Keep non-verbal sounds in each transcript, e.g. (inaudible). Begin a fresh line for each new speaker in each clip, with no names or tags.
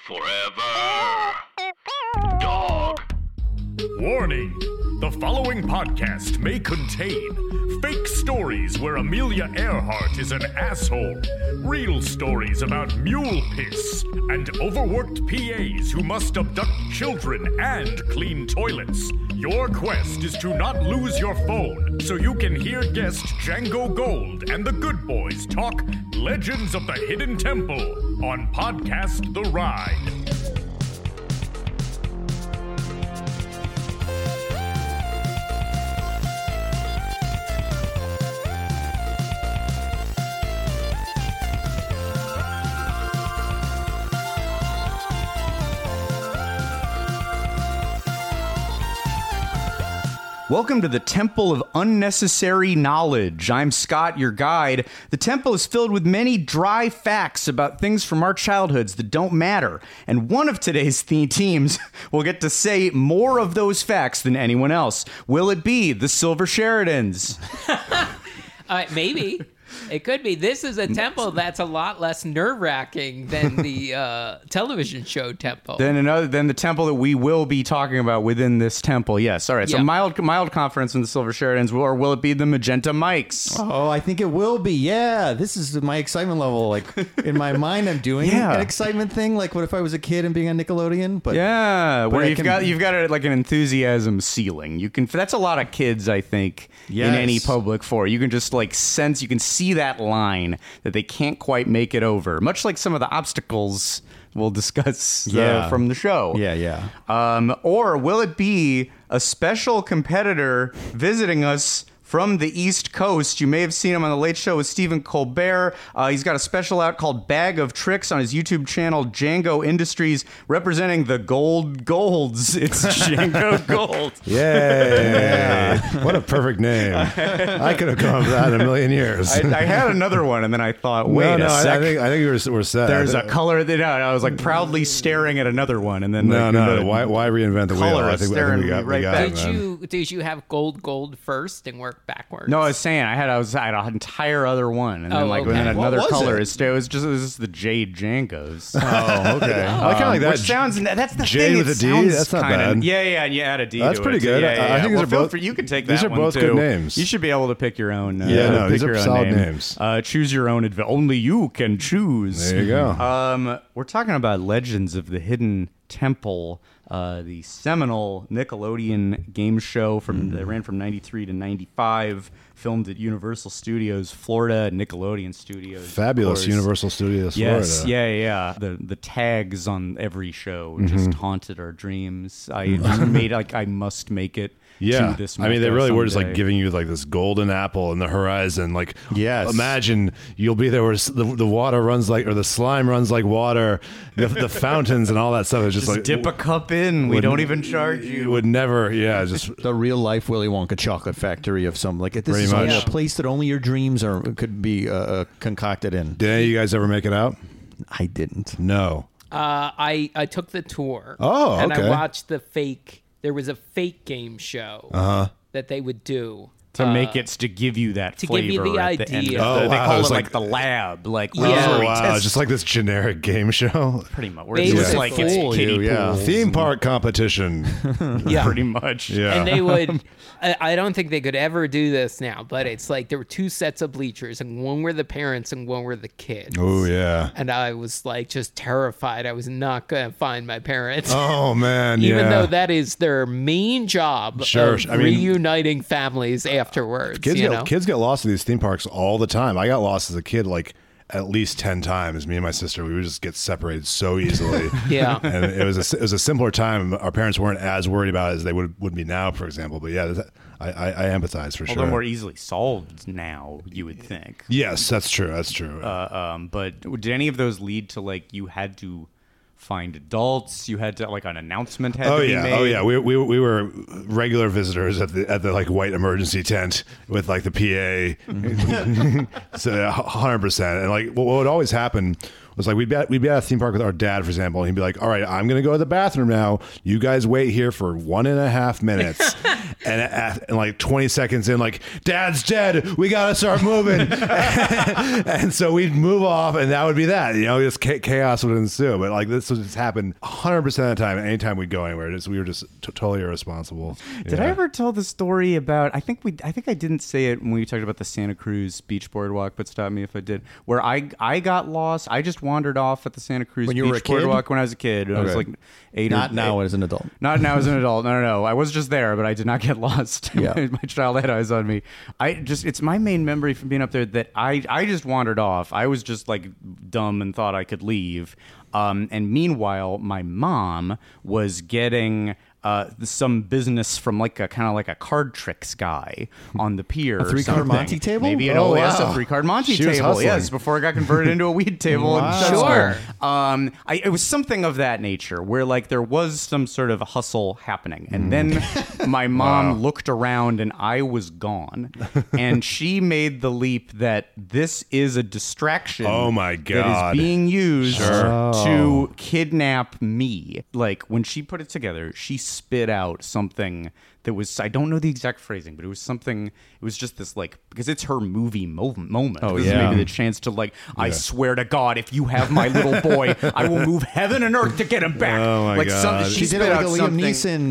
Forever. Dog.
Warning! The following podcast may contain fake stories where Amelia Earhart is an asshole, real stories about mule piss, and overworked PAs who must abduct children and clean toilets. Your quest is to not lose your phone so you can hear guest Django Gold and the Good Boys talk Legends of the Hidden Temple on Podcast The Ride.
Welcome to the Temple of Unnecessary Knowledge. I'm Scott, your guide. The temple is filled with many dry facts about things from our childhoods that don't matter. And one of today's (laughs) the- teams will get to say more of those facts than anyone else. Will it be the Silver Sheridans? (laughs)
Uh, maybe. It could be. This is a tempo that's a lot less nerve wracking than the uh, television show tempo.
Then another then the temple that we will be talking about within this temple. Yes. All right. So
Yeah.
mild mild conference in the Silver Sheridans or will it be the Magenta Mikes?
Oh, I think it will be. Yeah, this is my excitement level. Like
(laughs)
in my mind, I'm doing
Yeah.
an excitement thing. Like what if I was a kid and being on Nickelodeon? But
Yeah, where
I
you've
can-
got you've got a, like an enthusiasm ceiling. You can that's a lot of kids, I think, in
Yes.
any public forum. You can just like sense, you can see that line that they can't quite make it over. Much like some of the obstacles we'll discuss uh,
Yeah.
from the show.
yeah, yeah.
Um, or will it be a special competitor visiting us? From the East Coast, you may have seen him on the Late Show with Stephen Colbert. Uh, he's got a special out called "Bag of Tricks" on his YouTube channel, Django Industries, representing the Gold Golds. (laughs) It's
(laughs)
Django Gold.
Yay! (laughs) what a
(laughs)
perfect name. I could have come up with that in a million years. (laughs)
I, I had another one, and then I thought, wait
no, no,
a
I- I,
sec.
think I think we were, we're set.
There's
I
a
think-
color that no, I was like proudly staring at another one, and then
No,
like,
no,
another-
Why, why reinvent the wheel?
Color
I
is
think, I
staring
think we got,
right
we got
back.
it,
did
man.
you did you have gold gold first and work backwards?
No, I was saying I had I was I had an entire other one, and then
Oh,
like
okay.
and then
What
another
was
color
it?
is it was just it was just the J Django's.
Oh,
(laughs)
okay. I kind of like that.
Which sounds that's the
J
thing.
with
it
a D?
sounds
That's not
kinda-
bad.
Yeah, yeah, and you add a D.
That's
to
pretty
it,
good.
Yeah, yeah,
I- I
yeah.
think these
Well,
are
feel
both-
free- you can take that.
these are
one,
both good
too.
names.
You should be able to pick your own. Uh,
Yeah, no,
pick
these are
your own
solid
name.
names.
Uh, choose your own. Adv- only you can choose.
There you go.
Um, we're talking about Legends of the Hidden Temple, uh, the seminal Nickelodeon game show from
Mm-hmm.
that ran from '93 to '95, filmed at Universal Studios Florida, Nickelodeon Studios. of
Fabulous
course.
Universal Studios,
Yes,
Florida. Mm-hmm.
yeah, yeah. The the tags on every show just haunted our dreams. I made like I must make it.
Yeah,
to this
I mean, they
Mecca
really were just like
someday.
giving you like this golden apple in the horizon. Like,
Yes.
imagine you'll be there where s- the, the water runs like, or the slime runs like water, the, the fountains and all that stuff is just,
Just
like
dip a cup in. We don't even charge you.
You would never,
(laughs)
yeah, just
The real life Willy Wonka chocolate factory of some like this
Pretty
is only
much.
a place that only your dreams are could be uh, uh, concocted in.
Did any of you guys ever make it out?
I didn't.
No.
Uh, I I took the tour.
Oh,
and I
okay.
watched the fake. There was a fake game show
Uh-huh.
that they would do.
to make it to give you that
Uh, to
flavor
give you the
at the end
idea.
of the-
Oh,
they
wow.
call it
It's
like,
like-
the lab like
Oh, Yeah.
Oh,
we
wow.
test
Just like this generic
(laughs)
game show.
pretty much where it's
They
just
would
like it's
fool
kiddie
you, yeah.
pool
Theme
(laughs)
park competition.
(laughs)
Yeah.
pretty much
Yeah.
And they would.
(laughs)
I, I don't think they could ever do this now, but it's like there were two sets of bleachers, and one were the parents, and one were the kids.
oh, yeah.
and I was like just terrified. I was not gonna find my parents,
Oh,
(laughs)
man.
even
yeah.
though that is their main job.
Sure,
of
I mean-
reuniting families afterwards.
kids,
you
get,
know?
kids get lost in these theme parks all the time. I got lost as a kid like at least 10 times. Me and my sister, we would just get separated so easily.
(laughs) Yeah.
And it was, a, it was a simpler time. Our parents weren't as worried about it as they would, would be now, for example. But yeah, that- I, I, I empathize for
although
sure.
more
e
easily solved now you would think
yes, that's true. That's true.
um, but did any of those lead to like you had to find adults. You had to like an announcement had
Oh
to be
yeah,
made.
oh yeah. We, we, we were regular visitors at the at the like white emergency tent with like the
Mm-hmm.
PA, (laughs) so hundred percent. And like what, what would always happen was like we'd be at, we'd be at a theme park with our dad, for example, and he'd be like, "All right, I'm gonna go to the bathroom now. You guys wait here for one and a half minutes." and, at, and like twenty seconds in, like Dad's dead. We gotta start moving. (laughs) and so we'd move off, and that would be that. You know, just cha- chaos would ensue. But like this would just happen 100 percent of the time. Anytime we'd go anywhere, just, we were just t- totally irresponsible.
Did I ever tell the story about? I think we. I think I didn't say it when we talked about the Santa Cruz Beach Boardwalk, but stop me if I did. Where I I got lost. I just wandered off at the Santa Cruz
When you
Beach
were a kid?
Boardwalk when I was a kid. I was
Okay.
like eight. or-
Not now
eight-
as an adult.
Not now as an adult. No, no, no. I was just there, but I did not get (laughs) lost.
Yeah.
my child had eyes on me. I just it's my main memory from being up there that I I just wandered off. I was just like dumb and thought I could leave. Um, and meanwhile, my mom was getting. Uh, some business from like a kind of like a card tricks guy on the pier. A
three-card Monte table?
Maybe an
Oh,
OAS,
wow.
a three card Monte
She was
table.
hustling.
Yes, before it got converted into a
(laughs)
weed table. and shut
Wow.
down.
Sure.
Um, I, it was something of that nature where like there was some sort of hustle happening.
Hmm.
And
(laughs)
then my mom looked around and I was gone. and she made the leap that this is a distraction.
(laughs) Oh, my
That
God.
is being used
Sure. Oh.
to kidnap me. Like when she put it together, she spit out something that was I don't know the exact phrasing, but it was something. It was just this like because it's her movie mo- moment. Oh this is
yeah.
maybe the chance to like. I swear to God, if you have my little boy, I will move heaven and earth to get him back.
(laughs) Oh, my
like some-
God.
she
She
spit
did it like
out
a Liam
something.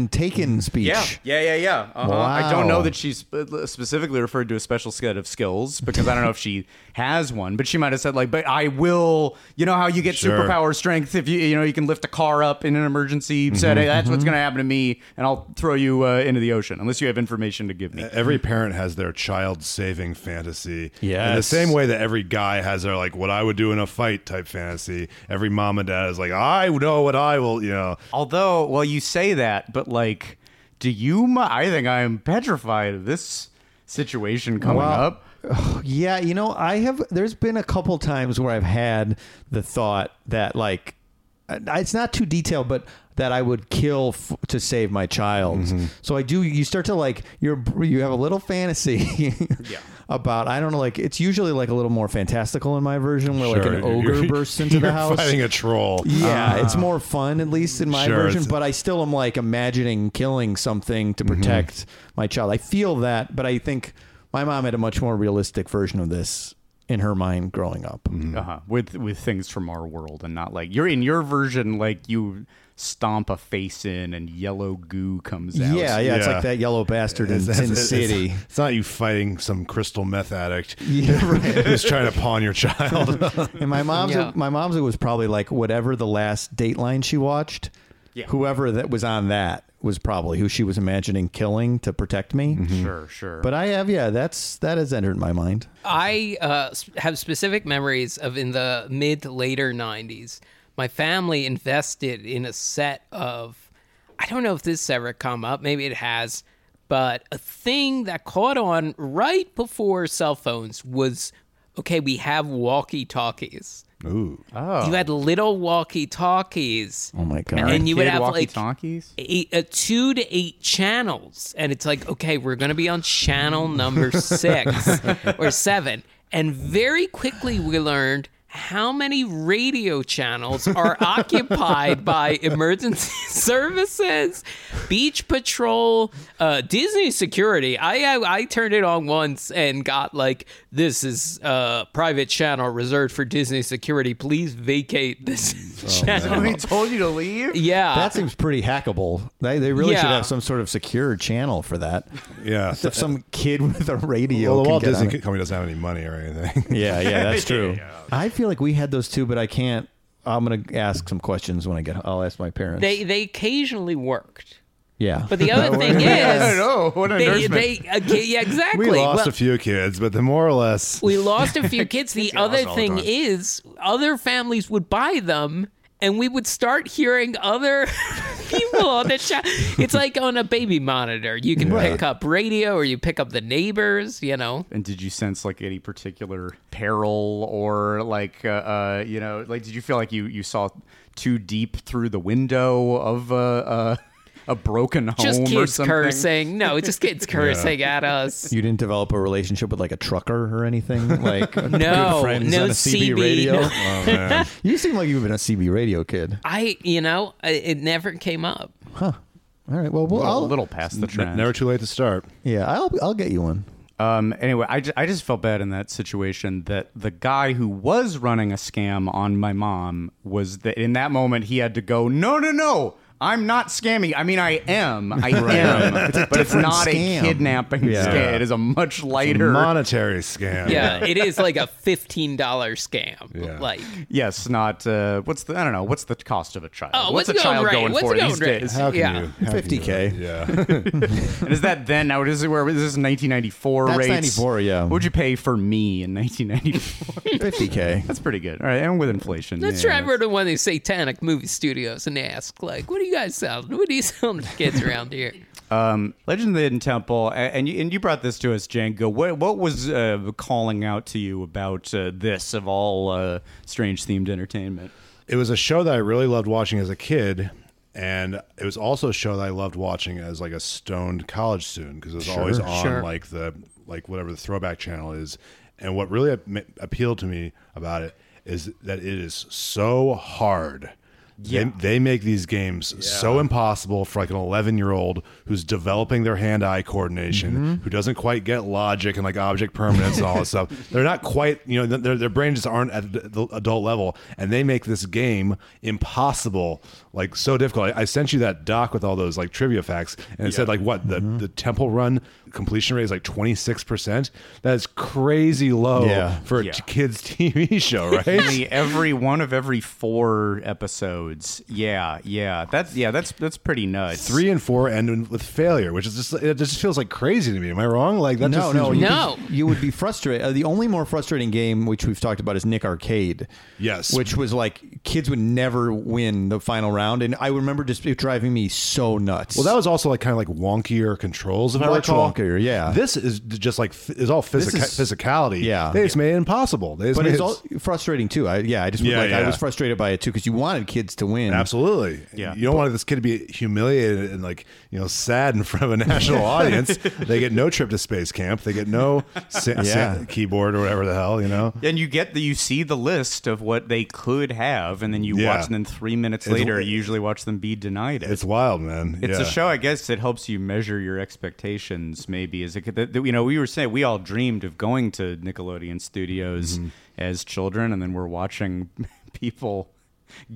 Neeson Taken speech.
Yeah, yeah, yeah, yeah. Uh-huh. I don't
Wow.
know that she sp- specifically referred to a special set of skills because I don't know if she has one, but she might have said like, "But I will." You know how you get
Sure.
superpower strength if you you know you can lift a car up in an emergency setting. That's what's going to happen to me, and I'll throw you uh, into the ocean unless you have information to give me.
Every parent has their child saving fantasy. In the
Yes.
same way that every guy has their like what I would do in a fight type fantasy. Every mom and dad is like, I know what I will. You know,
Although, well, you say that, but like, do you? mi- I think I am petrified of this situation coming up.
Yeah, you know, I have. There's been a couple times where I've had the thought that, like, uh, it's not too detailed, but that I would kill f- to save my child.
Mm-hmm.
So I do. You start to like you're you have a little fantasy. (laughs) About I don't know, like it's usually like a little more fantastical in my version, where like an
Sure. (laughs)
ogre
You're-
bursts into the
you're
house.
fighting
(laughs)
a troll.
Yeah, it's more fun at least in my
Uh, Sure,
version,
it's- Mm-hmm.
but I still am like imagining killing something to protect my child. I feel that, but I think my mom had a much more realistic version of this in her mind growing up.
Mm-hmm.
uh-huh. with with things from our world and not like you're in your version like you stomp a face in and yellow goo comes
Yeah,
out
yeah, it's
Yeah.
like that yellow bastard in
It's-
Sin
it's-
City. (laughs)
It's, it's not you fighting some crystal meth addict (laughs) who's trying to pawn your child.
(laughs)
(laughs)
And my mom's
Yeah.
my mom's it was probably like whatever the last Dateline she watched. Whoever that was on that was probably who she was imagining killing to protect me.
Mm-hmm.
sure sure
But I have yeah, that's that has entered my mind.
I uh, s- have specific memories of in the mid to later 90s, my family invested in a set of, I don't know if this has ever come up, maybe it has, but a thing that caught on right before cell phones was okay, we have walkie talkies.
oh
You had little walkie talkies.
Oh my god.
And then you would have
walkie
like (laughs)
talkies
eight, uh, two to eight channels, and it's like, okay, we're going to be on channel number
(laughs)
six or seven. And very quickly, we learned how many radio channels
(laughs)
are occupied by emergency (laughs) services, beach patrol, uh, Disney security. I, I I turned it on once and got like, this is uh, private channel reserved for Disney security. Please vacate this (laughs)
Oh,
channel.
they told you to
(laughs)
leave
Yeah,
That seems pretty hackable. They, they really should
Yeah.
have some sort of secure channel for that.
yeah.
If some kid with a radio.
Well, the
can
Walt
get on
Disney
it.
Company doesn't have any money or anything.
Yeah, yeah, that's true. I feel like we had those too, but I can't. I'm gonna ask some questions when I get. I'll ask my parents.
They they occasionally worked.
yeah,
(laughs)
But the other thing is,
know. What an
they,
endorsement.
they uh, g- yeah exactly.
(laughs) We lost
Well,
a few kids, but then more or less,
we lost a few kids. The
lost
other
all the
thing
time.
is, other families would buy them. and we would start hearing other (laughs) people on the channel. It's like on a baby monitor. You can pick up radio or you pick up the neighbors, you know.
And did you sense like any particular peril or like uh, uh you know like did you feel like you you saw too deep through the window of uh, uh (laughs) a broken home
Just
or
kids
something?
cursing. No, it's just kids cursing at us.
You didn't develop a relationship with like a trucker or anything,
(laughs)
like
No,
good friends
no
on a CB,
CB,
radio.
no.
Oh man.
You seem like you've been a CB radio kid.
(laughs) I, you know, I- it never came up.
All right, well, well,
A
I'll,
little past the trend.
Never too late to start.
yeah, I'll I'll get you one.
Um, anyway, I, ju- I just felt bad in that situation that the guy who was running a scam on my mom was that in that moment he had to go, no, no, no, I'm not scamming. I mean, I am, I am, but it's not
scam.
a kidnapping
Yeah.
scam. It is a much lighter.
Monetary scam.
Yeah, it is like a $15 scam.
Yeah.
Like,
yes, not uh, what's the I don't know what's the cost of a child?
Oh,
what's
what's
a
it going
child
rate?
going
What's
for
it going
these
rate?
days?
How can
Yeah.
you? how can
50K.
you- Yeah. (laughs)
And is that then? Now, this is where this is 1994
That's
rates.
94, yeah.
What would you pay for me in 1994?
50k.
(laughs) That's pretty good. All right, and with inflation,
let's
yeah,
try over to one of these satanic movie studios and ask, like, what do you guys sell? What do you (laughs) sell to kids around here?
Legend of the Hidden Temple, a- and you, and you brought this to us, Django. What what was uh, calling out to you about uh, this of all uh, strange themed entertainment?
it was a show that I really loved watching as a kid, and it was also a show that I loved watching as like a stoned college student because it was always on
Sure.
like the like whatever the throwback channel is. And what really ap- appealed to me about it is that it is so hard. Yeah. They, they make these games so impossible for like an 11 year old who's developing their hand eye coordination, who doesn't quite get logic and like object permanence and all this stuff. They're not quite, you know, th- their, their brains just aren't at the- the adult level. And they make this game impossible, like so difficult. I, I sent you that doc with all those like trivia facts and it said like what the,
Mm-hmm.
the temple run completion rate is like 26%. That is crazy low
Yeah.
for a
Yeah.
t- kids' (laughs) TV show, right?
Only every one of every four episodes. Yeah, yeah. That's yeah. That's that's pretty nuts.
three and four end in- with failure, which is just it just feels like crazy to me. Am I wrong? Like that?
No,
just
no,
seems-
you,
No.
you would be frustrated. Uh, the only more frustrating game which we've talked about is Nick Arcade.
Yes.
which was like kids would never win the final round, and I remember just it driving me so nuts.
Well, that was also like kind of like wonkier controls, if I
Much
recall.
wonkier, yeah.
This is just like f- is all physica-
This is-
physicality.
Yeah.
they just made it impossible. They just
but
made
it's
it-
all frustrating too. I yeah, I just
Yeah,
like I
yeah.
was frustrated by it too because you wanted kids to win.
absolutely.
Yeah.
you don't want this kid to be humiliated and like you know sad in front of
(laughs)
a national audience. They get no trip to space camp. They get no
(laughs)
sa-
Yeah.
sa- keyboard or whatever the hell you know.
And you get the you see the list of what they could have, and then you
Yeah.
watch. And then three minutes
It's-
later, you usually watch them be denied it.
It's wild, man.
It's
Yeah.
a show, I guess, that helps you measure your expectations. Maybe is it that, that- you know we were saying we all dreamed of going to Nickelodeon Studios as children, and then we're watching (laughs) people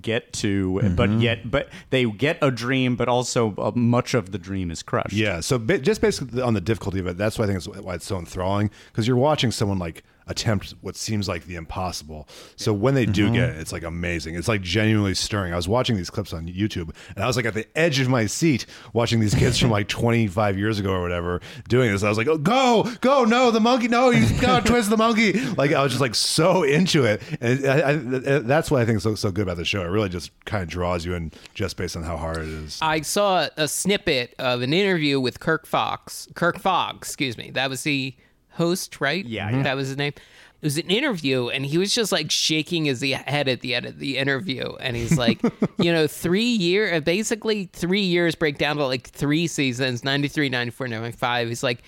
get to, but yet, but they get a dream, but also uh, much of the dream is crushed.
Yeah. So ba- just basically on the difficulty of it, that's why I think it's why it's so enthralling because you're watching someone like attempt what seems like the impossible. So when they do get it, it's like amazing. It's like genuinely stirring. I was watching these clips on YouTube and I was like at the edge of my seat watching these kids from like 25 years ago or whatever doing this. I was like, oh, go, go, no, the monkey, no, you gotta twist the monkey. Like I was just like so into it. And I, I, I- that's what I think is so, so good about the show. It really just kind of draws you in just based on how hard it is.
I saw a snippet of an interview with Kirk Fox. Kirk Fox, excuse me. That was the host, right? Mm-hmm.
Yeah, yeah.
That was his name. It was an interview, and he was just like shaking his e-, head at the end of the interview. And he's like, you know, three year, uh, basically three years break down to like three seasons 93, 94, 95. He's like,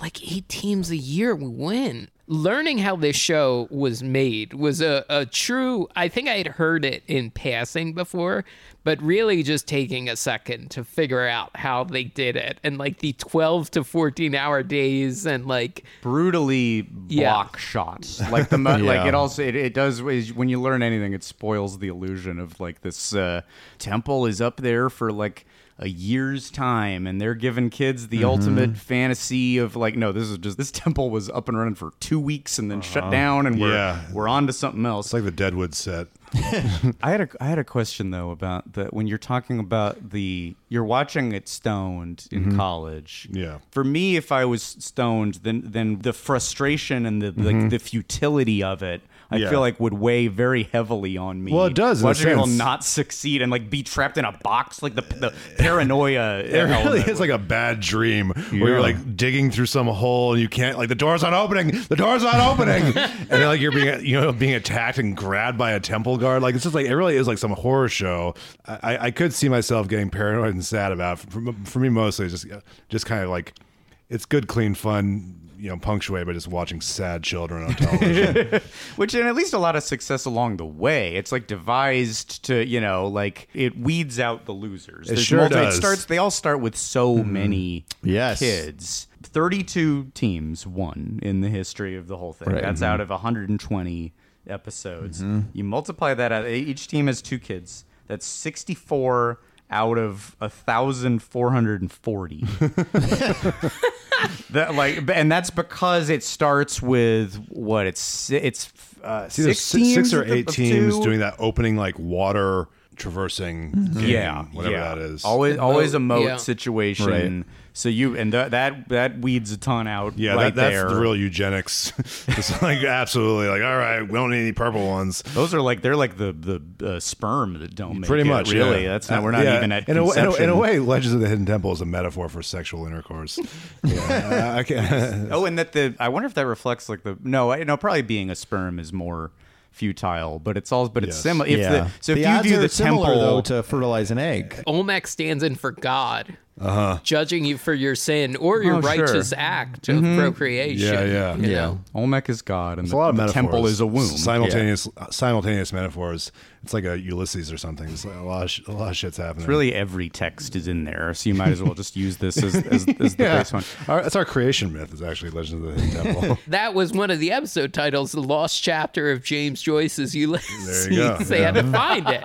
like eight teams a year we win. Learning how this show was made was a, a true, I think I had heard it in passing before, but really just taking a second to figure out how they did it and like the 12 to 14 hour days and like,
brutally
Yeah.
block shots. Like the
(laughs)
mo- like it also it, it does is- when you learn anything it spoils the illusion of like this uh, temple is up there for like a year's time and they're giving kids
Mm-hmm.
the ultimate fantasy of like no this is just this (laughs) temple was up and running for 2 weeks and then shut down and we're
Uh-huh. Yeah.
we're on to something else.
It's like the Deadwood set.
I had a I had a question though about the when you're talking about the you're watching it stoned in college.
Mm-hmm. Yeah.
For me, if I was stoned, then then the frustration and the like the futility of it I
Mm-hmm. Yeah.
feel like would weigh very heavily on me.
Well, it does, in a
Watching people
sense.
not succeed and like be trapped in a box, like the the paranoia.
(laughs) It really is like a bad dream where you're like digging through some hole and you can't like the door's not opening, the door's not
(laughs)
opening, and then like you're being you know being attacked and grabbed by a temple guard. Like it's just like it really is like some horror show. I, I could see myself getting paranoid and sad about. For, for me, mostly it's just just kind of like it's good, clean fun. You know, punctuated by just watching sad children on
(laughs)
television.
which and at least a lot of success along the way. It's like devised to you know like it weeds out the losers. There's
sure does.
It starts. They all start with so many
Yes.
kids. Thirty-two teams won in the history of the whole thing.
Right.
That's out of 120 episodes. You multiply that out. e-, Each team has two kids. That's 64 out of 1,440. That like, and that's because it starts with what it's it's uh,
It's either
six,
six,
teams
six or
of the-
eight
of
teams
two?
doing that opening like water traversing game,
Mm-hmm. yeah,
whatever
yeah.
that is.
Always, always a moat
yeah.
situation. So you and th- that that weeds a ton out.
Yeah,
right
that, that's
there.
the real eugenics. (laughs) it's like absolutely like, all right, we don't need any purple ones.
Those are like they're like the the uh, sperm that don't make
Pretty
it,
much,
really.
yeah.
That's not we're not
Yeah,
even at
in a, w- in, a, in
conception.
a way. Legends of the Hidden Temple is a metaphor for
(laughs)
sexual intercourse. yeah, I, I can't.
Oh, and that the I wonder if that reflects like the no, I, no, probably being a sperm is more futile, but it's all but it's
Yes.
similar. If the, so if
the
you
odds
view
are
the
similar,
temple
though to fertilize an egg.
Olmec stands in for God,
Uh-huh.
judging you for your sin or your
Oh, sure.
righteous act of procreation.
Mm-hmm. Yeah, yeah.
you know?
Olmec is God, and
It's
the,
a lot of
the
metaphors.
temple is a womb.
Simultaneous, simultaneous metaphors. It's like a Ulysses or something. It's like a lot of sh- a lot of shit's happening.
Really, every text is in there, so you might as well just use this
(laughs)
as, as, as the
yeah.
base one.
Our, that's our creation myth. Is actually Legends of the
(laughs)
Hidden Temple.
That was one of the episode titles, The Lost Chapter of James Joyce's Ulysses.
There you go.
(laughs) they had to find it.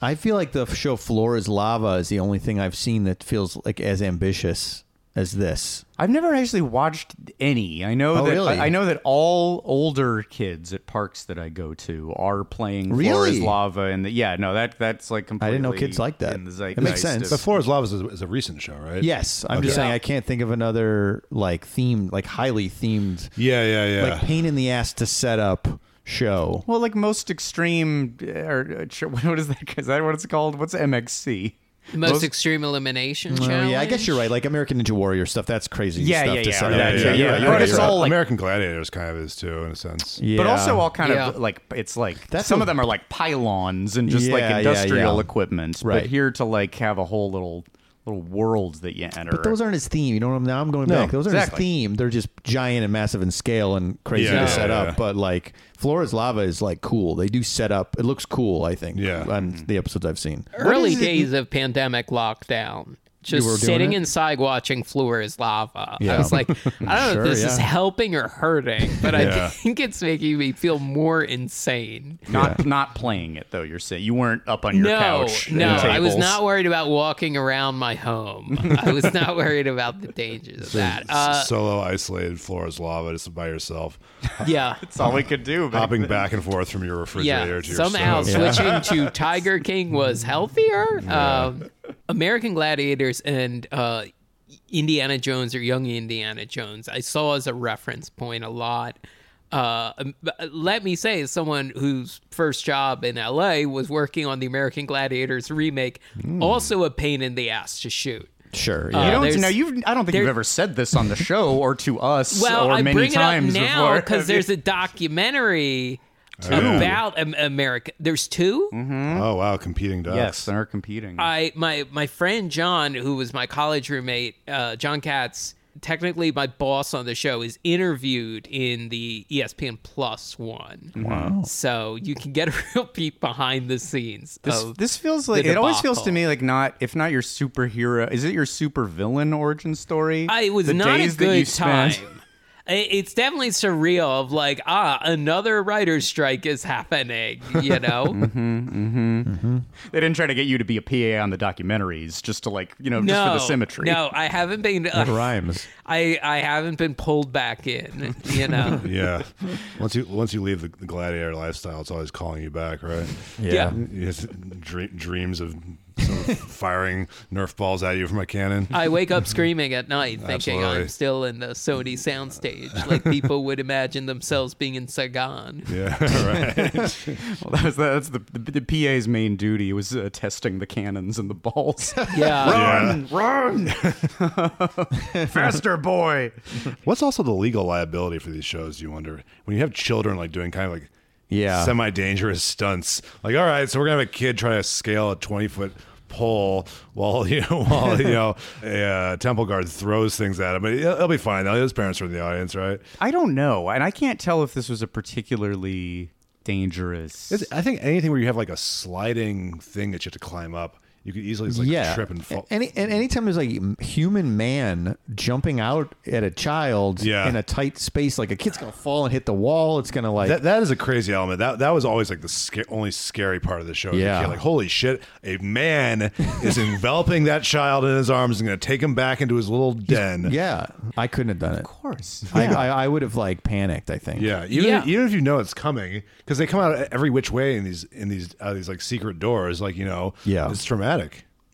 I feel like the show Floor is Lava is the only thing I've seen that feels like as ambitious as this.
I've never actually watched any. I know
Oh,
that
really?
I, I know that all older kids at parks that I go to are playing Floor is
Really?
Lava, and the, yeah, no, that that's like completely.
didn't know kids liked that.
In the
It makes
zeitgeist
sense.
of-
but Floor is Lava is a, is a recent show, right?
Yes, I'm just
Okay.
saying I can't think of another like themed, like highly themed,
Yeah, yeah, yeah.
like pain in the ass to set up show.
Well, like most extreme, uh, or uh, ch- (laughs) what is that? Is that what it's called? What's MXC?
Most, Extreme Elimination
Oh,
Challenge.
yeah, I guess you're right. Like American Ninja Warrior stuff, that's crazy
Yeah,
stuff
yeah,
to
yeah,
set
yeah,
up.
yeah, yeah,
right,
yeah.
right,
But it's
right.
all, like-
American Gladiators kind of is too, in a sense.
Yeah.
But also all kind
Yeah.
of like it's like
That's
some
a-
of them are like pylons and just like
Yeah, yeah,
industrial
yeah.
equipment. But
Right.
here to like have a whole little little world that you enter.
But those aren't his theme. You know what I'm now I'm going
No,
back. Those aren't
exactly.
his theme. They're just giant and massive in scale and crazy
Yeah,
to set
yeah,
up.
yeah.
But like Flora's lava is like cool. They do set up. It looks cool, I think.
Yeah.
On the episodes I've seen.
Er.
Early days of pandemic lockdown.
were
Just
doing
sitting
it?
inside watching Floor is Lava. I
Yeah.
was like, I don't
(laughs)
know
Sure,
if this is
yeah.
helping or hurting, but
(laughs)
Yeah.
I think it's making me feel more insane.
not not playing it though. You're saying you weren't up on your
no,
couch.
No,
and
I was
tables.
not worried about walking around my
(laughs)
home. I was not worried about the dangers of that. Uh,
Solo isolated floor is lava just by yourself,
yeah.
That's all we could do. But
hopping back and forth from your refrigerator
Yeah,
to your
somehow
stove.
switching to Tiger King was healthier. Um, American Gladiators and uh, Indiana Jones or Young Indiana Jones, I saw as a reference point a lot. Uh, um, but let me say, as someone whose first job in LA was working on the American Gladiators remake,
Hmm.
also a pain in the ass to shoot.
Sure.
you
Yeah.
Uh,
don't
there's-
know. You I don't think you've
there-
ever said this on the show or to us
Well,
or
I
many
bring
times
it up now (laughs)
before.
because there's a documentary
yeah.
about Am- America. There's 2
Oh wow, competing ducks.
yes, they're competing.
I my my friend John, who was my college roommate, uh, John Katz, technically my boss on the show, is interviewed in the E ESPN Plus one. Wow! So you can get (laughs) a real peek behind the scenes.
This,
of
this feels like
Oh, the
it always feels to
debacle.
me like not if not your superhero is it your supervillain origin story?
I it was
The
not a
days that you
good time.
spent-
I- It's definitely surreal of like ah another writer's strike is happening,
(laughs)
you know.
They didn't try to get you to be a PA on the documentaries just to like you know just for
no
the symmetry.
No, I haven't been.
rhymes.
I I haven't been pulled back in. You know.
Yeah. Once you once you leave the, the gladiator lifestyle, it's always calling you back, right?
Yeah.
Yes, dre- dreams of someone (laughs) firing Nerf balls at you from a cannon. (laughs)
I wake up screaming at night thinking
Absolutely.
I'm still in the Sony soundstage, like people would imagine themselves being in Saigon.
yeah,
(laughs)
(laughs)
right.
Well, that was that's the, the the PA's main duty was uh, testing the cannons and the balls.
Yeah.
run, run, (laughs) faster, boy.
What's also the legal liability for these shows? You wonder when you have children like doing kind of like
Yeah.
semi-dangerous stunts. Like, all right, so we're gonna have a kid try to scale a twenty-foot pole while (laughs) you know while you know a uh, temple guard throws things at him. But he'll, he'll be fine. though. His parents are in the audience, right?
I don't know, and I can't tell if this was a particularly dangerous.
It's, I think anything where you have like a sliding thing that you have to climb up, you could easily just, like
yeah.
trip and fall.
Any and anytime there's like m- human man jumping out at a child
Yeah.
in a tight space, like a kid's gonna fall and hit the wall. It's gonna like
that, that is a crazy element. That that was always like the sca- only scary part of the show. as a
Yeah.
kid. Like, holy shit, a man (laughs) is enveloping that child in his arms and going to take him back into his little den.
yeah. I couldn't have done it.
of course.
I, I I would have like panicked. I think.
Yeah, even
Yeah.
even if you know it's coming, because they come out every which way in these in these uh, these like secret doors, like you know,
Yeah.
it's traumatic.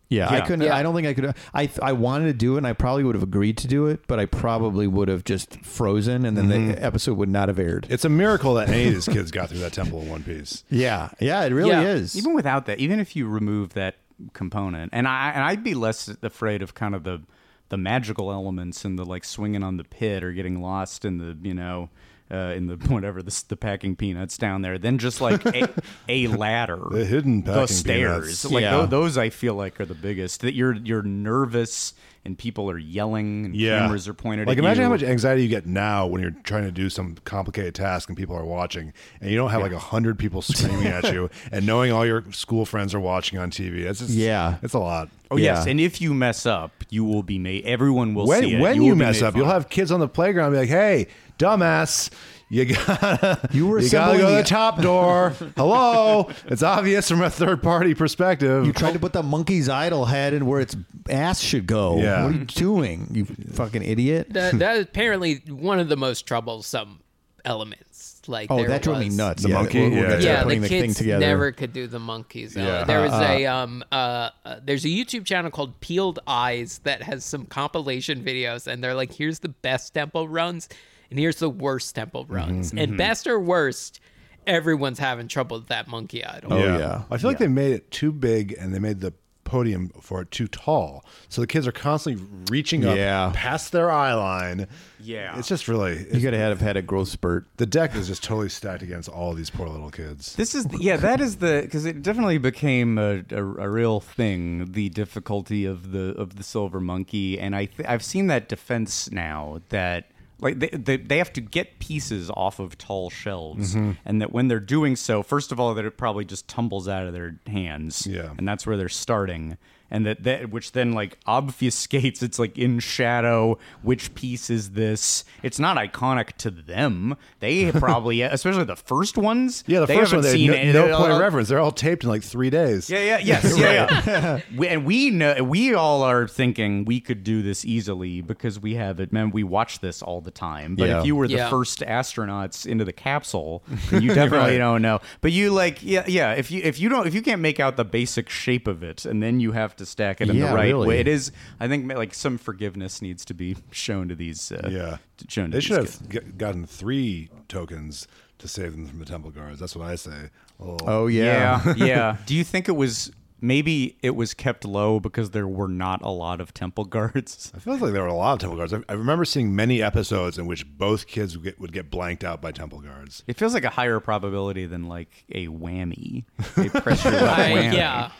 Yeah, I
Yeah.
couldn't.
Yeah.
I don't think I could. I I wanted to do it, and I probably would have agreed to do it, but I probably would have just frozen, and then the episode would not have aired.
Mm-hmm. It's a miracle that any of these kids got through that temple in one piece.
yeah, yeah, it really
Yeah.
is.
even without that, even if you remove that component, and I and I'd be less afraid of kind of the the magical elements and the like swinging on the pit or getting lost in the you know. Uh, in the (laughs) whatever the, the packing peanuts down there, then just like
(laughs)
a, a ladder,
The hidden
the
packing
stairs,
peanuts.
like
Yeah.
tho- those I feel like are the biggest. That you're you're nervous and people are yelling, and
Yeah,
cameras are pointed. at
Like imagine
you.
how much anxiety you get now when you're trying to do some complicated task and people are watching, and you don't have like a hundred people screaming at
(laughs)
you, and knowing all your school friends are watching on TV. That's just,
Yeah.
it's a lot.
Oh yes, and if you mess up, you will be made. Everyone will
when
see it.
when
will
you
be
mess
made
up, you'll
fun of.
have kids on the playground be like, "Hey, dumbass." You gotta,
(laughs) You
you,
were
gotta go
assembling
to the
the- (laughs)
top door. Hello, it's obvious from a third party perspective.
you tried to put the monkey's idol head in where its ass should go.
Yeah.
What are you doing, you fucking idiot?
That, that is apparently one of the most troublesome elements. Like
oh,
there
that drove me
was.
nuts.
The
yeah,
monkey?
we're- we're
Yeah,
gonna
yeah.
start
Yeah,
putting
the
the thing
kids
together. Uh-uh.
never could do the monkeys. though.
Yeah.
There was a um uh, uh there's a YouTube channel called Peeled Eyes that has some compilation videos, and they're like, here's the best temple runs, and here's the worst temple runs,
Mm-hmm.
Mm-hmm.
and best or worst, everyone's having trouble with that monkey idol.
Oh, yeah.
I feel like they made it too big and they made the podium for it too tall. So the kids are constantly reaching up
Yeah.
past their eye line.
Yeah.
It's just really
You
it's-
gotta have had a growth spurt.
the deck is just totally stacked against all these poor little kids.
This is yeah, that is the because it definitely became a, a, a real thing. The difficulty of the of the silver monkey, and I th- I've seen that defense now that like they, they they have to get pieces off of tall shelves, and that when they're doing so, first of all, that it probably just tumbles out of their hands,
Yeah.
and that's where they're starting. And that, that which then like obfuscates it's like in shadow which piece is this it's not iconic to them (laughs) they probably especially the first ones
Yeah, the
they
first one
haven't
they
seen
had
it.
no,
They're
no point
all-
of reference. They're all taped in like three days.
Yeah, yeah, yes,
(laughs)
yeah, yeah. we, and we know we all are thinking we could do this easily because we have it. Man, we watch this all the time. But
Yeah.
if you were the
Yeah.
first astronauts into the
(laughs)
capsule, then you definitely don't know. But you like, yeah, yeah. If you if you don't if you can't make out the basic shape of it, and then you have to stack it in
Yeah,
the right
really.
way, it is. I think like some forgiveness needs to be shown to these. Uh,
Yeah.
shown to
They
these
should
kids.
have g- gotten three tokens to save them from the temple guards. That's what I say. Oh,
Oh yeah.
Yeah, (laughs) yeah. Do you think it was maybe it was kept low because there were not a lot of temple (laughs) guards?
I feel like there were a lot of temple guards. I, I remember seeing many episodes in which both kids would get, would get blanked out by temple guards.
It feels like a higher probability than like a whammy, (laughs) a pressure up
I-
whammy.
yeah,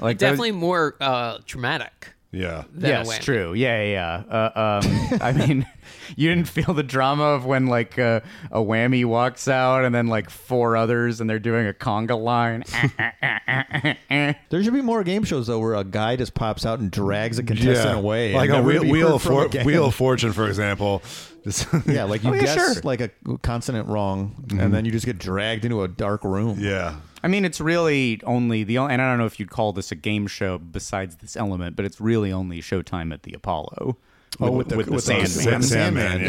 like those-
definitely more uh traumatic.
Yeah.
than a
yes,
whammy.
true. Yeah, yeah. yeah. Uh, um, (laughs) I mean, you didn't feel the drama of when like uh, a whammy walks out and then like four others and they're doing a conga line. (laughs)
There should be more game shows though, where a guy just pops out and drags a contestant away,
Like
and
a
never
wheel,
be
wheel,
heard
of
from
for,
again. (laughs)
wheel of fortune, for example. (laughs) Just-
Yeah, like you
Oh, yeah,
guess
sure.
like a consonant wrong, and then you just get dragged into a dark room.
yeah.
I mean, it's really only the only, and I don't know if you'd call this a game show besides this element, but it's really only Showtime at the Apollo.
Oh, with the- with the
Sandman.
Sandman,
Sandman
yeah.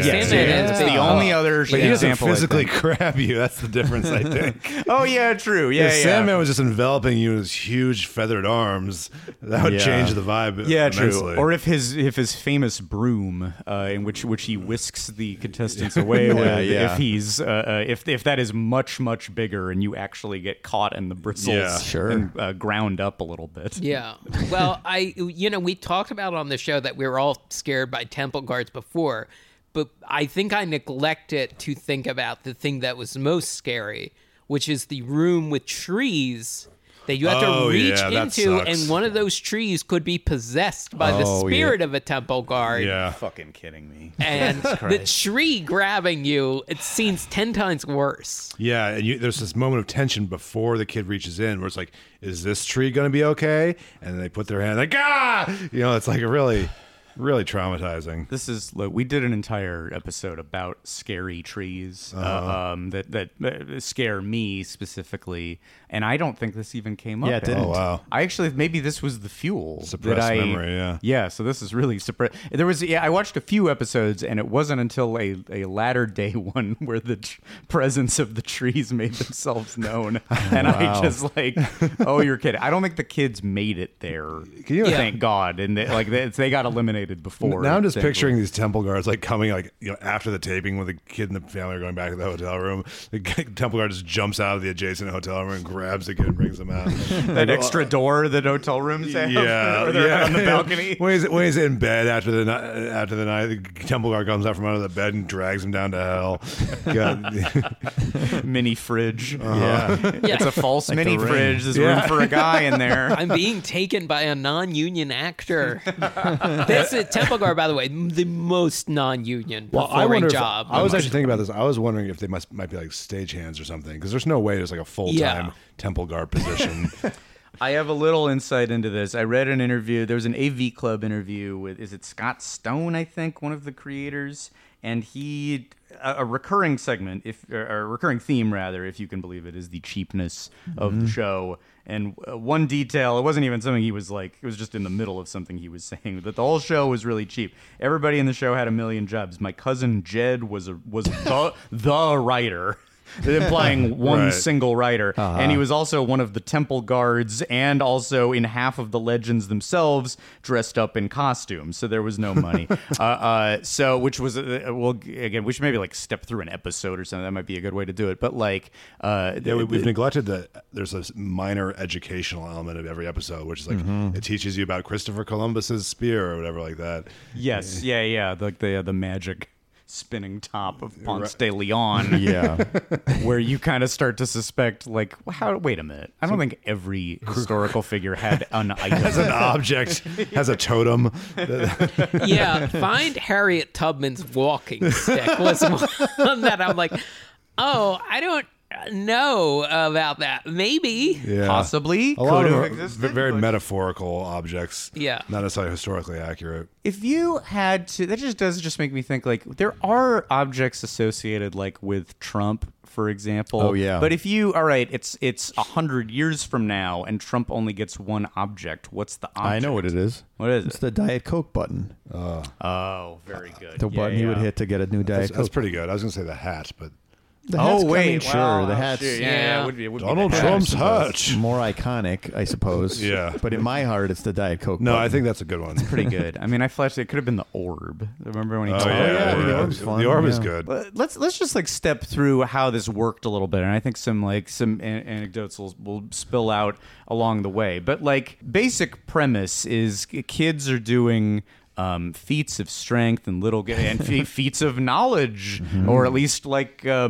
is
It's
big.
the only other
But he doesn't
example. I
physically
think.
(laughs) grab you. That's the
(laughs)
difference, I think.
Oh yeah, true. Yeah,
if
yeah.
Sandman was just enveloping you in his huge feathered arms, that would
Yeah.
change the vibe.
yeah, true.
immensely.
Or if his if his famous broom, uh, in which which he whisks the contestants away with,
yeah.
if he's uh, uh, if if that is much much bigger and you actually get caught in the bristles,
Yeah.
Sure.
and uh, ground up a little bit.
Yeah. Well, (laughs) I you know, we talked about on the show that we were all scared by temple guards before, but I think I neglected to think about the thing that was most scary, which is the room with trees that you have
Oh,
to reach
yeah, that
into
sucks.
and one of those trees could be possessed by the
Oh, yeah.
spirit of a temple guard.
yeah,
Fucking kidding me.
And the tree grabbing you, it seems ten times worse.
yeah, and you, there's this moment of tension before the kid reaches in, where it's like, "Is this tree going to be okay?" And they put their hand like, "Ah!" You know, it's like really, really traumatizing.
This is look, we did an entire episode about scary trees uh,
Uh-huh.
um, that that uh, scare me specifically, and I don't think this even came up.
Yeah, it
in
didn't.
Oh, wow.
I actually maybe this was the fuel
Suppressed
that I,
memory, yeah.
yeah. So this is really suppressed. There was yeah, I watched a few episodes, and it wasn't until a a latter day (laughs) one where the tr- presence of the trees made themselves
(laughs)
known,
Oh,
and I just like, oh, you're kidding. I don't think the kids made it there.
Can you-
Thank God, and they, like they, they got eliminated before.
Now I'm just
Thankfully.
picturing these temple guards like coming like you know after the taping when the kid and the family are going back to the hotel room. The (laughs) g- temple guard just jumps out of the adjacent hotel room and grabs the kid and brings him out.
that extra door that hotel rooms have,
Yeah,
(laughs) or they're
yeah.
on the (laughs) balcony.
(laughs) when, he's, when he's in bed after the night, after the night, the temple guard comes out from under the bed and drags him down
(laughs)
to hell.
(laughs)
God.
mini fridge.
Uh-huh.
Yeah. it's a false mini
the ring.
fridge. There's
Yeah.
room for a guy in (laughs) there.
I'm being taken by a non-union
(laughs)
actor. That's a temple guard, by the way, the most non-union performing job.
I was actually thinking about this. I was wondering if they must might be like stagehands or something because there's no way there's like a full time
Yeah.
temple
(laughs)
guard position.
I have a little insight into this. I read an interview. There was an AV Club interview with, is it Scott Stone, I think, one of the creators? And he, a, a recurring segment, if or a recurring theme, rather, if you can believe it, is the cheapness of the show. And uh, one detail, it wasn't even something he was like, it was just in the middle of something he was (laughs) saying, that the whole show was really cheap. Everybody in the show had a million jobs. My cousin Jed was a, was the, (laughs) the writer.
(laughs)
implying one
Right.
single writer and he was also one of the temple guards and also in half of the legends themselves dressed up in costumes so there was no
(laughs)
money uh, uh, so which was uh, well g- again we should maybe like step through an episode or something that might be a good way to do it but like uh,
Yeah, we, we've neglected that there's a minor educational element of every episode, which is like it teaches you about Christopher Columbus's spear or whatever like that. (laughs)
yes yeah yeah like the, the magic spinning top of Ponce de (laughs) Leon
Yeah.
where you kind of start to suspect like how wait a minute I don't think (laughs) every historical figure had (laughs) an item
Has an (laughs) object, has a totem.
yeah, find Harriet Tubman's walking
(laughs)
stick was one that I'm like, oh, I don't know about that. Maybe.
Yeah.
possibly
A lot
could have
of them are
existed,
v- very
but-
metaphorical objects.
Yeah.
Not necessarily historically accurate.
if you had to that just does just make me think like there are objects associated like with trump for example
Oh, yeah.
but if you all right it's it's a hundred years from now and trump only gets one object what's the object
I know what it is.
what is
It's
it
the Diet Coke button.
oh very good
The
Yeah,
button he would
yeah.
hit to get a new Diet
That's, that's
Coke.
pretty good. I was going to say the hat, but
The
oh
hat's
wait
coming,
wow,
sure. The hat's
shoot, yeah,
Yeah.
it would be, it would be
Donald
the hat.
Trump's
It's (laughs)
hat.
more iconic, I suppose.
Yeah.
But in my heart, it's the Diet Coke.
No,
button.
I think that's a good (laughs) one.
pretty good i mean i flashed it could have been the orb remember when he
Oh,
called
yeah.
it
yeah,
the
the
orb,
orb's fun,
the orb is
yeah.
good.
Uh, let's let's just like step through how this worked a little bit, and I think some like some an- anecdotes will, will spill out along the way. But like basic premise is k- kids are doing. Um, feats of strength and little g- and fe- feats of knowledge, or at least like uh,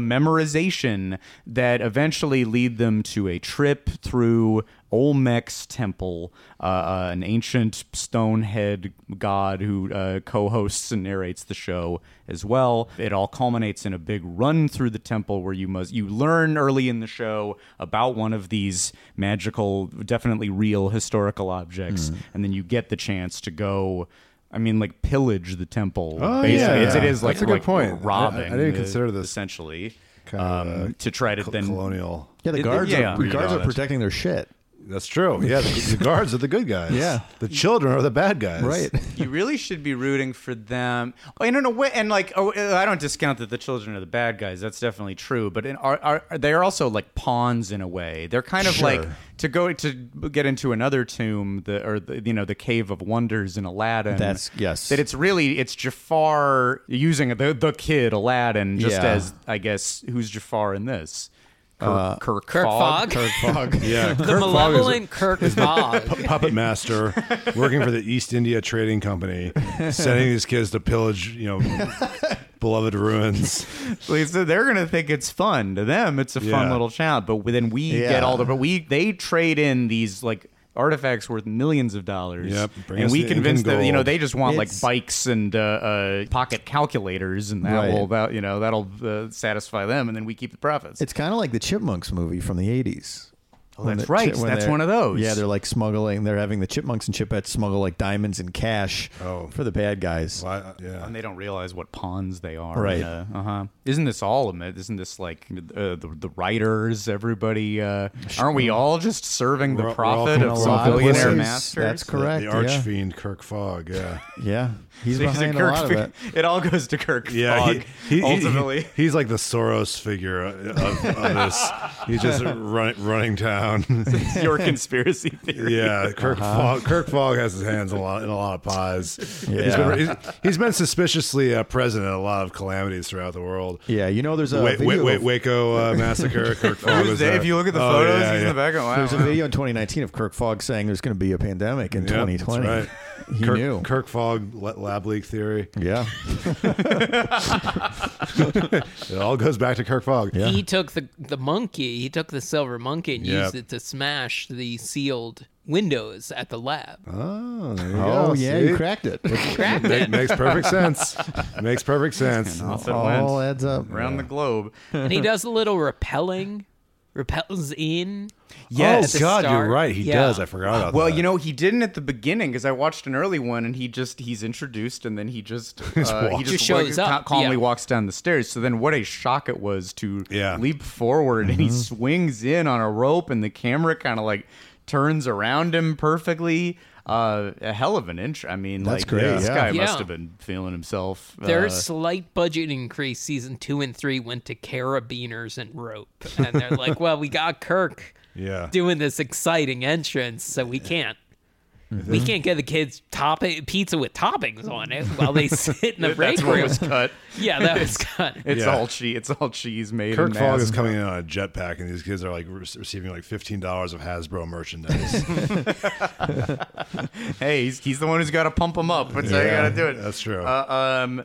memorization, that eventually lead them to a trip through Olmec's temple, uh, uh, an ancient stone head god who uh, co hosts and narrates the show as well. It all culminates in a big run through the temple where you must, you learn early in the show about one of these magical, definitely real historical
Hmm.
objects, and then you get the chance to go. I mean, like pillage the temple.
Oh,
basically,
yeah.
It's, it is like
That's a good
like,
point.
Robbing.
I- I didn't
the-
consider this
essentially
kind of,
um,
uh,
to try to
Col-
then
colonial.
Yeah, the
It-
guards,
yeah,
are, the
yeah.
guards
Yeah,
are
that's-
protecting their shit.
That's true. Yeah, the, (laughs) the guards are the good guys.
Yeah.
the children are the bad guys. (laughs)
Right.
you really should be rooting for them. Oh, and in a way, and like, oh, I don't discount that the children are the bad guys. That's definitely true. But in, are, are they are also like pawns in a way? They're kind of like to go to get into another tomb, the or the, you know the cave of wonders in Aladdin.
That's- yes.
That it's really it's Jafar using the the kid Aladdin just
Yeah.
as I guess who's Jafar in this. Kirk,
Uh,
Kirk,
Kirk Fogg.
Kirk
(laughs)
Fogg.
(laughs) Yeah,
The
Kirk Fogg is a
malevolent Kirk Fogg.
puppet master working for the East India Trading Company, sending these kids to pillage, you (laughs) know, beloved ruins.
Lisa, they're gonna think it's fun. To them, it's a fun
Yeah.
little challenge. But then we
Yeah.
get all the but we they trade in these like artifacts worth millions of dollars.
Yep, bring
and
us
we
the
convince
Incan
them. You know,
gold.
they just want
It's-
like bikes and uh, uh, pocket calculators, and that
Right.
will that you know that'll uh, satisfy them, and then we keep the profits.
It's kind of like the Chipmunks movie from the 80s. Oh,
that's right. That's one of those.
Yeah, they're like smuggling. They're having the Chipmunks and Chipettes smuggle like diamonds and cash for the bad guys.
Why- yeah.
and they don't realize what pawns they are.
Right.
Uh huh. Isn't this all a myth? Isn't this like uh, the the writers? Everybody? Uh, aren't we all just serving
We're-
the
we're
profit
all
of
complicit.
some billionaire
Complicit.
master?
That's correct.
The arch
yeah.
fiend Kirk Fogg. Yeah.
Yeah. He's
So (laughs) he's a
behind a,
Kirk
lot of
fig-
it.
(laughs) it all goes to Kirk
Yeah,
Fogg,
he- he- he-
ultimately.
(laughs)
he- he's like the Soros figure of, of this. He's
(laughs)
just run, running town. (laughs)
your conspiracy theory.
Yeah, Kirk Fogg. Kirk Fogg has his hands a lot in a lot of pies. He's,
Uh-huh. Yeah.
been, he's, he's been suspiciously uh, present in a lot of calamities throughout the world.
Yeah, you know, there's a
wait, wait,
video
wait,
of- (laughs)
Waco uh, massacre. Kirk Fogg
Who's
was
Dave?
there.
If you look at the
Oh,
photos, he's
yeah, yeah.
in the background. Wow.
There's a video in 2019 of Kirk Fogg saying there's going to be a pandemic in
Yeah,
2020.
That's right.
(laughs) He
Kirk,
knew.
Kirk Fogg la- lab leak theory.
Yeah.
It all goes back to Kirk Fogg.
Yeah.
He took the the monkey. He took the silver monkey and
Yeah.
used it to smash the sealed windows at the lab.
Oh, there you
Oh,
go,
yeah,
see?
you cracked it.
Cracked
Ma-
it.
makes perfect
(laughs)
sense. Makes perfect sense.
Off it
All Uh,
went.
adds up.
Around the globe.
and he does a little repelling, repels in.
Yes.
oh
At the
God,
start.
you're right. He
Yeah.
does. I forgot about
Well,
that.
you know, he didn't at the beginning because I watched an early one, and he just he's introduced, and then he
(laughs)
just uh, he
walks.
just,
Just
wa-
shows
ca-
up,
calmly
yeah.
walks down the stairs. So then, what a shock it was to
Yeah.
leap forward, and
Mm-hmm.
he swings in on a rope, and the camera kind of like turns around him perfectly. Uh, a hell of an inch. I mean,
That's
like,
great,
This
yeah.
guy
Yeah.
must have been feeling himself.
Their
uh,
slight budget increase season two and three went to carabiners and rope. And they're like, well, we got Kirk
Yeah.
doing this exciting entrance, so we can't. We can't get the kids top pizza with toppings on it while they sit in the break
that's what
room. (laughs)
was cut.
Yeah, that
(laughs)
was cut.
It's
Yeah.
all cheese. It's all cheese made.
Kirk
in
Fogg
mass.
is coming in on a jetpack, and these kids are like re- receiving like fifteen dollars of Hasbro merchandise. (laughs)
Hey, he's, he's the one who's got to pump him up. That's how you
Yeah,
got to do it.
That's true.
Uh, um,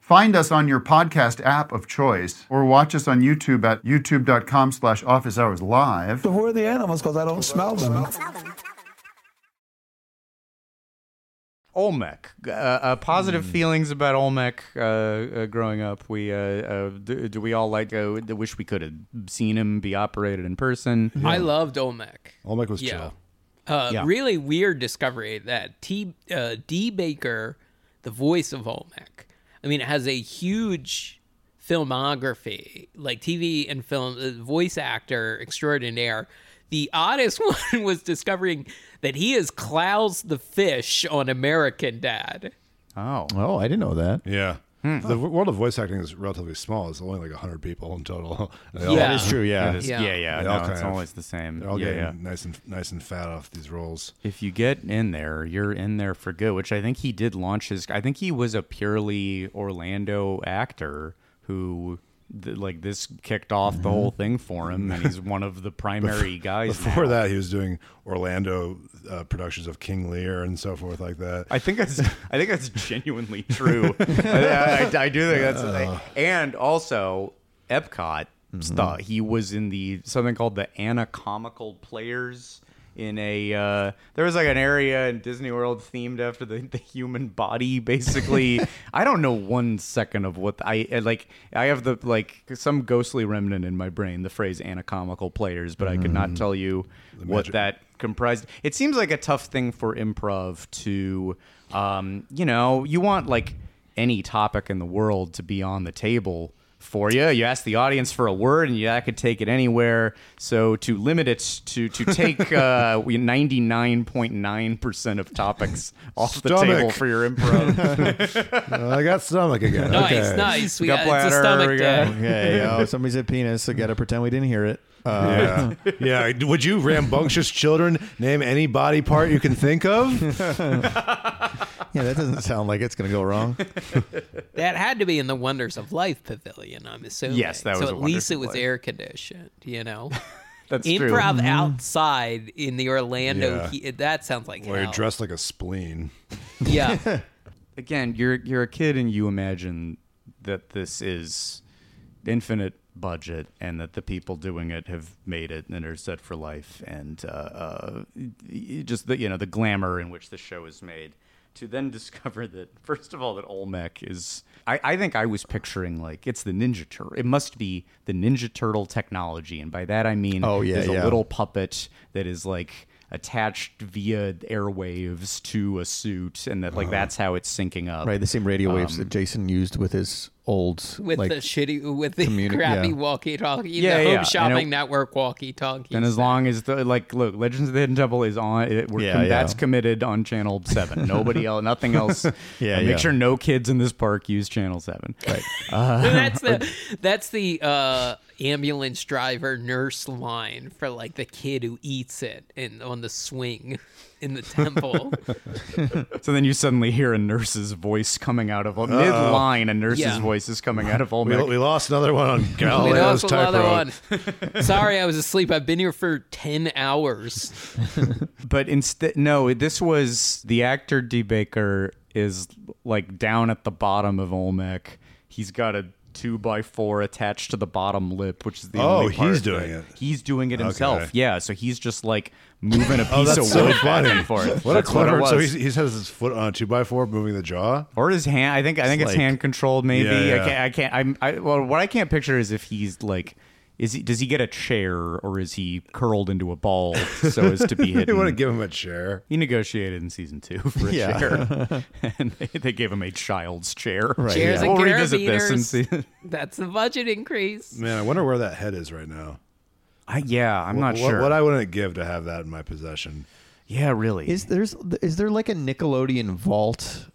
Find us on your podcast app of choice or watch us on YouTube at youtube.com slash office hours live.
Where are the animals? Because I don't smell them.
Olmec. Uh, uh, positive
Hmm.
feelings about Olmec uh, uh, growing up. We uh, uh, do, do we all like? Uh, we wish we could have seen him be operated in person.
(laughs)
I loved Olmec.
Olmec was
Yeah.
chill.
Uh,
Yeah.
Really weird discovery that T, uh, D. Baker, the voice of Olmec, I mean, has a huge filmography, like TV and film, uh, voice actor extraordinaire. The oddest (laughs) one was discovering that he is Klaus the Fish on American Dad.
Oh,
Oh, I didn't know that.
Yeah. The w- world of voice acting is relatively small. It's only like 100 people in total. (laughs) They all-
Yeah.
It's true, yeah.
Yeah.
yeah, yeah.
They all
No,
kind
it's
of-
always the same.
They're all
Yeah,
getting
yeah.
nice and nice and fat off these roles.
If you get in there, you're in there for good. Which I think he did launch his. I think he was a purely Orlando actor who. th- Like this kicked off the whole thing for him, and he's one of the primary guys.
Before
now.
that, he was doing Orlando uh, productions of King Lear and so forth like that.
I think that's I think that's genuinely true. I, I- I do think that's the thing. And also, Epcot stuff. He was in the something called the Anacomical Players. in a uh, there was like an area in Disney World themed after the, the human body. Basically, I don't know one second of what I I, like. I have the like some ghostly remnant in my brain the phrase anatomical players, but I could not tell you what that comprised. It seems like a tough thing for improv to, um, you know, you want like any topic in the world to be on the table for you. You ask the audience for a word, and you, that could take it anywhere. So to limit it to to take uh, ninety nine point nine percent of topics off the
Stomach.
table for your improv.
I got stomach (laughs) again.
Nice,
okay.
nice. We
Gut
got, it's a
bladder,
stomach
we
day.
got-
Okay,
(laughs)
oh, somebody said penis. I gotta pretend we didn't hear it. Uh,
Yeah. yeah. Would you rambunctious children name any body part you can think
(laughs)
of?
yeah, that doesn't sound like it's gonna go wrong.
That had to be in the Wonders of Life Pavilion, I'm assuming.
Yes, that
so
was a
at least
Wonders
it
of
was
Life.
air conditioned,
(laughs)
you know?
That's true.
Improv outside in the Orlando,
Yeah.
heat- that sounds like
Or
hell.
you're dressed like a spleen.
Yeah.
(laughs) Again, you're you're a kid, and you imagine that this is infinite budget, and that the people doing it have made it and are set for life, and uh, uh, y- y- just the you know the glamour in which the show is made. To then (laughs) discover that first of all that Olmec is, I, I think I was picturing like it's the Ninja Turtle. It must be the Ninja Turtle technology, and by that I mean
Oh, yeah,
there's a
yeah.
little puppet that is like attached via airwaves to a suit and that like that's how it's syncing up
(laughs) Right, the same radio waves that Jason used with his old
With
like
the shitty, with the
communi-
crappy
yeah.
walkie talkie,
Yeah,
the
yeah,
home
yeah. And
shopping
it-
network walkie talkie.
and as long as the like look legends of the hidden temple is on it, we're
Yeah,
com-
yeah.
that's committed on channel
(laughs)
7 nobody else nothing else Uh,
Yeah,
make
yeah.
sure no kids in this park use channel 7 right
(laughs) that's the that's the uh, ambulance driver nurse line for like the kid who eats it and on the swing (laughs) in
(laughs)
the temple.
(laughs) so then you suddenly hear a nurse's voice coming out of a mid-line a nurse's
Yeah.
voice is coming out of all
We, (laughs) we lost another one on
Oh,
We
Galileo's
lost another
typewriter.
one. Sorry, I was asleep. I've been here for ten
(laughs)
hours.
But instead, no, this was the actor D. Baker is like down at the bottom of Olmec. He's got a two by four attached to the bottom lip, which is the
Oh,
only
he's
part
doing
that-
it.
He's doing it himself.
Okay.
Yeah, so he's just like moving
(laughs)
a piece
Oh,
of
that's so
wood back
funny.
and forth.
What
That's
a clever.
it
So
was.
he's, he has his foot on a two by four, moving the jaw.
or his hand. I think I think it's
like-
hand controlled. Maybe
Yeah, yeah.
I can't. I can't. I'm. I, well, what I can't picture is if he's like. Is he, does he get a chair or is he curled into a ball so as to
(laughs)
be
They
hidden?
want to give him a chair.
He negotiated in season two (laughs) for a (laughs)
Yeah.
chair, and they, they gave him a child's chair. Right.
Chairs and
we'll revisit this and see.
carabiners. That's the budget increase.
Man, I wonder where that head is right now.
(laughs) I, yeah, I'm not
what,
sure.
What I wouldn't give to have that in my possession.
yeah, really.
Is there's is there like a Nickelodeon vault?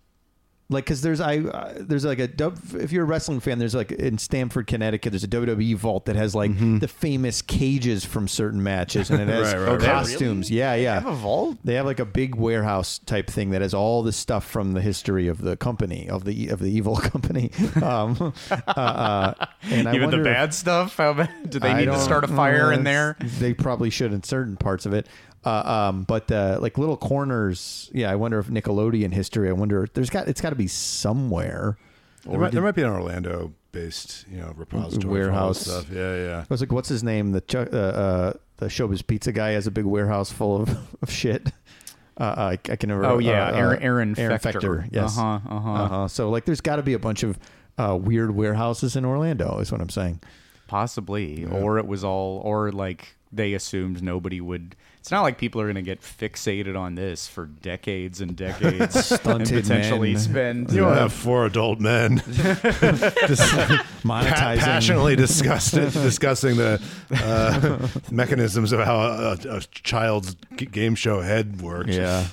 Like, cause there's I uh, there's like a dub- if you're a wrestling fan, there's like in Stamford, Connecticut, there's a WWE vault that has like the famous cages from certain matches, and it has
Right, right, right.
costumes. Yeah, yeah. They have
a vault?
They have like a big warehouse type thing that has all the stuff from the history of the company of the of the evil (laughs) company. Um, uh, uh, and I
Even the
wonder if-
bad stuff. How bad, (laughs) do they
I
need to
don't
start a
know.
fire in there?
It's- They probably should in certain parts of it. Uh, um, but uh, like little corners, yeah. I wonder if Nickelodeon history. I wonder there's got it's got to be somewhere.
There might, there might be an Orlando-based, you know, repository for all
Warehouse.
this stuff. Yeah, yeah.
I was like, what's his name? The Chuck, uh, uh, the Showbiz Pizza guy has a big warehouse full of (laughs) of shit. Uh, I, I can never.
Oh,
uh,
yeah,
uh,
Aaron- Aaron Fector.
Yes.
Uh-huh, uh-huh.
uh-huh. So like, there's got to be a bunch of uh, weird warehouses in Orlando. Is what I'm saying.
Possibly, or it was all, or like they assumed nobody would. It's not like people are going to get fixated on this for decades and (laughs) decades, and
Stunted
potentially
men.
spend.
You don't have four adult
(laughs)
men pa-
Monetizing.
passionately discussed discussing the uh, (laughs) mechanisms of how a, a child's g- game show head works.
Yeah.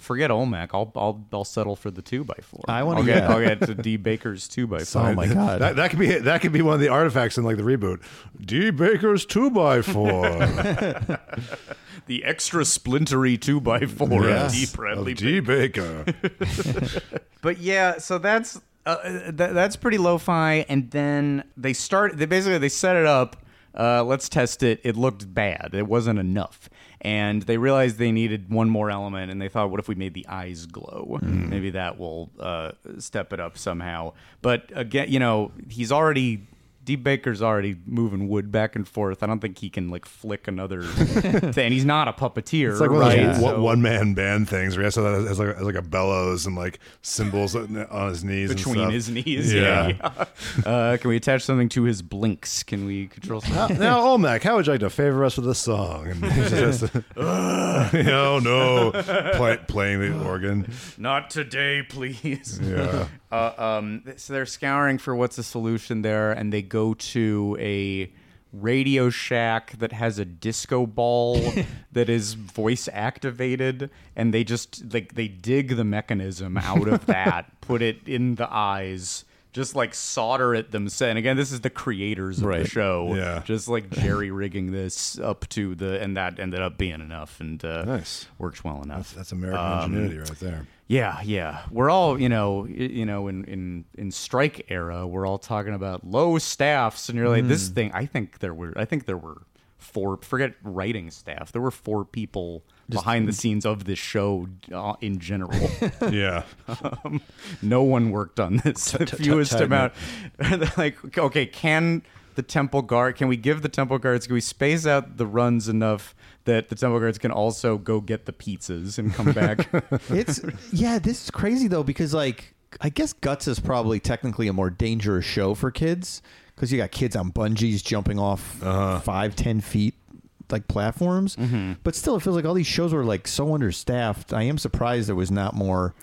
Forget Olmec. I'll I'll I'll settle for the two by four.
I wanna
I'll get
get-
I'll get to D Baker's two (laughs) by four.
Oh my god.
That, that could be that could be one of the artifacts in like the reboot. D Baker's two by
(laughs)
four.
the extra splintery two by four
Yes.
of D Bradley.
Of D Baker.
But yeah, so that's uh, th- that's pretty lo-fi. And then they start. They basically they set it up. Uh, let's test it. It looked bad. It wasn't enough. And they realized they needed one more element. And they thought, what if we made the eyes glow?
Hmm.
Maybe that will uh, step it up somehow. But again, you know, he's already D Baker's already moving wood back and forth. I don't think he can like flick
(laughs)
another thing. He's not a puppeteer.
It's like one of
right?
those
So-
one man band things where he has, to- has like, has like a bellows and like cymbals on on his knees and
between
stuff.
his knees. Yeah. yeah. uh, can we attach something to his blinks? Can we control
Now-
something?
(laughs) now, Olmec, how would you like to favor us with a song? And (laughs) he just has to, oh no, play, playing the organ.
Not today, please.
Yeah.
Uh, um, so they're scouring for what's the solution there, and they go to a Radio Shack that has a disco
(laughs)
ball that is voice activated, and they just like they dig the mechanism out of that,
(laughs)
put it in the eyes. Just like solder it themselves. And again, this is the creators of the
Right.
show.
Yeah.
Just like jerry rigging this up to the, and that ended up being enough and uh,
Nice.
works well enough.
That's American ingenuity right there.
Yeah, yeah. We're all, you know, y- you know, in in in strike era, we're all talking about low staffs, and you're like, this thing. I think there were, I think there were four. Forget writing staff. There were four people behind the scenes of this show uh, in general. Um,
Yeah.
no one worked on this. The fewest amount. (laughs) They're like, okay, can the temple guard? Can we give the temple guards? Can we space out the runs enough that the temple guards can also go get the pizzas and come back?
it's yeah, this is crazy though because like I guess Guts is probably technically a more dangerous show for kids because you got kids on bungees jumping off five ten feet like platforms, but still it feels like all these shows were like so understaffed. I am surprised there was not more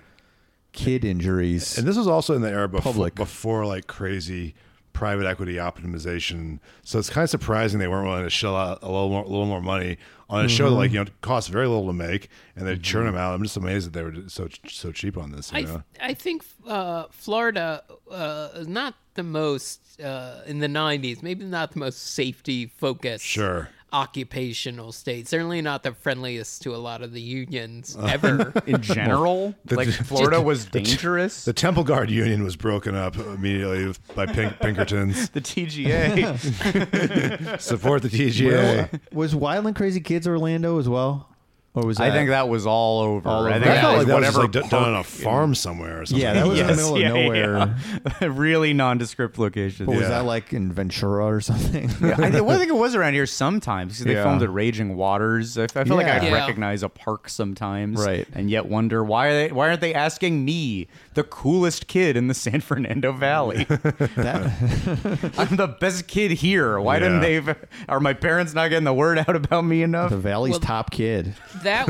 kid injuries.
And this was also in the era before,
Public.
before like crazy private equity optimization. So it's kind of surprising they weren't willing to shell out a little more, a little more money on a show that like you know costs very little to make, and they churn them out. I'm just amazed that they were so so cheap on this. You
I,
know?
I think uh, Florida uh, is not the most uh, in the '90s. Maybe not the most safety focused.
Sure.
Occupational state. Certainly not the friendliest to a lot of the unions (laughs)
Uh.
ever.
in general. like Florida was dangerous.
The
The,
Temple Guard Union was broken up immediately with- by Pink, Pinkertons.
TGA.
Support the TGA.
was Wild and Crazy Kids Orlando as well, or was
I
that,
think that was all over.
All
I
over.
think
I
That
felt
was
like that was just,
whatever
like d- done on a
park-
farm somewhere or something.
Yeah, that was in the
Yes,
middle
(laughs)
of
yeah,
nowhere.
yeah. (laughs) really nondescript location.
But was
Yeah.
that like in Ventura or something?
I, think- well, I think it was around here sometimes because they
Yeah.
filmed at Raging Waters. I, I feel like I
Yeah. Yeah.
recognize a park sometimes,
Right.
And yet wonder why are they why aren't they asking me, the coolest kid in the San Fernando Valley? (laughs) I'm the best kid here. Why didn't
Yeah.
they? Are my parents not getting the word out about me enough?
(laughs) the Valley's
Well-
top kid.
that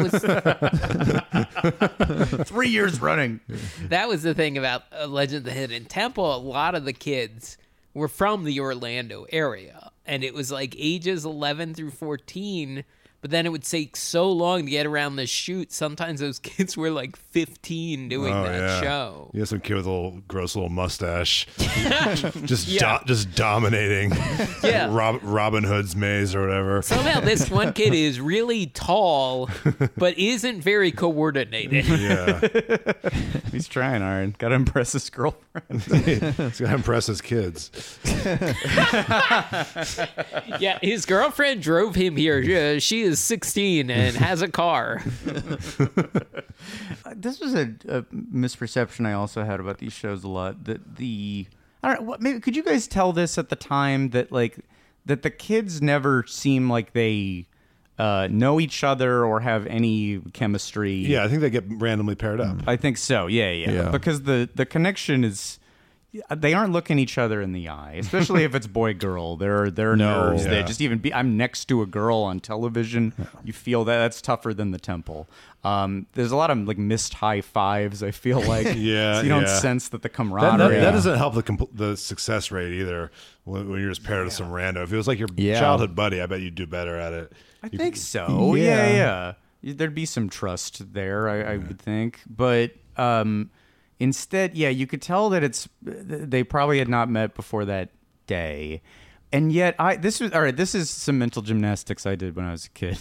(laughs)
was
Three years running.
that was the thing about uh, Legend of the Hidden Temple. A lot of the kids were from the Orlando area, and it was like ages 11 through 14. But then it would take so long to get around the shoot. Sometimes those kids were like 15 doing
Oh,
that
yeah.
show.
You had some kid with a little gross
(laughs)
little mustache, just do- just dominating.
Yeah.
Rob- Robin Hood's maze or
(laughs)
whatever.
Somehow this one kid is really tall, but isn't very
(laughs)
coordinated.
Yeah,
He's trying hard. Got to impress his girlfriend.
he's gotta impress his kids.
Yeah, his girlfriend drove him here. Uh, She is 16 and has a car.
(laughs) this was a, a misperception I also had about these shows a lot. That the I don't know. What, maybe could you guys tell this at the time that like that the kids never seem like they uh, know each other or have any chemistry.
Yeah, I think they get randomly paired
Mm.
up.
I think so. Yeah, yeah.
Yeah.
Because the the connection is. They aren't looking each other in the eye, especially if it's boy girl. They're they're
No.
nerves. They
Yeah.
just even be. I'm next to a girl on television. You feel that that's tougher than the temple. Um, there's a lot of like missed high fives. I feel like
(laughs) Yeah,
So you don't
yeah.
sense that the
That, that-
camaraderie.
that doesn't help the compl- the success rate either. When, when you're just paired with some random, if it was like your
Yeah.
childhood buddy, I bet you'd do better at it.
I think so. Yeah.
Yeah.
yeah, There'd be some trust there, I, I would think. But um, instead, yeah, you could tell that it's they probably had not met before that day. And yet, I this was all right. This is some mental gymnastics I did when I was a kid.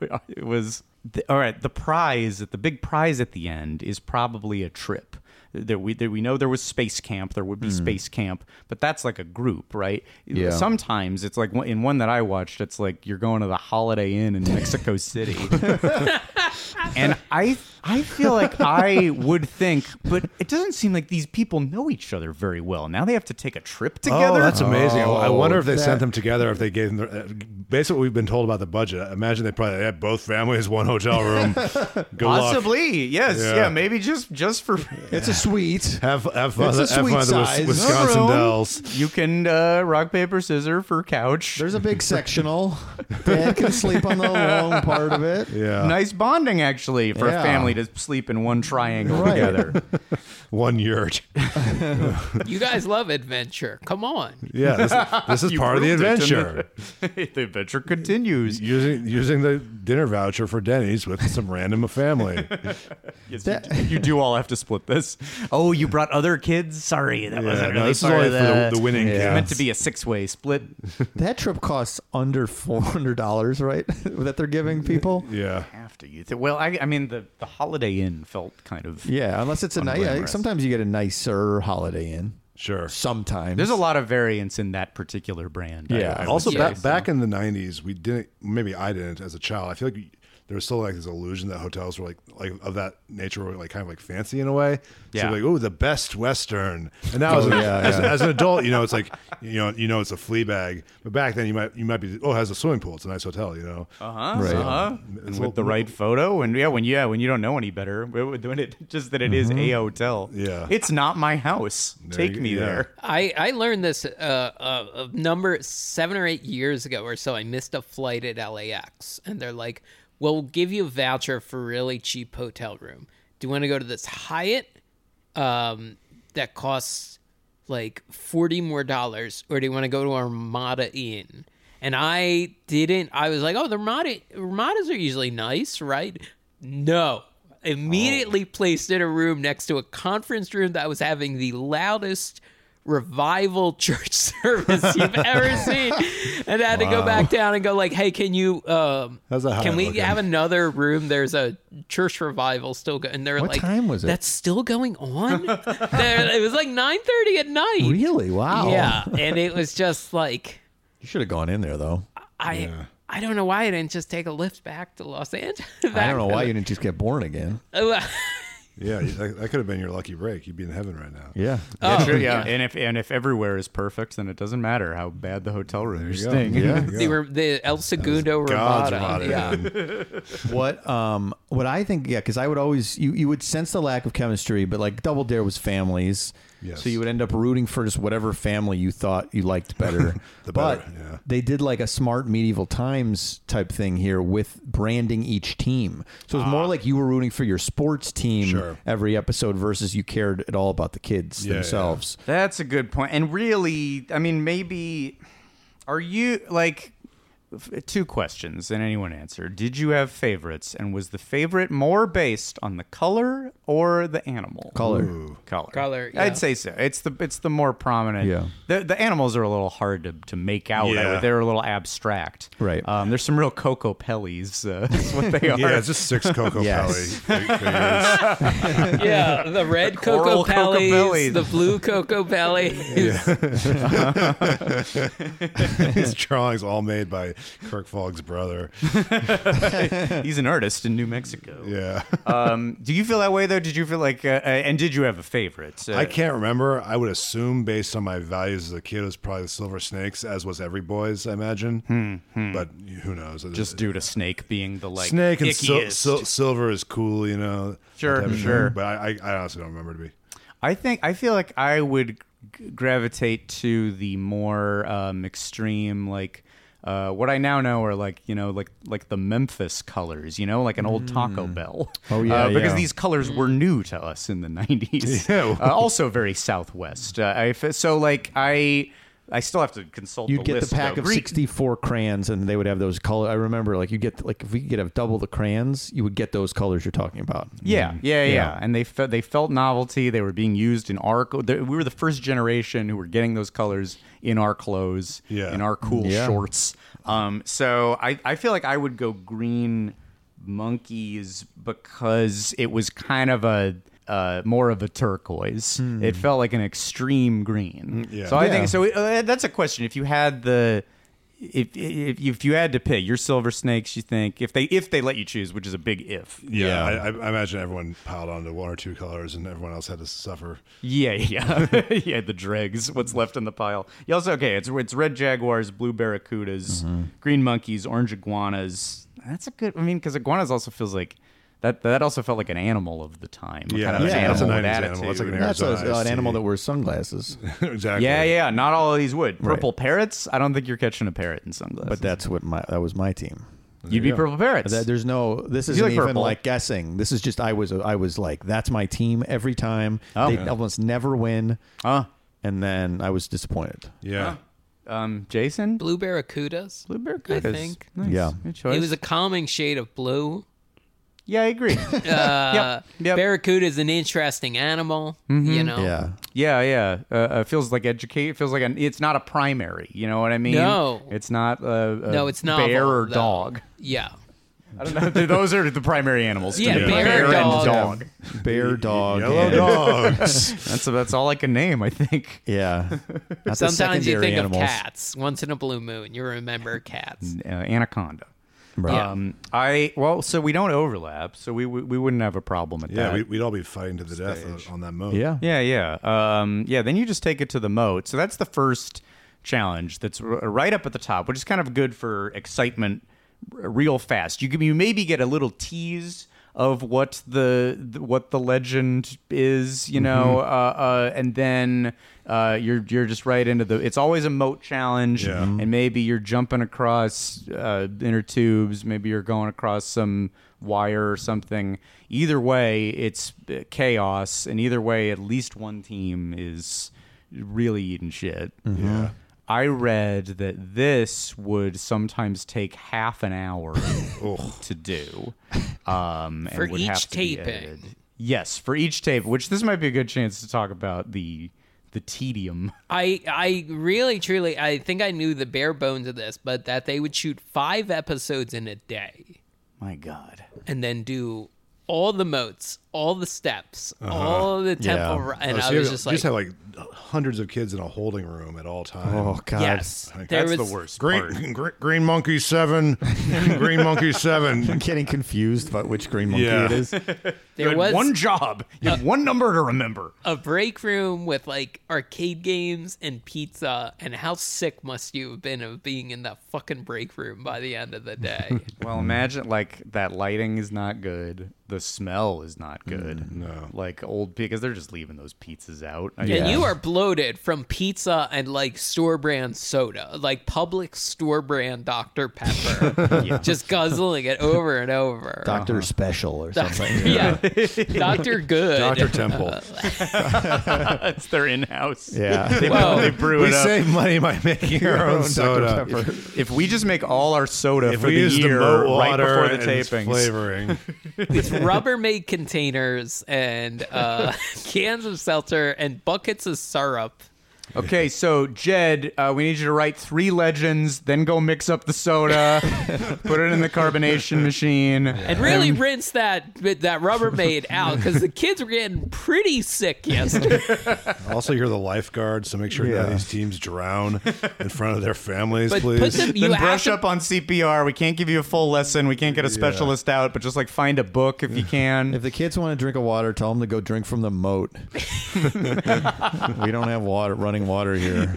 (laughs) it was the, all right. The prize, the big prize at the end, is probably a trip. that we that we know there was space camp, there would be space camp, but that's like a group, right?
Yeah.
Sometimes it's like in one that I watched, it's like you're going to the Holiday Inn in Mexico City. and I I feel like I would think, but it doesn't seem like these people know each other very well. Now they have to take a trip together.
Oh, that's amazing. I- I
Oh,
wonder if they sent
that-
them together, if they gave them, their, uh, based on what we've been told about the budget, I imagine they probably had both families, one hotel room. Good Luck.
Possibly, yes, yeah.
Yeah.
maybe just just for
It's a (laughs) suite.
Have, have fun,
It's a
have
sweet
fun at the
size.
Wis- Wisconsin
room.
Dells.
you can uh, rock paper scissors for couch.
There's a big sectional. Dad can sleep on the long part of it.
Yeah.
nice bonding actually for a
Yeah.
family to sleep in one triangle
Right.
together.
One yurt.
You guys love adventure. Come on.
(laughs) Yeah. This, this
(laughs)
is
You
part of the
proved it, didn't (laughs)
adventure.
the adventure continues.
Using using the dinner voucher for Denny's with some random family.
Yes, you- you do all have to split this. (laughs) Oh, you brought other kids. Sorry, that
Yeah,
wasn't
no,
really
this is
part
only
of
for
that.
the, the winning
It's meant
counts.
to be a six-way split.
That trip costs under four hundred dollars, right? (laughs) that they're giving people.
Yeah.
After you, th- well, I, I mean, the, the Holiday Inn felt kind of.
Yeah, unless it's a nice. Yeah,
Unglamorous.
sometimes you get a nicer Holiday Inn.
Sure.
Sometimes
There's a lot of variance in that particular brand.
Yeah.
I, I would
also
say.
back back in the 90s we didn't maybe i didn't as a child i feel like we- there was still like this illusion that hotels were like like of that nature were like kind of like fancy in a way
Yeah. Oh,
so like oh the best western and now as, an,
yeah,
as,
yeah.
as an adult you know it's like you know you know it's a flea bag but back then you might you might be oh it has a swimming pool it's a nice hotel you know
Uh-huh,
Right.
uh-huh.
It's
with the
all-
right photo and yeah when yeah when you don't know any better (laughs) when it just that it is a hotel
Yeah.
it's not my house take
you-
me
yeah.
there
I, I learned this uh, uh, a number seven or eight years ago or so. I missed a flight at LAX, and they're like, "Well, we'll give you a voucher for a really cheap hotel room. Do you want to go to this Hyatt um, that costs like forty more dollars, or do you want to go to Armada Inn?" And I didn't. I was like, "Oh, the Armada Armadas are usually nice, right?" No. Immediately
Oh.
placed in a room next to a conference room that was having the loudest revival (laughs) church service you've
(laughs)
ever seen and had to go back down and go like hey can you um
How's that
can
high
we
looking?
have another room there's a church revival still going and they're
What
like
time was it?
that's still going on They're- it was like 9 30 at night
really wow.
yeah and it was just like
you should have gone in there though.
i i don't know why i didn't just take a lift back to los angeles
I don't know why
(laughs)
you didn't just get born again.
Uh,
yeah you- that, that could have been your lucky break you'd be in heaven right now
Yeah.
yeah, true, (laughs) yeah. and if and if everywhere is perfect then it doesn't matter how bad the hotel room you're
go.
staying
Yeah,
in.
you
They
go.
were the El Segundo
God's
Ramada.
Ramada,
Yeah.
man.
what um what I think yeah because I would always you you would sense the lack of chemistry but like Double Dare was families
Yes.
so you would end up rooting for just whatever family you thought you liked better
(laughs) The
but
better, yeah.
they did like a smart medieval times type thing here with branding each team so it's more like you were rooting for your sports team
Ah. Sure.
every episode versus you cared at all about the kids
Yeah, yeah.
themselves
That's a good point. And really, I mean, maybe are you like f- two questions and anyone answer. Did you have favorites and was the favorite more based on the color or the animal?
Color. Ooh.
Color.
Color, yeah.
I'd say so. It's the it's the more prominent.
Yeah.
The the animals are a little hard to, to make out. I
Yeah.
would- They're a little abstract.
Right.
Um, there's some real Coco Pellies. Uh, (laughs) is what they are.
(laughs) yeah it's just six coco
Yes.
Pelli fig- figures.
yeah, the red
Coral
cocoa bellies,
cocobellies.
the blue cocoa bellies.
(laughs)
These drawings all made by Kirk Fogg's brother.
He's an artist in New Mexico.
Yeah.
Um, do you feel that way though? Did you feel like, uh, uh, and did you have a favorite? Uh,
I can't remember. I would assume, based on my values as a kid, it was probably the Silver Snakes, as was every boy's, I imagine. But who knows?
Hmm, just due to Snake being the like
Snake and sil-
ickiest.
sil- silver is cool, you know. that
Sure,
type of thing.
sure.
But I, I, I honestly don't remember to be.
I think I feel like I would g- gravitate to the more um, extreme like. Uh, what I now know are like you know like like the Memphis colors, you know, like an old Taco Bell.
Oh, yeah,
uh, because
yeah.
these colors were new to us in the
(laughs)
'90s.
Yeah.
Uh, also very Southwest. Uh, I f so like I I still have to consult.
You'd
the
get
list,
the pack
though.
of
Greek-
64 crayons and they would have those color. I remember like you get like if we could have double the crayons, you would get those colors you're talking about.
Yeah, yeah, yeah,
Yeah.
And they fe- they felt novelty. They were being used in our. Co- the- we were the first generation who were getting those colors in our clothes,
Yeah.
in our cool
Yeah.
shorts. Um, so I I feel like I would go green monkeys because it was kind of a uh, more of a turquoise. It felt like an extreme green. So I
Yeah.
think so. Uh, that's a question. If you had the if, if if you had to pick your silver snakes, you think if they if they let you choose, which is a big if.
Yeah, I, I I imagine everyone piled onto one or two colors, and everyone else had to suffer. (laughs)
Yeah, (laughs) yeah, yeah. The dregs, what's left in the pile. You also okay. It's it's red jaguars, blue barracudas, green monkeys, orange iguanas. That's a good. I mean, because iguanas also feels like that. That also felt like an animal of the time. a
Yeah,
kind of
that's-
an animal
that's a
with
90s
attitude.
animal. That's like an
That's
Arizona
a, an
iced
animal
tea.
that wears sunglasses,
exactly.
Yeah, yeah. Not all of these would. Purple parrots. I don't think you're catching a parrot in sunglasses.
but that's what my that was my team.
you'd be purple parrots.
That- there's no. This
you
isn't
like
even
purple?
like guessing. This is just I was I was like that's my team every time.
Oh.
they almost never win,
Huh?
and then I was disappointed.
Yeah.
Um, Jason.
Blue barracudas.
Blue
I
barracudas.
think
Nice.
Yeah.
Good choice.
it was a calming shade of blue.
yeah, I (laughs) agree.
Uh,
Yep.
Barracuda is an interesting animal. You
Oh.
know.
Yeah,
Yeah, yeah. Uh, uh, feels like educate. Feels like an. It's not a primary. You know what I mean?
No.
it's not. Uh, a
No, it's not
bear or dog.
Yeah.
I don't know. (laughs) Those are the primary animals. to
Yeah,
me.
bear, dog.
(laughs)
bear dog,
Yellow
and-
dogs.
That's that's all I can name. I think. (laughs)
Yeah, Not the
Sometimes you
secondary
think
animals.
of cats. Once in a blue moon, you remember cats.
Uh, anaconda.
Right.
Um, I well, so we don't overlap, so we we, we wouldn't have a problem at
yeah,
that.
we, we'd all be fighting to the death on- on that moat.
yeah,
Yeah, yeah. Um, yeah, then you just take it to the moat. So that's the first challenge that's r- uh, right up at the top, which is kind of good for excitement r- uh, real fast. You can, you maybe get a little tease of what the, the what the legend is, you know, uh, uh, and then uh, you're you're just right into the it's always a moat challenge
Yeah.
and maybe you're jumping across uh, inner tubes, maybe you're going across some wire or something. Either way, it's uh, chaos, and either way, at least one team is really eating shit. Yeah. I read that this would sometimes take half an hour to do, um, and
For
would
each
have to be
taping.
edited. Yes, for each tape, which this might be a good chance to talk about the the tedium.
I I really truly I think I knew the bare bones of this, but that they would shoot five episodes in a day
My God.
and then do all the moats, all the steps, all the temple,
Uh-huh. Yeah.
ru- and
Oh, so
I
you
was
have-
just
you
like,
have like hundreds of kids in a holding room at all times.
Oh God,
yes,
Like,
there
That's
was
the worst part.
Green, (laughs) gr- green monkey (laughs) seven, green monkey
(laughs)
seven.
I'm getting confused about which green monkey
Yeah.
(laughs)
it is.
Uh-huh.
there was Uh,
one job. You have one number to remember.
a break room with like arcade games and pizza, and how sick must you have been of being in that fucking break room by the end of the
(laughs)
day?
Well, imagine like that lighting is not good. The smell is not good. Mm, no, like old because they're just leaving those pizzas out. I
And
guess. (laughs)
you are bloated from pizza and like store brand soda, like public store brand Dr. Pepper, just guzzling it over and over.
Doctor Special or
Doc-
something. (laughs)
yeah. Dr. Good.
Doctor (laughs) Temple.
That's their in-house. (laughs)
Yeah.
they,
Well,
they brew
we
it up.
save money by
(laughs)
making our own soda.
if we just make all our soda
If
for
we
the
use
year
the moat
right
water
before the
and its
tapings,
flavoring,
(laughs) It's Rubbermaid containers and uh, (laughs) cans of seltzer and buckets of syrup.
Okay, so Jed, uh, we need you to write three legends, then go mix up the (laughs) soda, put it in the carbonation machine,
And really rinse that that Rubbermaid out because the kids were getting pretty sick yesterday.
(laughs) also you're the lifeguard, so make sure none of
Yeah.
these teams drown in front of their families,
But
please.
put them, you
then
have
brush
to
up on CPR. We can't give you a full lesson. We can't get a specialist out, but just like find a book if you can.
If the kids want to drink a water, tell them to go drink from the moat. (laughs) we don't have water, running water here.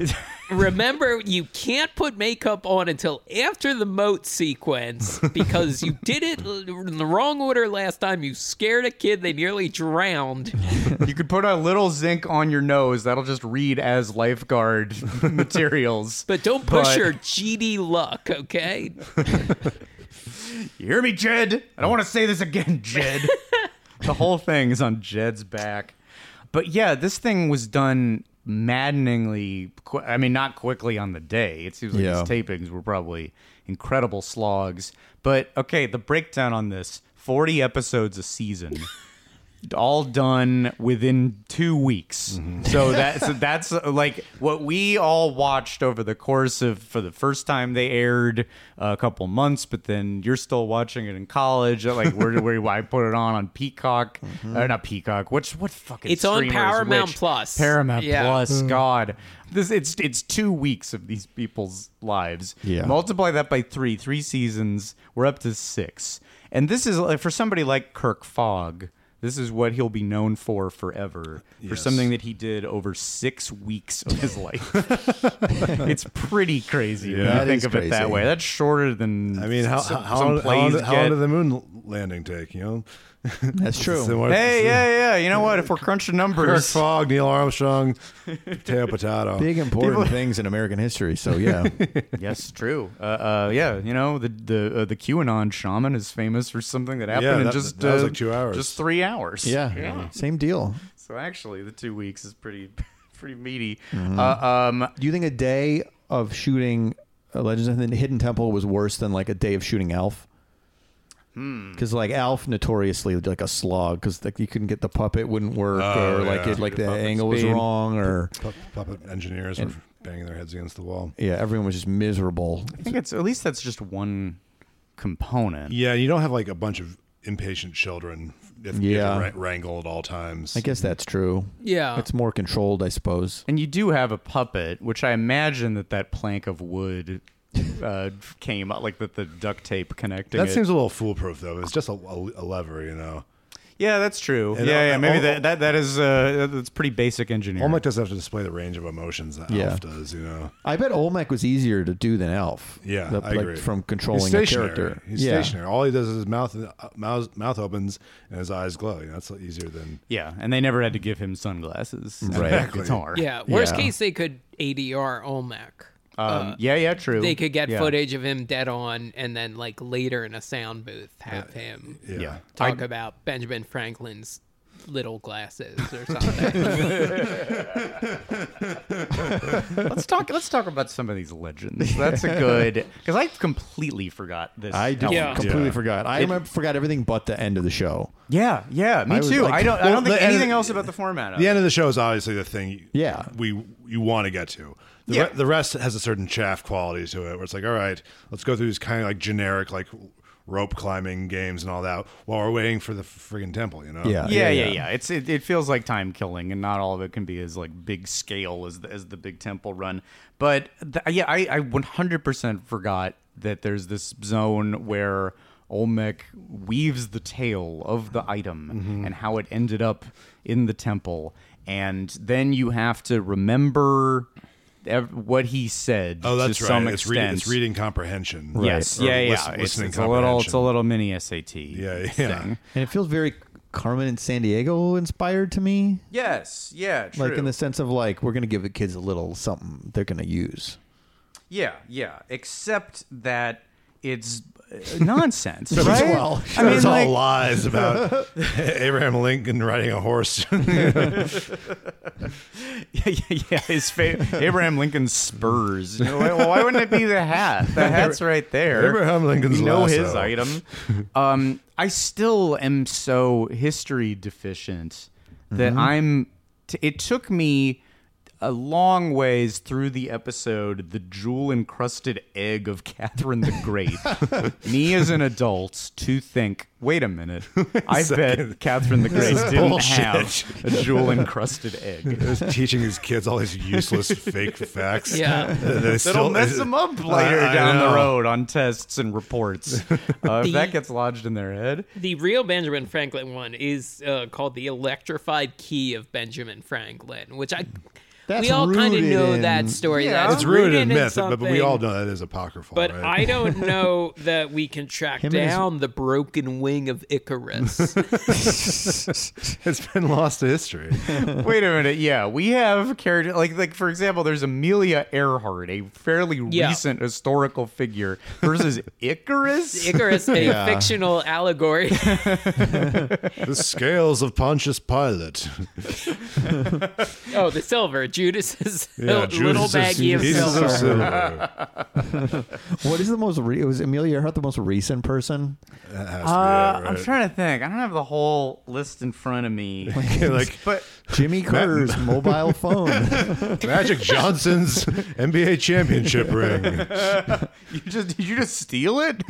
Remember, you can't put makeup on until after the moat sequence because you did it in the wrong order last time. You scared a kid, they nearly drowned.
you could put a little zinc on your nose. That'll just read as
(laughs)
lifeguard materials.
But don't push
But-
your GD luck, okay?
you hear me, Jed? I don't want to say this
(laughs)
again, Jed. the whole thing is on Jed's back. But yeah, this thing was done maddeningly. Qu- I mean, not quickly on the day. It seems like
Yeah.
these tapings were probably incredible slogs. But okay, the breakdown on this: forty episodes a season. all done within two weeks. So that's that's uh, like what we all watched over the course of for the first time they aired a couple months, but then you're still watching it in college. Like where where (laughs) I put it on on Peacock, or not Peacock. Which what fucking
It's on
streamer is
Paramount
which?
Plus.
Paramount
Yeah.
Hmm.
Plus. God, this it's it's two weeks of these people's lives.
Yeah.
Multiply that by three, three seasons. We're up to six. And this is like, for somebody like Kirk Fogg. This is what he'll be known for forever, for something that he did over six weeks of
(laughs)
his life. it's pretty crazy when you
That
think
is
of it that
crazy.
way. That's shorter than
I mean, how,
some,
how,
some
long, how, long,
plays
did- how long
get.
did the moon landing take? You know,
That's true.
Similar- (laughs)
Hey, yeah, yeah. You know what? If we're crunching
Kirk
numbers,
Fogg, Neil Armstrong, potato (laughs) potato.
Big important things in American history. So yeah,
Yes, true. Uh, uh, yeah, you know the the uh, the QAnon shaman is famous for something that happened
Yeah,
in
that-
just
that was
uh,
like two hours.
just three hours.
yeah, same deal.
So actually, the two weeks is pretty (laughs) pretty meaty.
Mm-hmm.
Uh, um,
Do you think a day of shooting uh, Legends of the Hidden Temple was worse than like a day of shooting Alf?
Hmm.
Because like Alf notoriously was, like a slog because like you couldn't get the puppet wouldn't work
Oh,
or like
yeah.
it like the
Puppet
angle was
speed.
wrong or
Pu- Puppet engineers were banging their heads against the wall.
yeah everyone was just miserable.
I think it's at least that's just one component.
Yeah, you don't have like a bunch of impatient children if you
Yeah.
have to wra- wrangle at all times.
I guess that's true.
Yeah.
it's more controlled, I suppose.
And you do have a puppet, which I imagine that that plank of wood uh, came out like that the duct tape connecting.
that
it.
seems a little foolproof though. It's just a, a, a lever, you know.
yeah, that's true.
And
yeah,
all-
yeah, maybe
all-
that, that that is uh, that's pretty basic engineering.
Olmec doesn't have to display the range of emotions that
Yeah.
Alf does, you know.
I bet Olmec was easier to do than Alf.
Yeah,
The-
I
like
agree.
from controlling
He's
the
stationary.
character.
He's
yeah.
stationary. All he does is his mouth uh, mouth mouth opens and his eyes glow. You know, that's easier than
Yeah, and they never had to give him sunglasses. and
Right.
a
Exactly.
Guitar.
Yeah. Worst
Yeah.
case, they could ADR Olmec.
Um, yeah, yeah, true.
uh, They could get
Yeah.
footage of him dead on, and then like later in a sound booth, have
Uh,
him
yeah.
Yeah.
talk about Benjamin Franklin's little glasses or something.
(laughs) Let's talk. Let's talk about some of these
(laughs)
legends. That's a good because I completely forgot this.
I did,
Yeah.
completely
Yeah.
forgot. I remember, forgot everything but the end of the show.
Yeah, yeah, me
I was
too.
like-
I don't. I
Well,
don't think
the end-
anything else about the format. Of
The
it.
end of the show is obviously the thing.
Yeah.
we you want to get to. The,
Yeah.
re- the rest has a certain chaff quality to it, where it's like, all right, let's go through these kind of like generic like rope climbing games and all that while we're waiting for the friggin' temple. You know?
Uh, Yeah.
Yeah, yeah, yeah. It's it, it feels like time killing, and not all of it can be as like big scale as the, as the big temple run. But th- yeah, I I 100% forgot that there's this zone where Olmec weaves the tale of the item
Mm-hmm.
and how it ended up in the temple, and then you have to remember. ev- What he said.
Oh, that's
to
right.
Some
it's,
extent.
reading, it's reading comprehension.
Yes.
Or
Yeah. Yeah.
lis-
it's
listening
it's a little. It's a
comprehension.
little mini SAT.
Yeah, yeah.
Thing.
And it feels very Carmen and San Diego inspired to me.
Yes. Yeah. True.
Like in the sense of like we're gonna give the kids a little something they're gonna use.
Yeah, yeah. Except that it's uh, nonsense, right?
(laughs) Well,
I mean,
it's
like,
all
(laughs)
lies about Abraham Lincoln riding a horse.
(laughs) yeah, yeah, yeah. His fa-
(laughs)
Abraham Lincoln's spurs. You know, why, well, why wouldn't it be the hat?
(laughs)
The hat's right there.
Abraham Lincoln's
You know his
lasso. (laughs)
item. Um, I still am so history deficient
Mm-hmm.
that I'm. T- it took me a long ways through the episode, the jewel encrusted egg of Catherine the
(laughs)
Great. me as an adult to think. Wait a
(laughs)
minute. I bet Catherine the Great
is
didn't
bullshit.
have a jewel encrusted egg.
It was (laughs) teaching these kids all these useless fake facts.
Yeah.
That'll
That'll mess them up later down the road on tests and reports. Uh, if
The-
that gets lodged in their head.
the real Benjamin Franklin one is uh, called the Electrified Key of Benjamin Franklin, which I
That's
we all kind of
rooted
know
in-
that story.
Yeah.
That's
It's rooted in myth, but,
something,
but we all know that is apocryphal.
But
right?
I
(laughs)
don't know that we can track
and his-
down the broken wing of
(laughs)
Icarus.
it's been lost
(laughs)
to history.
Wait a minute. Yeah, we have character like like for example, there's Amelia Earhart, a fairly
Yeah.
recent historical figure,
(laughs)
versus Icarus.
Icarus, a
Yeah.
fictional allegory.
(laughs) the scales of Pontius Pilate.
Oh, the silver Judas is
Yeah,
a
Judas
little
is-
baggie of
Judas is
silver.
a
(laughs)
silver.
What is the most? Re- was Amelia Earhart the most recent
(laughs)
person?
That has to be it,
Uh, I'm
right?
trying to think. I don't have the whole list in front of me.
like
(laughs) But
Jimmy Carter's
(laughs)
mobile phone.
Uh, (laughs)
Magic Johnson's NBA championship ring.
you just did you just steal it?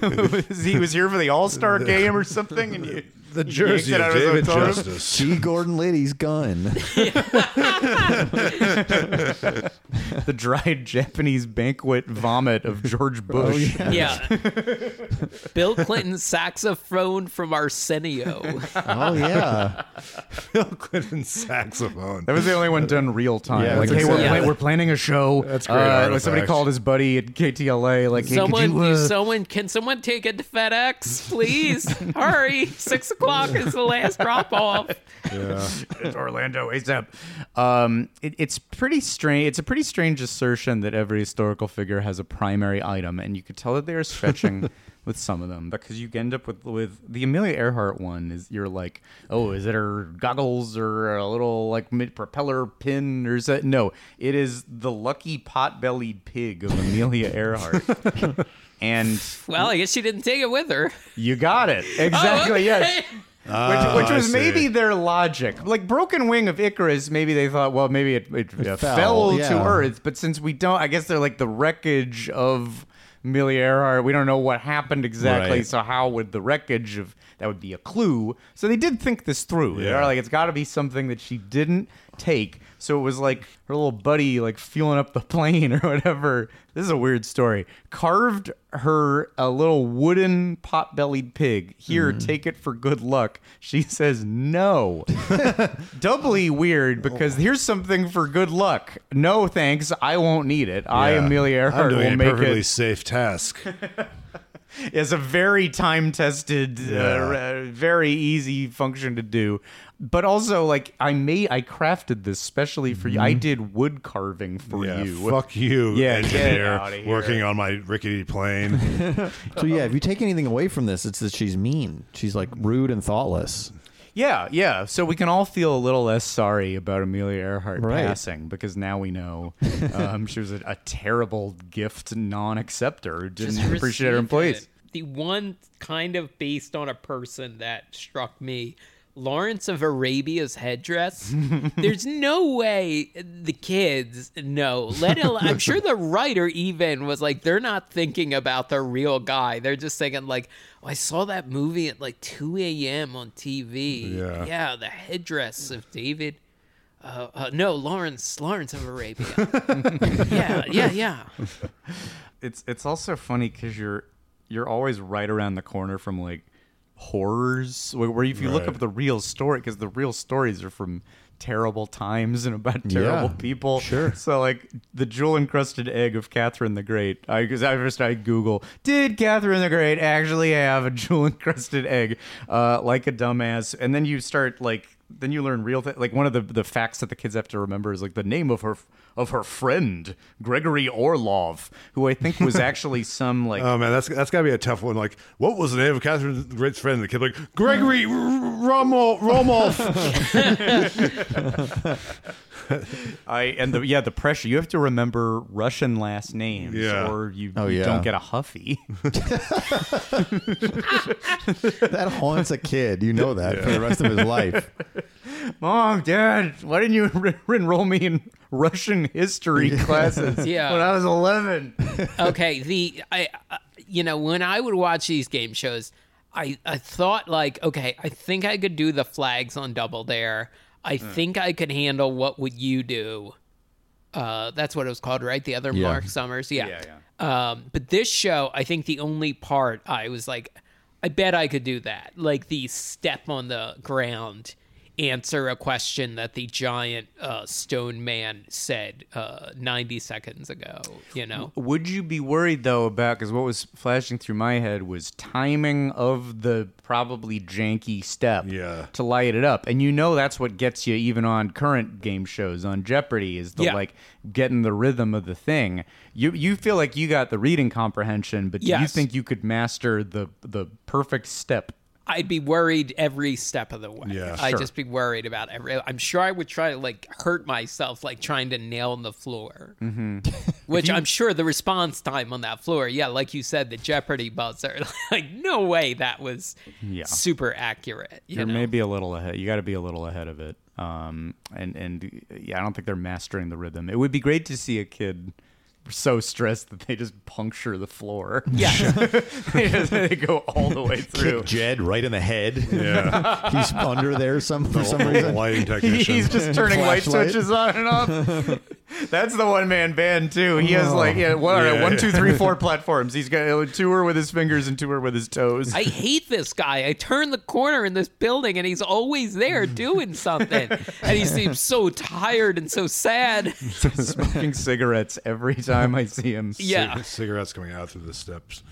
(laughs) Was he was here for the All Star game or something, and you
The jersey
it
of
out of his
David
own totem?
Justice. (laughs)
G. Gordon Liddy's gun.
the dried Japanese banquet vomit of George Bush.
(laughs)
Yeah. Bill Clinton's saxophone from Arsenio.
Oh yeah.
Bill Clinton's saxophone.
That was the only one done real time.
Yeah,
like,
that's
hey, we're,
exactly-
pla- we're planning a show.
That's great
Uh, like,
artifact.
somebody called his buddy at KTLA. Like, hey,
Someone,
could you, uh,
someone, can someone take it to FedEx, please?
(laughs)
Hurry! Six o'clock is the last drop off.
it's Orlando ASAP. Um, it, it's pretty strange. It's a pretty strange assertion that every historical figure has a primary item, and you could tell that they are stretching with some of them because you end up with with the Amelia Earhart one. Is you're like, oh, is it her goggles or a little like mid propeller pin or is that? No, it is the lucky pot bellied pig of Amelia Earhart. And
Well, I guess she didn't take it with her. Oh,
you got it exactly.
okay.
Yes,
Ah,
which, which
I
was
see.
maybe their logic. Like Broken Wing of Icarus, maybe they thought, well, maybe it, it, uh, fell,
fell,
to
yeah.
Earth. But since we don't, I guess they're like the wreckage of Amelia Earhart. We don't know what happened exactly.
Right.
So how would the wreckage of that would be a clue? So they did think this through.
Yeah.
They're like, it's got to be something that she didn't take. So it was like her little buddy, like fueling up the (laughs) plane or whatever. This is a weird story. Carved her a little wooden pot-bellied pig. Here,
Mm-hmm.
take it for good luck. She (laughs) says no. (laughs) Doubly weird because
Oh.
here's something for good luck. No thanks, I won't need it. I,
Yeah.
Amelia
I'm
Earhart,
doing
will
a
make
perfectly
it.
safe
(laughs)
task.
It's a very time tested,
Yeah.
uh, uh, very easy function to do. But also, like I made, I crafted this specially for you. I did wood carving for
Mm-hmm. Yeah,
you.
fuck you,
Yeah, get
engineer,
outta here.
working on my rickety plane.
So yeah, if you take anything away from this, it's that she's mean. She's like rude and thoughtless.
Yeah, yeah. So we can all feel a little less sorry about Amelia Earhart
Right.
passing because now we know um, she was a, a terrible gift non-acceptor. who Didn't (laughs)
Just
appreciate her
receive
employees.
it. The one kind of based on a person that struck me, Lawrence of
(laughs)
Arabia's headdress. There's no way the kids no. Let al-
(laughs)
I'm sure the writer even was like, they're not thinking about the real guy. They're just thinking like, oh, I saw that movie at like 2 a.m. on TV.
Yeah.
yeah, the headdress of David. Uh, uh, no, Lawrence, Lawrence
(laughs)
of Arabia. yeah, yeah, yeah.
It's it's also funny because you're you're always right around the corner from like horrors where, where if you look
Right.
up the real story because the real stories are from terrible times and about terrible
Yeah,
people
sure.
so like the jewel encrusted egg of catherine the great i because i first i google did catherine the great actually have a jewel encrusted egg uh like a dumbass and then you start like then you learn real th- like one of the the facts that the kids have to remember is like the name of her of her friend gregory orlov who i think
(laughs)
was actually some like
Um,
Oh man, that's that's gotta be a tough one. Like, what was the name of Catherine the Great's friend? The kid like Gregory R- Rommel
(laughs)
Romolf.
I and the yeah the pressure you have to remember Russian last names
Yeah.
or you,
Oh,
you
yeah.
don't get a huffy.
That haunts a kid. You know that for the rest
(laughs)
of his life.
Mom, Oh, Dad, why didn't you (laughs) re- enroll me in Russian history classes
(laughs) Yeah.
when I was eleven?
okay the i uh, you know when i would watch these game shows i i thought like okay i think i could do the flags on double dare i think i could handle what would you do uh that's what it was called right the other mark summers yeah
Yeah,
um but this show i think the only part i was like i bet i could do that like the step on the ground answer a question that the giant uh, stone man said uh, 90 seconds ago you know
Would you be worried though about because what was flashing through my head was timing of the probably janky step
Yeah.
to light it up, and you know that's what gets you even on current game shows on Jeopardy is the
Yeah.
like getting the rhythm of the thing. You you feel like you got the reading comprehension, but do you
Yes.
think you could master the the perfect step.
I'd be worried every step of the way.
Yeah,
I'd
sure.
just be worried about every. I'm sure I would try to like hurt myself, like trying to nail the floor. (laughs) Which I'm sure the response time on that floor, yeah, like you said, the Jeopardy buzzer, (laughs) like no way that was super accurate. You
You're
know?
maybe a little ahead. You got to be a little ahead of it. Um, and and yeah, I don't think they're mastering the rhythm. It would be great to see a kid so stressed that they just puncture the
(laughs)
floor. (laughs)
yeah,
they, just- they go all the way through.
Kick Jed right in the head.
Yeah.
He's under there some for some
The
(laughs)
reason.
lighting technician.
He's just turning light
Flashlight.
switches on and
(laughs)
off. That's the one man band too. He has like yeah, one, all right,
Yeah,
one,
yeah.
two, three, four platforms. He's got he'll tour with his fingers and tour with his toes.
I hate this guy. I turn the corner in this building and he's always there doing something. and he seems so tired and so sad.
(laughs) smoking cigarettes every time I see him.
Yeah.
Cig- cigarettes coming out through
(laughs)
the steps.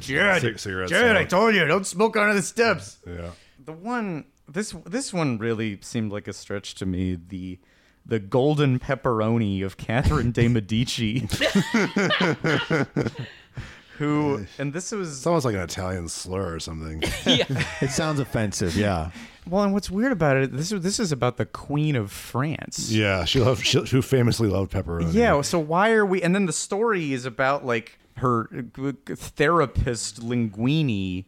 Jared,
Cig- cigarettes
Jared,
out.
I told you, don't smoke under the steps.
Yeah.
The one this this one really seemed like a stretch to me. The the golden pepperoni of Catherine de Medici, (laughs) who and this was
It's almost like an Italian slur or something.
It sounds offensive. Yeah.
well, and what's weird about it this this is about the Queen of France.
yeah. She loved, she, who famously loved pepperoni.
Yeah, so why are we? And then the story is about like her uh, therapist Linguini.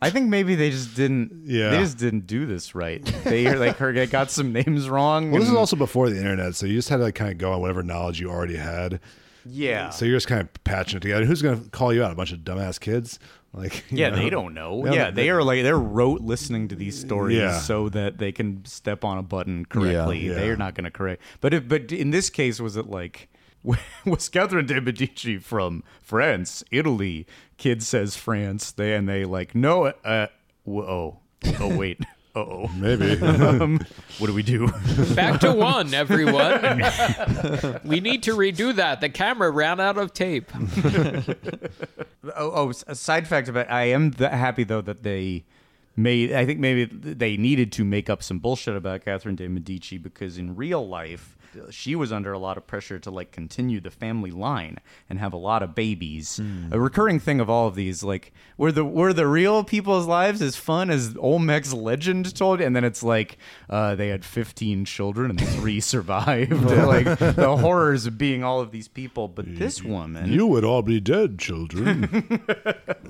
I think maybe they just didn't.
Yeah.
they just didn't do this right. They like her they got some names wrong.
Well, this is
and-
also before the internet, so you just had to like, kind of go on whatever knowledge you already had.
yeah.
So you're just kind of patching it together. Who's going to call you out? A bunch of dumbass kids? Like, you
yeah,
know?
they don't know.
Yeah,
Yeah,
but-
they, are like they're rote listening to these stories
Yeah.
so that they can step on a button correctly.
yeah.
They're not going to correct. But if, but in this case, was it like (laughs) was Catherine de Medici from France, Italy? Kid says France. They and they like no. Uh, whoa. Oh
(laughs)
wait. Uh oh.
Maybe.
(laughs) Um, what do we do?
Back to one, everyone. we need to redo that. The camera ran out of tape.
Oh, oh s- a side fact about I am th- happy though that they made. I think maybe they needed to make up some bullshit about Catherine de Medici because in real life she was under a lot of pressure to like continue the family line and have a lot of babies. A recurring thing of all of these, like were the were the real people's lives as fun as Olmec's legend told, and then it's like uh, they had fifteen children and three (laughs) survived. like the horrors of being all of these people, but this woman.
you would all be
(laughs)
dead, children.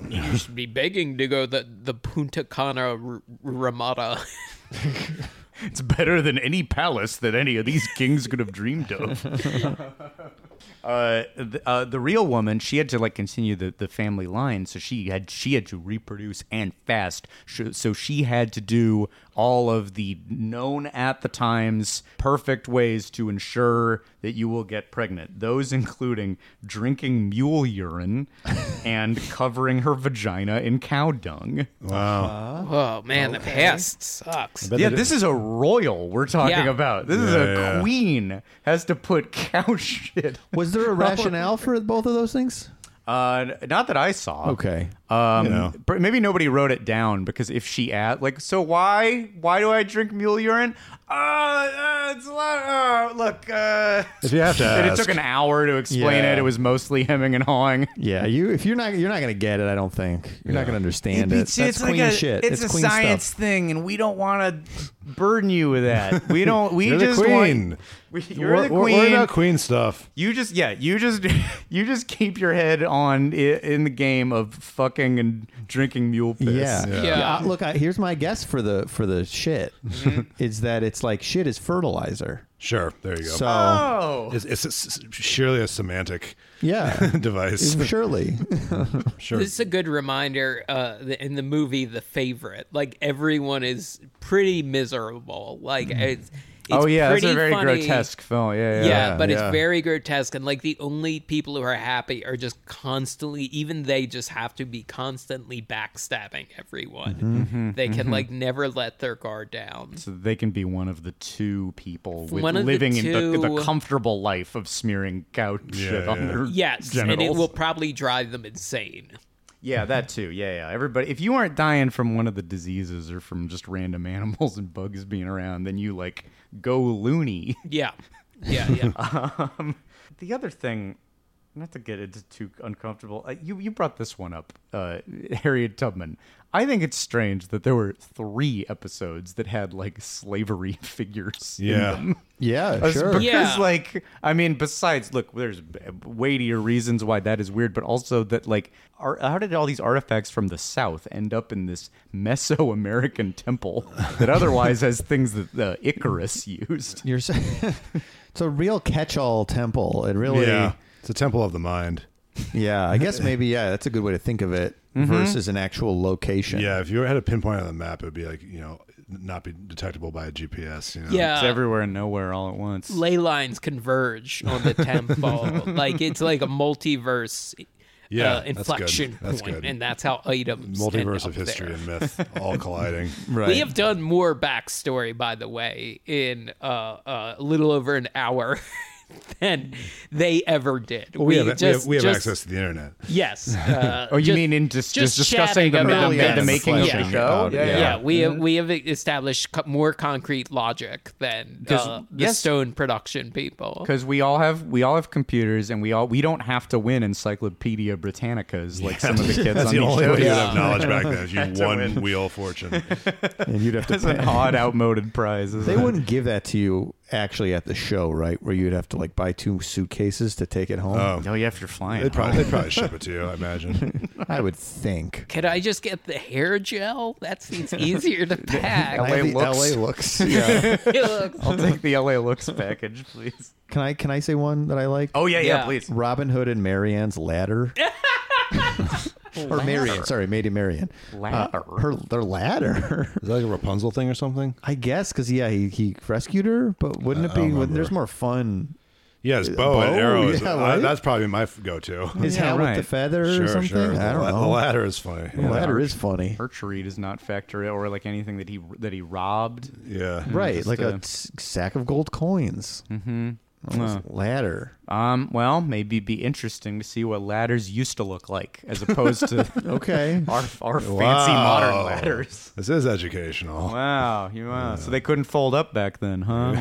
You should be begging to go the, the Punta Cana R- Ramada. (laughs)
It's better than any palace that any of these kings could have dreamed of. (laughs) uh, the, uh, the real woman, she had to like continue the, the family line, so she had she had to reproduce and fast. Sh- So she had to do all of the known at the times perfect ways to ensure that you will get pregnant. Those including drinking mule (laughs) urine and covering her vagina in cow dung.
wow.
Oh, man, the past sucks.
But
Yeah,
they-
this is a royal we're talking
Yeah.
about. This is
Yeah,
a
yeah.
queen has to put (laughs) cow shit.
Was there a rationale for both of those things?
Uh, n- not that I saw.
Okay.
Um,
know.
but maybe nobody wrote it down because if she asked, like, so why why do I drink mule urine? Uh, uh it's a lot. Uh, look, uh,
If (laughs) you have to
and it
ask.
took an hour to explain
Yeah.
it. It was mostly hemming and hawing.
Yeah, you if you're not you're not gonna get it. I don't think you're not gonna understand it.
It's,
That's
it's
queen
like a,
shit.
It's, a
queen
science
stuff.
thing, and we don't want to burden you with that.
(laughs)
We don't. We
You're the
just
queen.
want. We, you're
We're,
the
we're-
queen.
we're about queen stuff.
You just yeah, you just (laughs) you just keep your head on i- in the game of fucking and drinking mule piss.
Yeah.
Yeah.
Yeah.
Uh, look, I, here's my guess for the for the shit
Mm-hmm.
(laughs) is that it's like shit is fertilizer.
Sure. There you go.
So
Oh.
it's, it's, it's surely a semantic
yeah,
(laughs) device.
surely.
Sure.
This is a good reminder uh, th- in the movie The Favorite. Like, everyone is pretty miserable. Like, it's, it's
Oh yeah, that's a
pretty
very
funny.
grotesque film. Yeah, yeah.
yeah, but
yeah.
it's very grotesque and like the only people who are happy are just constantly even they just have to be constantly backstabbing everyone
Mm-hmm.
they can like never let their guard down
So they can be one of the two people with
One of the
living in the, the
two-
comfortable life of smearing cow shit on
yeah.
their
yes and it
genitals.
will probably drive them insane
Yeah, that too. Yeah, yeah. Everybody, if you aren't dying from one of the diseases or from just random (laughs) animals and bugs being around, then you like go loony.
(laughs) Uh,
yeah yeah yeah
The other thing not to get into too uncomfortable. Uh, you you brought this one up, uh, (laughs) Harriet Tubman. I think it's strange that there were three episodes that had like slavery (laughs) figures. in
Yeah.
them.
Yeah,
Us-
sure.
Because,
Yeah.
like, I mean, besides, look, there's weightier reasons why that is weird, but also that, like, are, how did all these artifacts from the South end up in this Mesoamerican temple that (laughs) otherwise has things that uh, Icarus (laughs) used?
You're s- (laughs) it's a real catch-all temple. It really,
Yeah. It's a temple of the mind.
yeah, I guess maybe yeah, that's a good way to think of it
Mm-hmm.
versus an actual location.
Yeah. If you had a pinpoint on the map, it'd be like, you know, not be detectable by a GPS, you know?
It's
Yeah.
everywhere and nowhere all at once.
Ley lines converge on the
(laughs)
temple. like it's like a multiverse uh,
Yeah, that's good.
inflection
That's
point,
good.
and that's how items end
Multiverse
up
of history
there. (laughs)
and myth all colliding.
right.
We have done more backstory, by the way, in uh, uh, a little over an hour (laughs) than they ever did.
Well, Oh, we, have, we have, we have access to the internet.
Yes.
(laughs)
Uh,
Oh, you
just-
mean in just,
just
just discussing the,
chatting
ma-
about
the,
it.
the making of
Yeah.
the show?
Yeah.
yeah, we have, we have established co- more concrete logic than uh,
'Cause-
the
yes.
Stone production people.
Because we all have we all have computers and we all we don't have to win Encyclopedia Britannicas like some of the kids
That's
on these
the only
shows.
way you have knowledge back then. is
Had to
You won
win.
wheel fortune.
and you'd have to.
It's an
pay-
odd, outmoded prize. Isn't
They
it?
wouldn't give that to you actually at the show, right? Where you'd have to like buy two suitcases to take it home.
Oh yeah, if you're flying.
They'd probably, they'd probably ship it to you, I imagine.
I would think.
Could I just get the hair gel? That seems
(laughs)
easier to pack. (laughs)
LA
The
looks.
LA looks. Yeah.
Look,
I'll (laughs) take the LA looks package, please.
can I can I say one that I like?
Oh yeah, yeah,
Yeah.
please.
Robin Hood and Marianne's ladder. or Marian, sorry, Maid of Marian. Uh,
Ladder?
her their ladder. (laughs)
Is that like a Rapunzel thing or something?
I guess because yeah, he, he rescued her, but wouldn't
Uh,
it be? When, there's more fun.
Yes, bow, and
bow?
arrows.
Yeah,
I-
right?
that's probably my f- go-to.
His
Yeah,
hat
right.
with the feather or something.
The
I don't
la- The
know.
ladder is funny.
The ladder is funny,
Archery does not factor in, or like anything that he that he robbed.
Yeah.
right?
just,
like a
uh,
s- sack of gold coins. Mm-hmm. ladder.
Um, well, maybe it'd be interesting to see what ladders used to look like as opposed to
Okay.
our our fancy
Wow.
modern ladders.
This is educational.
Wow, you wow. So they couldn't fold up back then, huh?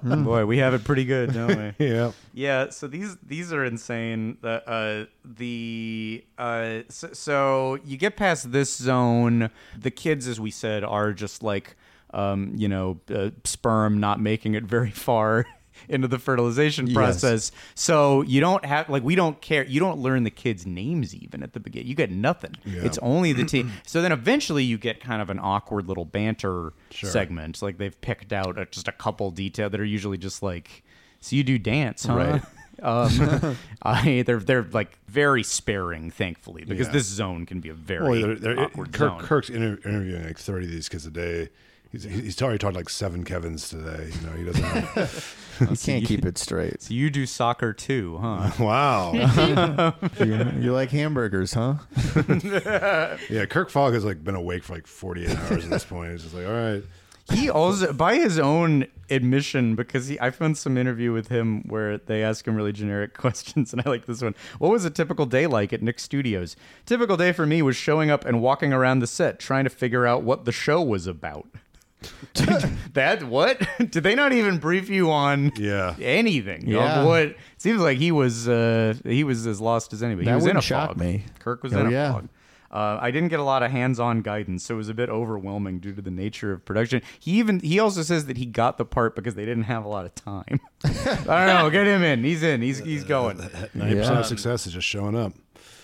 Wow. Boy, we have it pretty good, don't we?
Yeah.
Yeah, so these these are insane. The uh, the uh, so, so you get past this zone. The kids, as we said, are just like um, you know uh, sperm not making it very (laughs) far into the fertilization process. So you don't have like we don't care. You don't learn the kids' names even at the beginning. You get nothing. It's only the team. so then eventually you get kind of an awkward little banter segment. Like they've picked out uh, just a couple detail that are usually just like. So you do dance, huh?
Right.
(laughs) Um, I, they're they're like very sparing, thankfully, because
Yeah.
this zone can be a very
Boy, they're, they're,
awkward
Kirk,
zone.
Kirk's inter- interviewing like 30 of these kids a day. He's, he's already taught like seven Kevins today. You know, he doesn't
(laughs)
have.
You can't keep it straight.
So you do soccer too, huh?
wow.
(laughs)
you, you like hamburgers, huh?
Yeah. Kirk Fogg has like been awake for like 48 hours at this point. He's just like, all right.
he also, by his own admission, because he, I found some interview with him where they ask him really generic (laughs) questions, and I like this one. What was a typical day like at Nick Studios? Typical day for me was showing up and walking around the set, trying to figure out what the show was about. (laughs) that what? (laughs) Did they not even brief you on?
Yeah.
anything.
Yeah.
Of what it seems like he was uh, he was as lost as anybody.
That
he was in a
wouldn't shock
fog.
me.
Kirk was
Oh,
in a
yeah.
fog. Uh, I didn't get a lot of hands-on guidance, so it was a bit overwhelming due to the nature of production. He even he also says that he got the part because they didn't have a lot of time. (laughs) I don't know. Get him in. He's in. He's he's going.
90% of success is just showing up.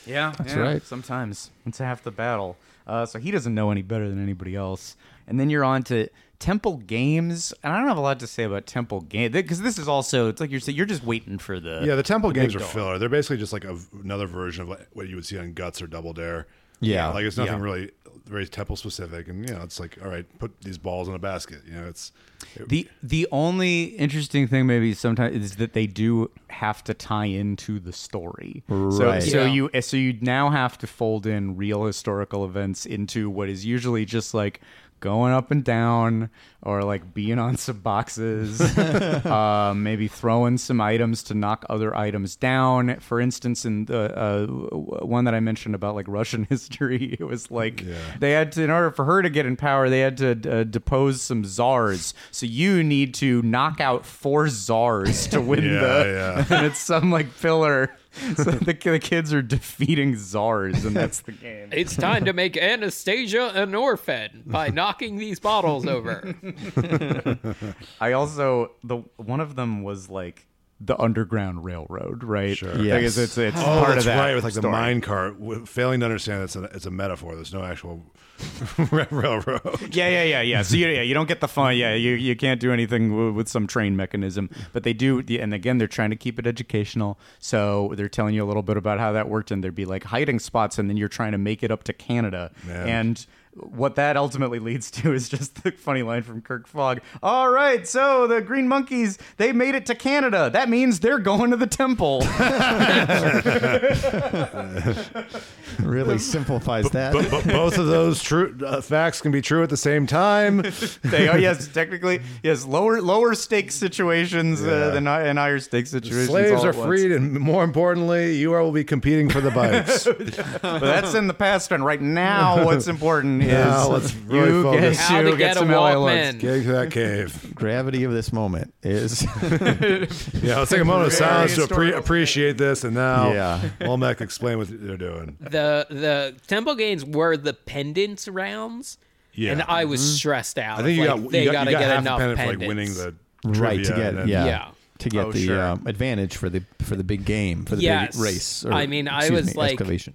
Yeah, that's
right.
Sometimes it's half the battle. Uh, so he doesn't know any better than anybody else. And then you're on to Temple Games, and I don't have a lot to say about Temple Games because this is also it's like you're saying you're just waiting for the
Yeah, the Temple
big
games are
dog.
filler. They're basically just like a, another version of what, what you would see on Guts or Double Dare.
Yeah.
like it's nothing
Yeah.
really very temple specific, and you know, it's like all right, put these balls in a basket. You know, it's
The the only interesting thing maybe sometimes is that they do have to tie into the story. So
Right.
so
Yeah.
you eh, so you now have to fold in real historical events into what is usually just like going up and down or like being on some boxes uh, maybe throwing some items to knock other items down for instance in the uh, w- one that i mentioned about like russian (laughs) history it was like they had to in order for her to get in power they had to uh, depose some czars so you need to knock out four czars to win
(laughs) Yeah,
the
yeah.
(laughs) and it's some like filler so (laughs) the, the kids are defeating czars, and that's the game.
It's time to make Anastasia an orphan by knocking these bottles over.
I also the one of them was like the Underground Railroad, right? Sure.
Yes.
it's it's, it's
Oh,
part
that's
of that
right, with like the
story.
mine cart. W- Failing to understand it's a, it's a metaphor. There's no actual (laughs) railroad.
Yeah, yeah, yeah, yeah. So you, yeah, you don't get the fun. Yeah, you, you can't do anything w- with some train mechanism, but they do. And again, they're trying to keep it educational, so they're telling you a little bit about how that worked, and there'd be like hiding spots, and then you're trying to make it up to Canada,
Yeah.
and. What that ultimately leads to is just the funny line from Kirk Fogg. All right, so the Green Monkeys, they made it to Canada. That means they're going to the temple. (laughs)
Really simplifies that.
but, but both of those true uh, facts can be true at the same time.
they are, yes, technically, yes, lower lower stakes situations uh,
Yeah.
than hi- and higher stakes situations.
Slaves
all
are
at once.
freed, and more importantly, you are will be competing for the bites.
But that's in the past, and right now, what's important is
Now let's really
you get
focus.
How to
to
get
get
a
some LA
Walkman.
looks.
Get into that cave.
Gravity of this moment is
Yeah, let's take a moment of
Very
silence to
historical
appre- appreciate this. And now,
Yeah.
(laughs) Olmec, explain what they're doing.
The the temple games were the pendants rounds.
Yeah.
And I was
Mm-hmm.
stressed out.
I think you
Like,
got
they
you got,
gotta
you got
get
half
enough
a pennant for like
pendants.
winning the
(laughs) right to
trivia
get
and then-
yeah,
Yeah.
to get
Oh,
the
sure.
um, advantage for the for the big game for the
Yes.
big race. Or,
I mean, I
excuse
was
me,
like-
excavation.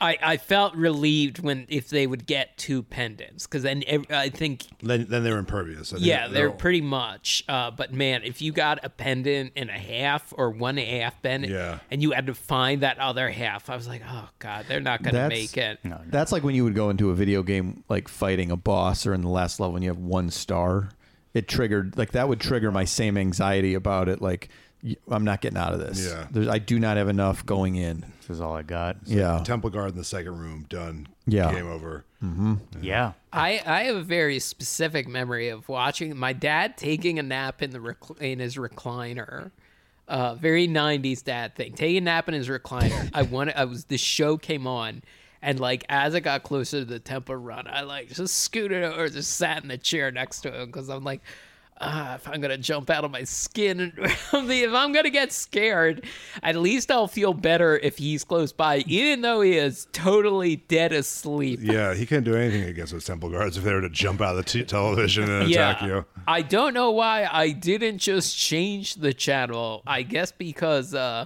I, I felt relieved when if they would get two pendants because then ev- I think
Then, then they're impervious. I think
yeah they're
all-
pretty much uh, but man if you got a pendant and a half or one half pendant
Yeah.
and you had to find that other half I was like oh god they're not gonna make it
That's like when you would go into a video game, like fighting a boss, or in the last level, and you have one star. It triggered like that would trigger my same anxiety about it. Like y- I'm not getting out of this.
Yeah.
There's, I do not have enough going in.
This is all I got.
Yeah,
Temple guard in the second room. Done.
Yeah.
Game over.
Yeah.
I, I have a very specific memory of watching my dad taking a nap in the recl- in his recliner. Uh, very '90s dad thing. Taking a nap in his recliner. I wanted. I was. The show came on, and like as I got closer to the temple run, I like just scooted over, just sat in the chair next to him because I'm like, ah, if I'm gonna jump out of my skin, and (laughs) if I'm gonna get scared, at least I'll feel better if he's close by, even though he is totally dead asleep.
Yeah, he can't do anything against those temple guards if they were to jump out of the t- television and attack you.
I don't know why I didn't just change the channel. I guess because uh,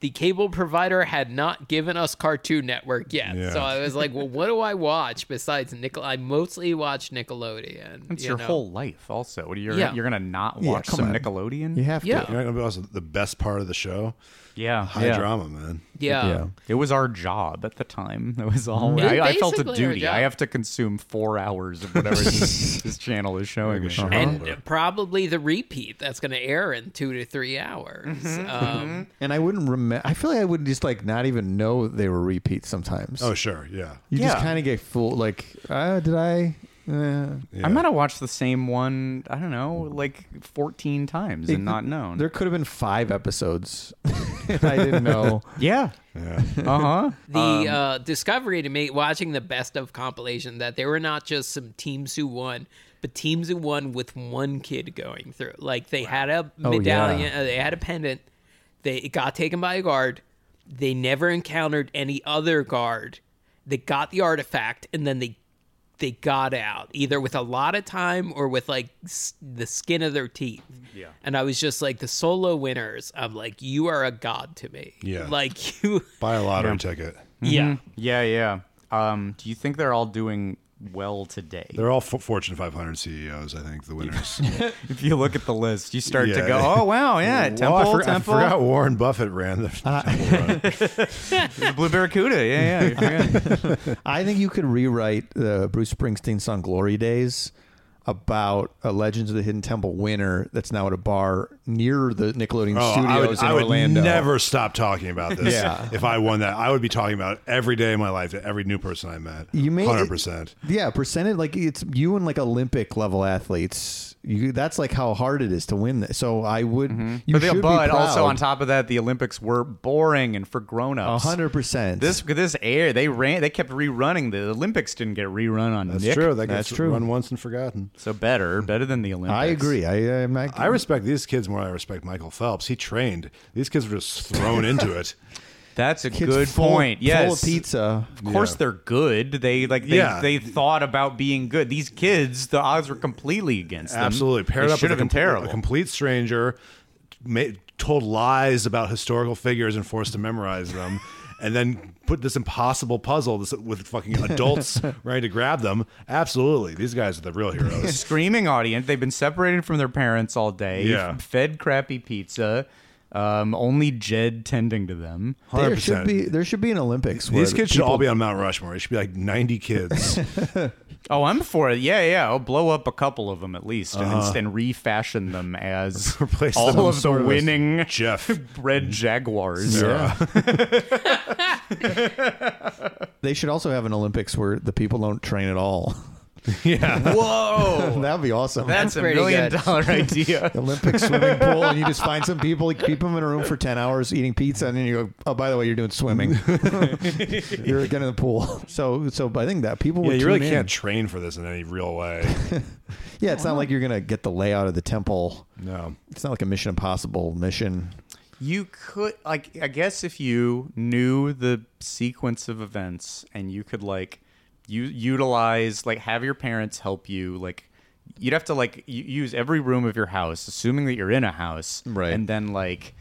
the cable provider had not given us Cartoon Network yet.
Yeah.
So I was like, well, what do I watch besides Nickel? I mostly watch Nickelodeon.
It's
you
your
know?
whole life, also. What, You're,
Yeah.
you're going to not watch
come
some
on.
Nickelodeon?
you have
Yeah.
to.
You know what also the best part of the show?
Yeah.
High
yeah.
drama, man.
Yeah.
Yeah.
It was our job at the time. (laughs) It was all.
Mm-hmm. It
I, I felt a
basically our
duty.
job.
I have to consume four hours of whatever this, this channel is showing me.
Like a show.
And probably the repeat that's going to air in two to three hours.
Mm-hmm,
Um,
And I wouldn't remember. I feel like I would just like not even know they were repeats sometimes.
Oh sure, yeah.
you
yeah.
just kind of get fooled. Like, uh, did I? Uh,
yeah.
I might have watched the same one, I don't know, like 14 times and not known.
There could have been five episodes. (laughs) if I didn't know.
yeah. Uh huh.
the uh, discovery to me watching the best of compilation that they were not just some teams who won but teams who won with one kid going through like they had a
Oh,
medallion
yeah.
uh, they had a pendant they it got taken by a guard they never encountered any other guard they got the artifact and then they they got out either with a lot of time or with like s- the skin of their teeth yeah and i was just like the solo winners i'm like you are a god to me
Yeah.
like (laughs) you
Buy a lottery ticket.
yeah
Yeah, yeah. Um, do you think they're all doing well today?
They're all f- Fortune 500 CEOs, E I think, the winners.
if you look at the list, you start to
Yeah.
go, "Oh wow, yeah, Temple,
I, forgot, I
Temple,
(laughs)
forgot Warren Buffett ran the (laughs) Temple Run.
the Blue Barracuda." Yeah, yeah. you forgot.
I think you could rewrite the Bruce Springsteen song "Glory Days" about a Legends of the Hidden Temple winner that's now at a bar near the Nickelodeon
Oh,
studios
I would,
in
I would
Orlando.
never stop talking about this.
Yeah.
If I won that, I would be talking about it every day of my life to every new person I met.
You may-
100%.
Yeah, percentage like it's you and like Olympic level athletes. You that's like how hard it is to win this. So I would (laughs) you
But,
should
they-
be
but
proud.
also on top of that, the Olympics were boring and for grown-ups.
hundred percent.
This this air they ran they kept rerunning the Olympics didn't get rerun on
That's
Nick.
true. That
That's
gets
true.
run once and forgotten.
So better, better than the Olympics.
I agree. I am not.
(laughs)
I respect these kids more than I respect Michael Phelps. He trained. These kids were just thrown into it.
That's a
Kids
good
full-
point. Yes.
full of pizza.
Of course, they're good. They like they,
Yeah.
they thought about being good. These kids, the odds were completely against them.
Absolutely. Paired
They
up
should
with a,
have been
com-
terrible.
a complete stranger, ma- told lies about historical figures and forced to
(laughs)
memorize them, and then put this impossible puzzle this,
(laughs)
with fucking adults ready to grab them. Absolutely. These guys are the
(laughs)
real heroes.
Screaming audience. They've been separated from their parents all day.
Yeah.
Fed crappy pizza. Um, only Jed tending to them.
There
100%.
should be there should be an Olympics. Where
These kids should
people-
all be on Mount Rushmore. It should be like
(laughs)
90 kids.
Oh, I'm for it. Yeah, yeah. I'll blow up a couple of them at least, and instead refashion them as
Uh-huh. (laughs) Replace them
all
with
of the
sort of a
winning (laughs)
Jeff.
red jaguars.
Yeah. they should also have an Olympics where the people don't train at all. (laughs)
Yeah.
Whoa,
That'd be awesome.
that's a
pretty
million
good.
dollar (laughs) idea.
(laughs) Olympic swimming pool, and you just find some people, you keep them in a room for ten hours eating pizza, and then you go, "Oh, by the way, you're doing
(laughs)
swimming. you're again in the pool." So, so I think that people
Yeah,
would
you really
tune in.
can't train for this in any real way.
(laughs)
Yeah, it's not like you're gonna get the layout of the temple.
No.
It's not like a Mission Impossible mission.
You could like I guess if you knew the sequence of events and you could like you utilize like have your parents help you like you'd have to like y- use every room of your house assuming that you're in a house
Right.
and then like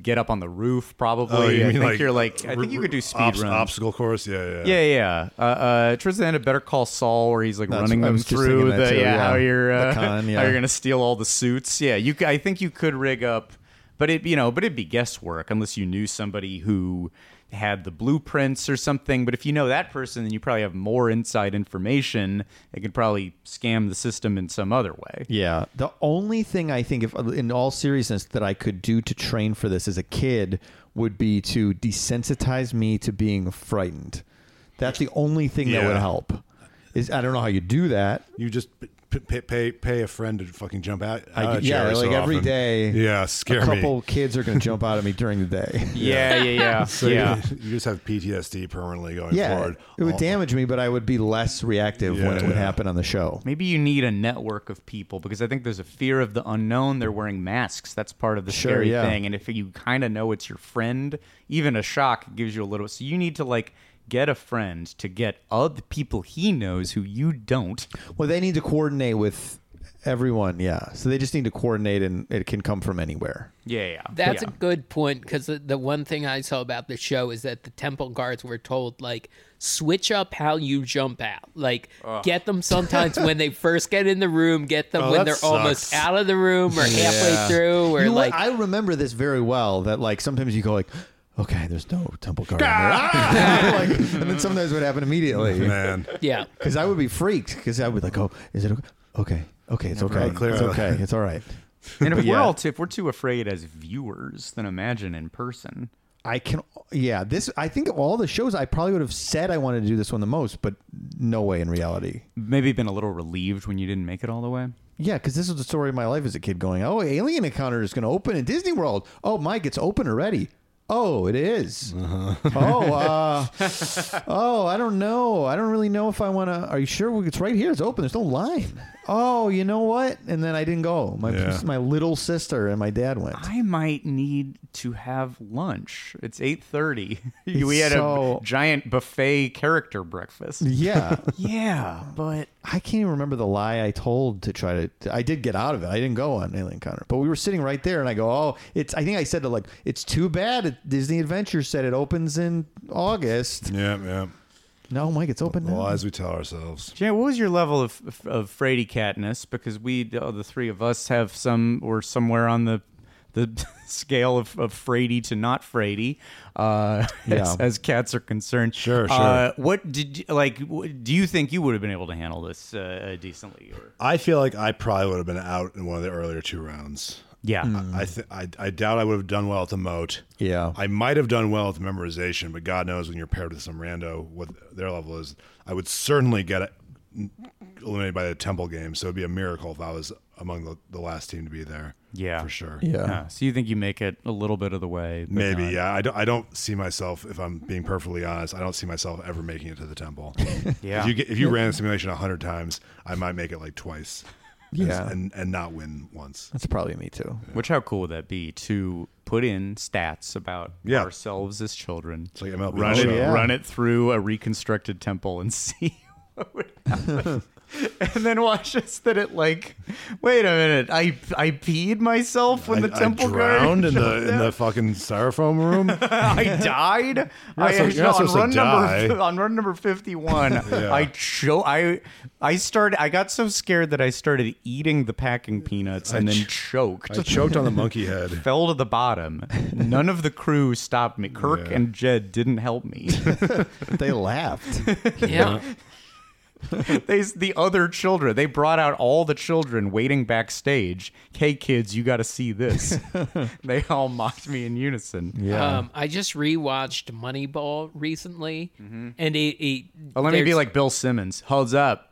get up on the roof probably
Oh, you
I
mean
think
like
you're like I think you could do speed
obs-
runs
obstacle course. Yeah, yeah,
yeah, yeah. Uh, uh, towards the end of Better Call Saul, where he's like
That's-
running
I
them
was just
through
thinking
the
that too,
yeah,
yeah.
how you're
The
uh,
con, yeah.
how you're gonna steal all the suits. Yeah, you. c- I think you could rig up, but it you know, but it'd be guesswork unless you knew somebody who had the blueprints or something. But if you know that person, then you probably have more inside information. It could probably scam the system in some other way.
Yeah. The only thing I think, if in all seriousness, that I could do to train for this as a kid would be to desensitize me to being frightened. That's the only thing that would
Yeah.
help. Is I don't know how you do that.
You just p- p- pay pay a friend to fucking jump out.
I-
out of a
Uh, yeah,
chair
like
so
every
often.
day,
Yeah, scare
a couple
me.
kids are going to jump out at me during the
(laughs)
day.
Yeah, yeah, yeah,
So
yeah.
you, (laughs) you just have PTSD permanently going
Yeah,
forward.
it would
All-
damage me, but I would be less reactive when it
Yeah.
would happen on the show.
Maybe you need a network of people because I think there's a fear of the unknown. They're wearing masks. That's part of the
Sure,
scary
yeah.
thing. And if you kind of know it's your friend, even a shock gives you a little. So you need to like get a friend to get other people he knows who you don't.
Well, they need to coordinate with everyone. Yeah, so they just need to coordinate, and it can come from anywhere.
Yeah, yeah.
That's
yeah.
a good point because the, the one thing I saw about the show is that the temple guards were told like switch up how you jump out. Like get them sometimes when they first get in the room, get them
Oh,
when
that
they're almost
sucks.
out of the room or halfway through or
You know what?
like
I remember this very well. That like sometimes you go like, okay, there's no temple
(laughs)
guard, in there." (laughs) like, and then sometimes it would happen immediately
man.
yeah.
because I would be freaked because I would be like, oh, is it okay? Okay, okay, it's okay,
mind. Clear
it's
out.
okay, it's all right.
And if we're
Yeah.
all too, if we're too afraid as viewers, then imagine in person.
I can, yeah. This I think of all the shows I probably would have said I wanted to do this one the most, but no way in reality.
Maybe been a little relieved when you didn't make it all the way.
Yeah, because this was the story of my life as a kid. Going, oh, Alien Encounter is going to open in Disney World. Oh, Mike, it's open already. Oh, it is. Oh, uh, oh, I don't know. I don't really know if I want to. Are you sure it's right here? It's open. There's no line. Oh, you know what? And then I didn't go. My
Yeah.
my little sister and my dad went.
I might need to have lunch. It's eight thirty. (laughs)
It's
we had
so-
a giant buffet character breakfast.
Yeah,
Yeah, but
I can't even remember the lie I told to try to. I did get out of it. I didn't go on Alien Encounter, but we were sitting right there, and I go, "Oh, it's." I think I said to like, "It's too bad." It, Disney Adventure said it opens in August.
Yeah,
(laughs)
yeah.
No, Mike, it's open
The
now.
lies we tell ourselves.
Jan, what was your level of of, of Frady catness? Because we, oh, the three of us, have some or somewhere on the the (laughs) scale of, of Frady to not Frady, uh, (laughs)
Yeah.
as, as cats are concerned.
Sure, sure.
Uh, what did you, like? w- Do you think you would have been able to handle this uh, decently? Or?
I feel like I probably would have been out in one of the earlier two rounds.
Yeah.
I, th- I I doubt I would have done well at the moat.
Mm. Yeah.
I might have done well at the memorization, but God knows when you're paired with some rando, what their level is. I would certainly get it eliminated by the temple game, so it'd be a miracle if I was among the, the last team to be there.
Yeah.
for sure.
yeah,
Uh, so you think you make it a little bit of the way? but
Maybe,
not-
yeah. I don't, I don't see myself, if I'm being perfectly honest, I don't see myself
(laughs)
ever making it to the temple.
Yeah.
If you, get, if you ran a simulation 100 times, I might make it like twice.
Yeah.
and and not win once.
That's probably me too. (laughs)
Which how cool would that be to put in stats about
Yeah.
ourselves as children?
It's like MLB
run
show.
it,
yeah.
run it through a reconstructed temple
(laughs)
and see what would happen. (laughs) and then watch us that it like, wait a minute, I I peed myself when the
I,
temple
I drowned
guard
in the in the fucking styrofoam
(laughs)
room. (laughs)
I died. I
so- you're not
on
supposed to
run
die.
number (laughs) on run number fifty
(laughs)
one. I cho- I I started. I got so scared that I started eating the packing peanuts and
I
then
ch-
choked.
I choked on the monkey head.
fell to the bottom. None of the crew stopped me. Kirk
(laughs) Yeah.
and Jed didn't help me. (laughs)
They laughed.
Yeah.
they, the other children, they brought out all the children waiting backstage. Hey kids, you got to see this. (laughs) they all mocked me in unison.
Um, I just rewatched Moneyball recently, and it. it
Oh, let me be
there's-
like Bill Simmons. Holds up.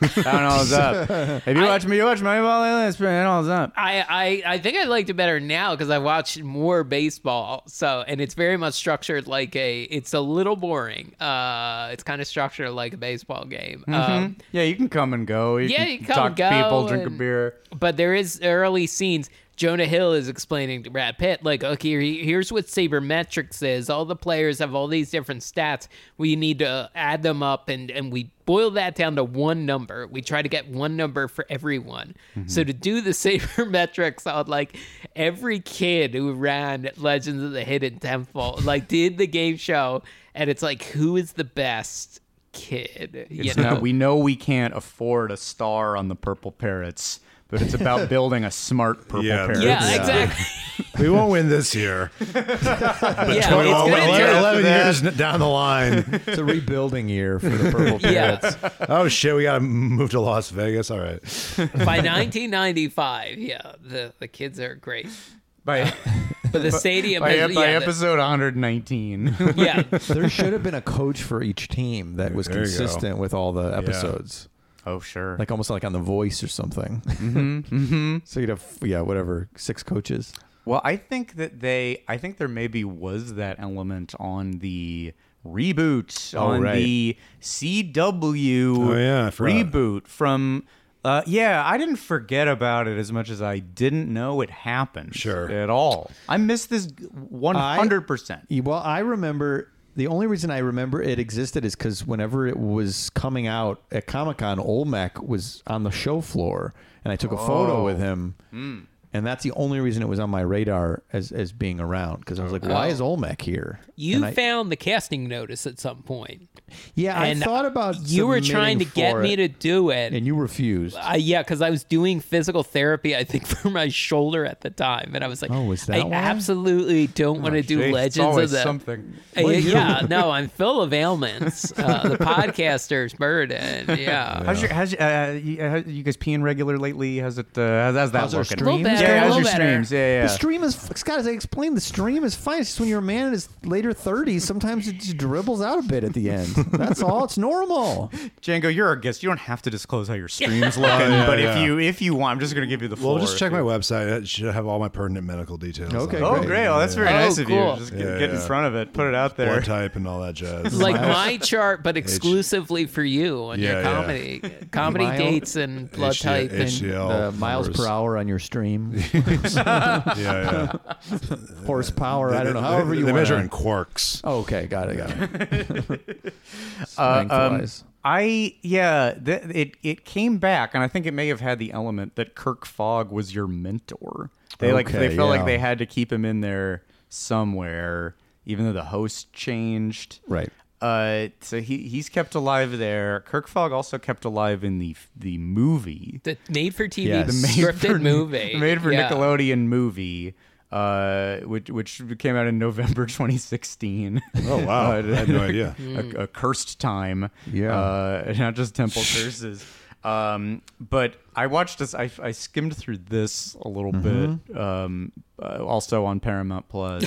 I don't know holds up. Have you watched me? You watch Moneyball lately? It's been- It holds up.
I, I, I think I liked it better now because I watched more baseball. So and it's very much structured like a. It's a little boring. Uh, it's kind of structured like a baseball game. Um,
Yeah, you can come and go. You
Yeah,
can
you come
talk
and
to
go
people, drink a
and-
beer.
but there is early scenes. Jonah Hill is explaining to Brad Pitt, like, okay, here- here's what sabermetrics is. All the players have all these different stats. We need to add them up, and and we boil that down to one number. We try to get one number for everyone. So to do the (laughs) sabermetrics on like every kid who ran Legends of the Hidden Temple, like did the game show, and it's like who is the best kid? You
It's not, we know we can't afford a star on the Purple Parrots, but it's about building a smart Purple
Yeah,
Parrots.
yeah,
(laughs)
Yeah.
exactly.
We won't win this year. (laughs)
Yeah, it's
Well,
gonna
eleven-
turn-
Eleven years down the line.
It's a rebuilding year for the (laughs) Purple
Yeah.
Parrots.
oh shit, we gotta move to Las Vegas. All right.
By 1995, yeah, the, the kids are great. (laughs)
By,
But the stadium
by,
has,
by
yeah, the-
episode 119.
yeah,
There should have been a coach for each team that was
There you go.
consistent with all the episodes,
(laughs) oh, sure.
like almost like on The Voice or something. Mm-hmm. (laughs) So you'd have yeah, whatever, six coaches.
Well, I think that they, I think there maybe was that element on the reboot, on
right.
the CW
Oh, yeah, I forgot.
reboot from. Uh, yeah, I didn't forget about it as much as I didn't know it happened.
Sure.
At all. I missed this 100%.
Yeah, E, Well, I remember the only reason I remember it existed is because whenever it was coming out at Comic Con, Olmec was on the show floor, and I took a photo with him. And that's the only reason it was on my radar as, as being around because I was like, why is Olmec here?
you
And I-
found the casting notice at some point,
yeah, I
and
thought about
you were
submitting
trying to get
for
me
it,
to do it.
and you refused.
I, yeah, because I was doing physical therapy, I think, (laughs) for my shoulder at the time, and I was like,
Oh, is that
I
why?
absolutely don't want to
Oh,
do
Jeez, it's
Legends of
always
the
something.
Uh, yeah, no, I'm full of ailments. Uh, the (laughs) podcaster's burden. Yeah.
How's your how's your- uh, you, uh, how- you guys peeing regular lately? How's it? Uh, how's, how's that
How's our
looking?
streams Little
yeah,
better,
how's
little
your
better.
streams? Yeah,
The
yeah.
stream is Scott, as I explained, the stream is fine. It's just when you're a man in his later 30s, sometimes it just dribbles out a bit at the end. That's all. It's normal.
Django, you're our guest. You don't have to disclose
(laughs)
how your streams looking,
Oh, yeah,
but if
yeah.
you if you want, I'm just gonna give you the floor.
Well, just
if
check my
you-
website. It should have all my pertinent medical details.
Okay,
on it.
Oh, great! Well, that's very
Oh,
nice of you.
cool.
Just
Yeah,
get, get in
yeah.
front of it, put it out there.
Blood type and all that jazz.
like my chart, but exclusively for you on
Yeah,
your
yeah.
comedy, comedy
Mile-
dates and blood
HDL
type and
Oh,
HDL
the miles per
numbers.
hour on
(laughs)
your stream,
Yeah,
(laughs)
yeah.
horsepower. I don't know.
They-
However
they,
you
they
wanna-
measure in quarks.
Oh, (laughs) okay, got it, got it.
(laughs)
(laughs)
um,
Strength-wise.
I yeah, th- it it came back, and I think it may have had the element that Kirk Fogg was your mentor. They like
Okay,
they felt
yeah.
like they had to keep him in there somewhere, even though the host changed.
Right.
Uh, so he he's kept alive there. Kirk Fogg also kept alive in the the movie,
the made for TV
Yes. The
scripted
for-
movie.
(laughs) made for
Yeah.
Nickelodeon movie. Uh, which which came out in November (laughs)
(laughs)
2016.
Oh wow, I had no idea.
a, a cursed time.
Yeah.
uh, (laughs) not just
(laughs)
temple curses. Um, but I watched this. I, I skimmed through this a little
Mm-hmm.
bit. Um, uh, also on Paramount Plus.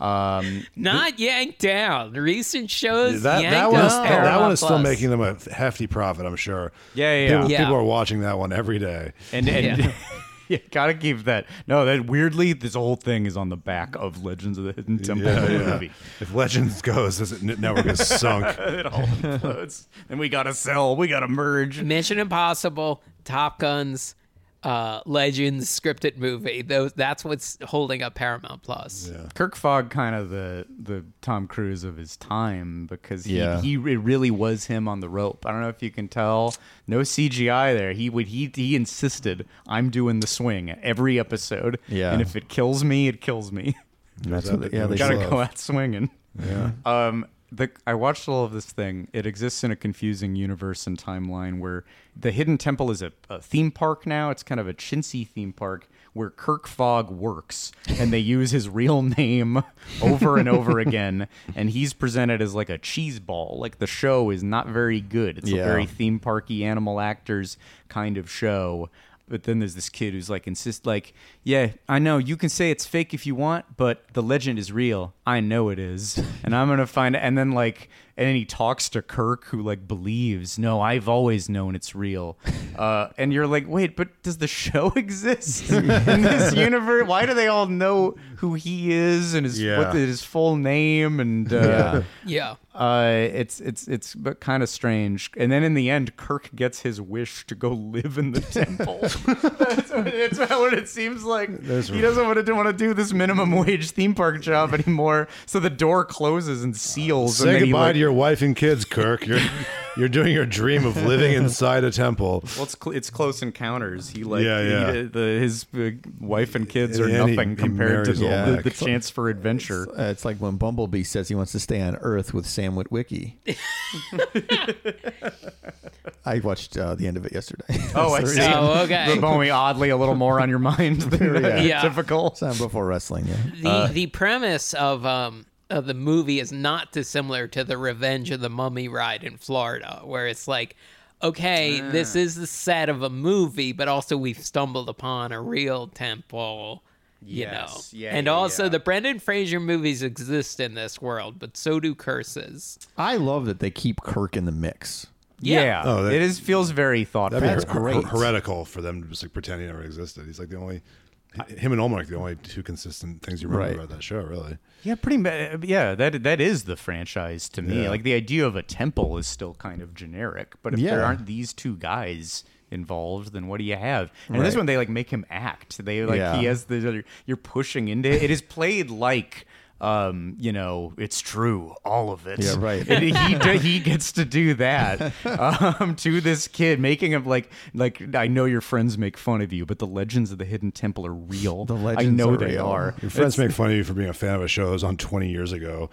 um,
Not yanked down. Recent shows
That,
yanked
that, one,
up
is still, that one
Paramount
is still
Plus.
making them a hefty profit, I'm sure.
(laughs) Yeah, yeah, yeah.
People,
Yeah.
people are watching that one every day.
and and. (laughs) Yeah. you gotta keep that. No, that weirdly, this whole thing is on the back of Legends of the Hidden Temple
Yeah,
the
yeah.
movie. (laughs)
If Legends goes, this network is (laughs) sunk.
It all implodes, and we gotta sell. We gotta merge.
Mission Impossible, Top Guns, uh, Legends, scripted movie. Those that's what's holding up Paramount Plus.
Kirk Fogg, kind of the the Tom Cruise of his time, because he,
Yeah.
he it really was him on the rope. I don't know if you can tell. No CGI there. He would he he insisted I'm doing the swing every episode.
Yeah.
and if it kills me, it kills me. (laughs)
That's what they, yeah, they
gotta
love.
go out swinging. Yeah. (laughs) Um, the I watched all of this thing. It exists in a confusing universe and timeline where the Hidden Temple is a, a theme park now. It's kind of a chintzy theme park where Kirk Fogg works, and they use his real name (laughs) over and over again. And he's presented as like a cheese ball. Like the show is not very good. It's a
Yeah.
very theme parky animal actors kind of show. But then there's this kid who's like insist like, yeah, I know you can say it's fake if you want, but the legend is real. I know it is, and I'm gonna find. And then like, and then he talks to Kirk, who like believes, no, I've always known it's real. Uh, and you're like, wait, but does the show (laughs) exist in this universe? Why do they all know who he is and his
Yeah.
what his full name and uh,
Yeah.
uh, it's it's it's but kind of strange. And then in the end, Kirk gets his wish to go live
(laughs)
in the temple. that's, what, that's about what it seems like. he doesn't want to want to do this minimum wage theme park job anymore. So the door closes and seals. and
Say
then he,
goodbye
like-
to your wife and kids, Kirk. (laughs) You're you're doing your dream of (laughs) living inside a temple.
Well, it's, cl- it's close encounters. He like
Yeah, yeah.
he- the, his uh, wife and kids are
And he-
nothing
he
compared to
marries
the, the,
Olmec.
the chance for adventure.
Uh, it's like when Bumblebee says he wants to stay on Earth with
(laughs)
Sam Witwicky. I watched uh, the end of it yesterday. (laughs)
Oh, I
It's
see.
Oh, okay.
The Bowie oddly a little more on your
(laughs)
mind than
Yeah.
Yeah.
typical.
on before wrestling. Yeah.
The
Uh,
the premise of um of the movie is not dissimilar to the Revenge of the Mummy ride in Florida, where it's like, okay,
Ah.
this is the set of a movie, but also we've stumbled upon a real temple. You
Yes.
know,
Yeah,
and
yeah,
also
yeah.
the Brendan Fraser movies exist in this world, but so do curses.
I love that they keep Kirk in the mix.
Yeah.
Yeah,
Oh, that-
it is feels very thoughtful.
That'd be
That's
her- her-
great.
heretical for them to just like pretend he never existed. He's like the only him and Olmark, the only two consistent things you remember
Right.
about that show, really.
yeah, pretty much. Yeah, that that is the franchise to me.
Yeah.
Like the idea of a temple is still kind of generic, but if there
Yeah.
aren't these two guys involved, then what do you have? And this
Right.
one, they like make him act. They like
Yeah.
he has the other. You're pushing into it. It is played like. Um, you know, it's true, all of it.
Yeah, right.
And he do- he gets to do that um, to this kid, making him like like I know your friends make fun of you, but the legends of the hidden temple are real.
The
I
legends
know
are
they
real.
are.
Your friends make fun of you for being a fan of a show that was on 20 years ago.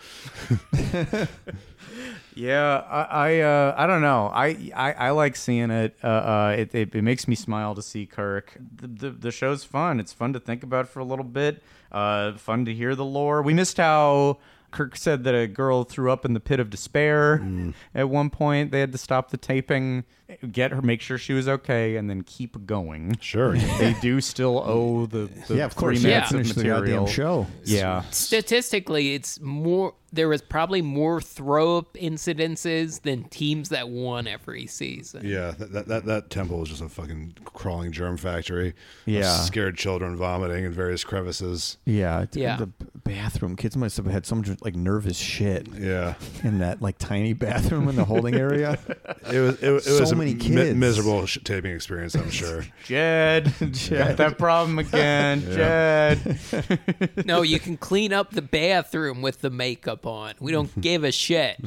Yeah, I I, uh, I don't know. I, I I like seeing it. Uh, uh, it, it. It makes me smile to see Kirk. The, the the show's fun. It's fun to think about for a little bit. Uh, fun to hear the lore. We missed how Kirk said that a girl threw up in the pit of despair
Mm.
at one point. They had to stop the taping, get her, make sure she was okay, and then keep going.
Sure.
They do still owe the, the
Yeah, of course.
three
you
minutes
Yeah.
gotta
of
Finish the goddamn
material.
show.
Yeah.
statistically it's more there was probably more throw up incidences than teams that won every season
yeah, that, that, that, that temple is just a fucking crawling germ factory. of
Yeah.
Scared children vomiting in various crevices.
Yeah, d-
Yeah.
The b- bathroom kids must have had so much like nervous shit
Yeah.
in that like tiny bathroom in the holding area.
(laughs)
It was, it, was- it
So
was a
many
mi-
kids.
miserable sh- taping experience, I'm sure.
(laughs)
Jed, got that problem again, Jed.
no you can clean up the bathroom with the makeup on
(laughs)
we don't give a shit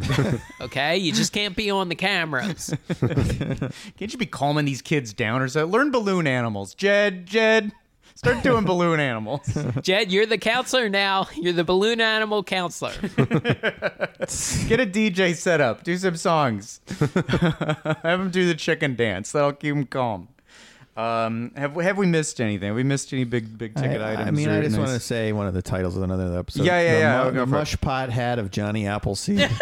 okay you just can't be on the cameras
Can't you be calming these kids down or so? Learn balloon animals. Jed, Jed, start doing balloon animals.
jed you're the counselor now you're the balloon animal counselor
Get a DJ set up. Do some songs. (laughs) have them do the chicken dance. That'll keep them calm. Um, have we have we missed anything? Have we missed any big big
I,
ticket items?
I mean,
or
I just
nice-
want to say one of the titles of another episode.
Yeah, yeah,
the
yeah, I'll
Mu-
go
the
for it.
mush pot hat of
(laughs)
Johnny Appleseed.
(laughs)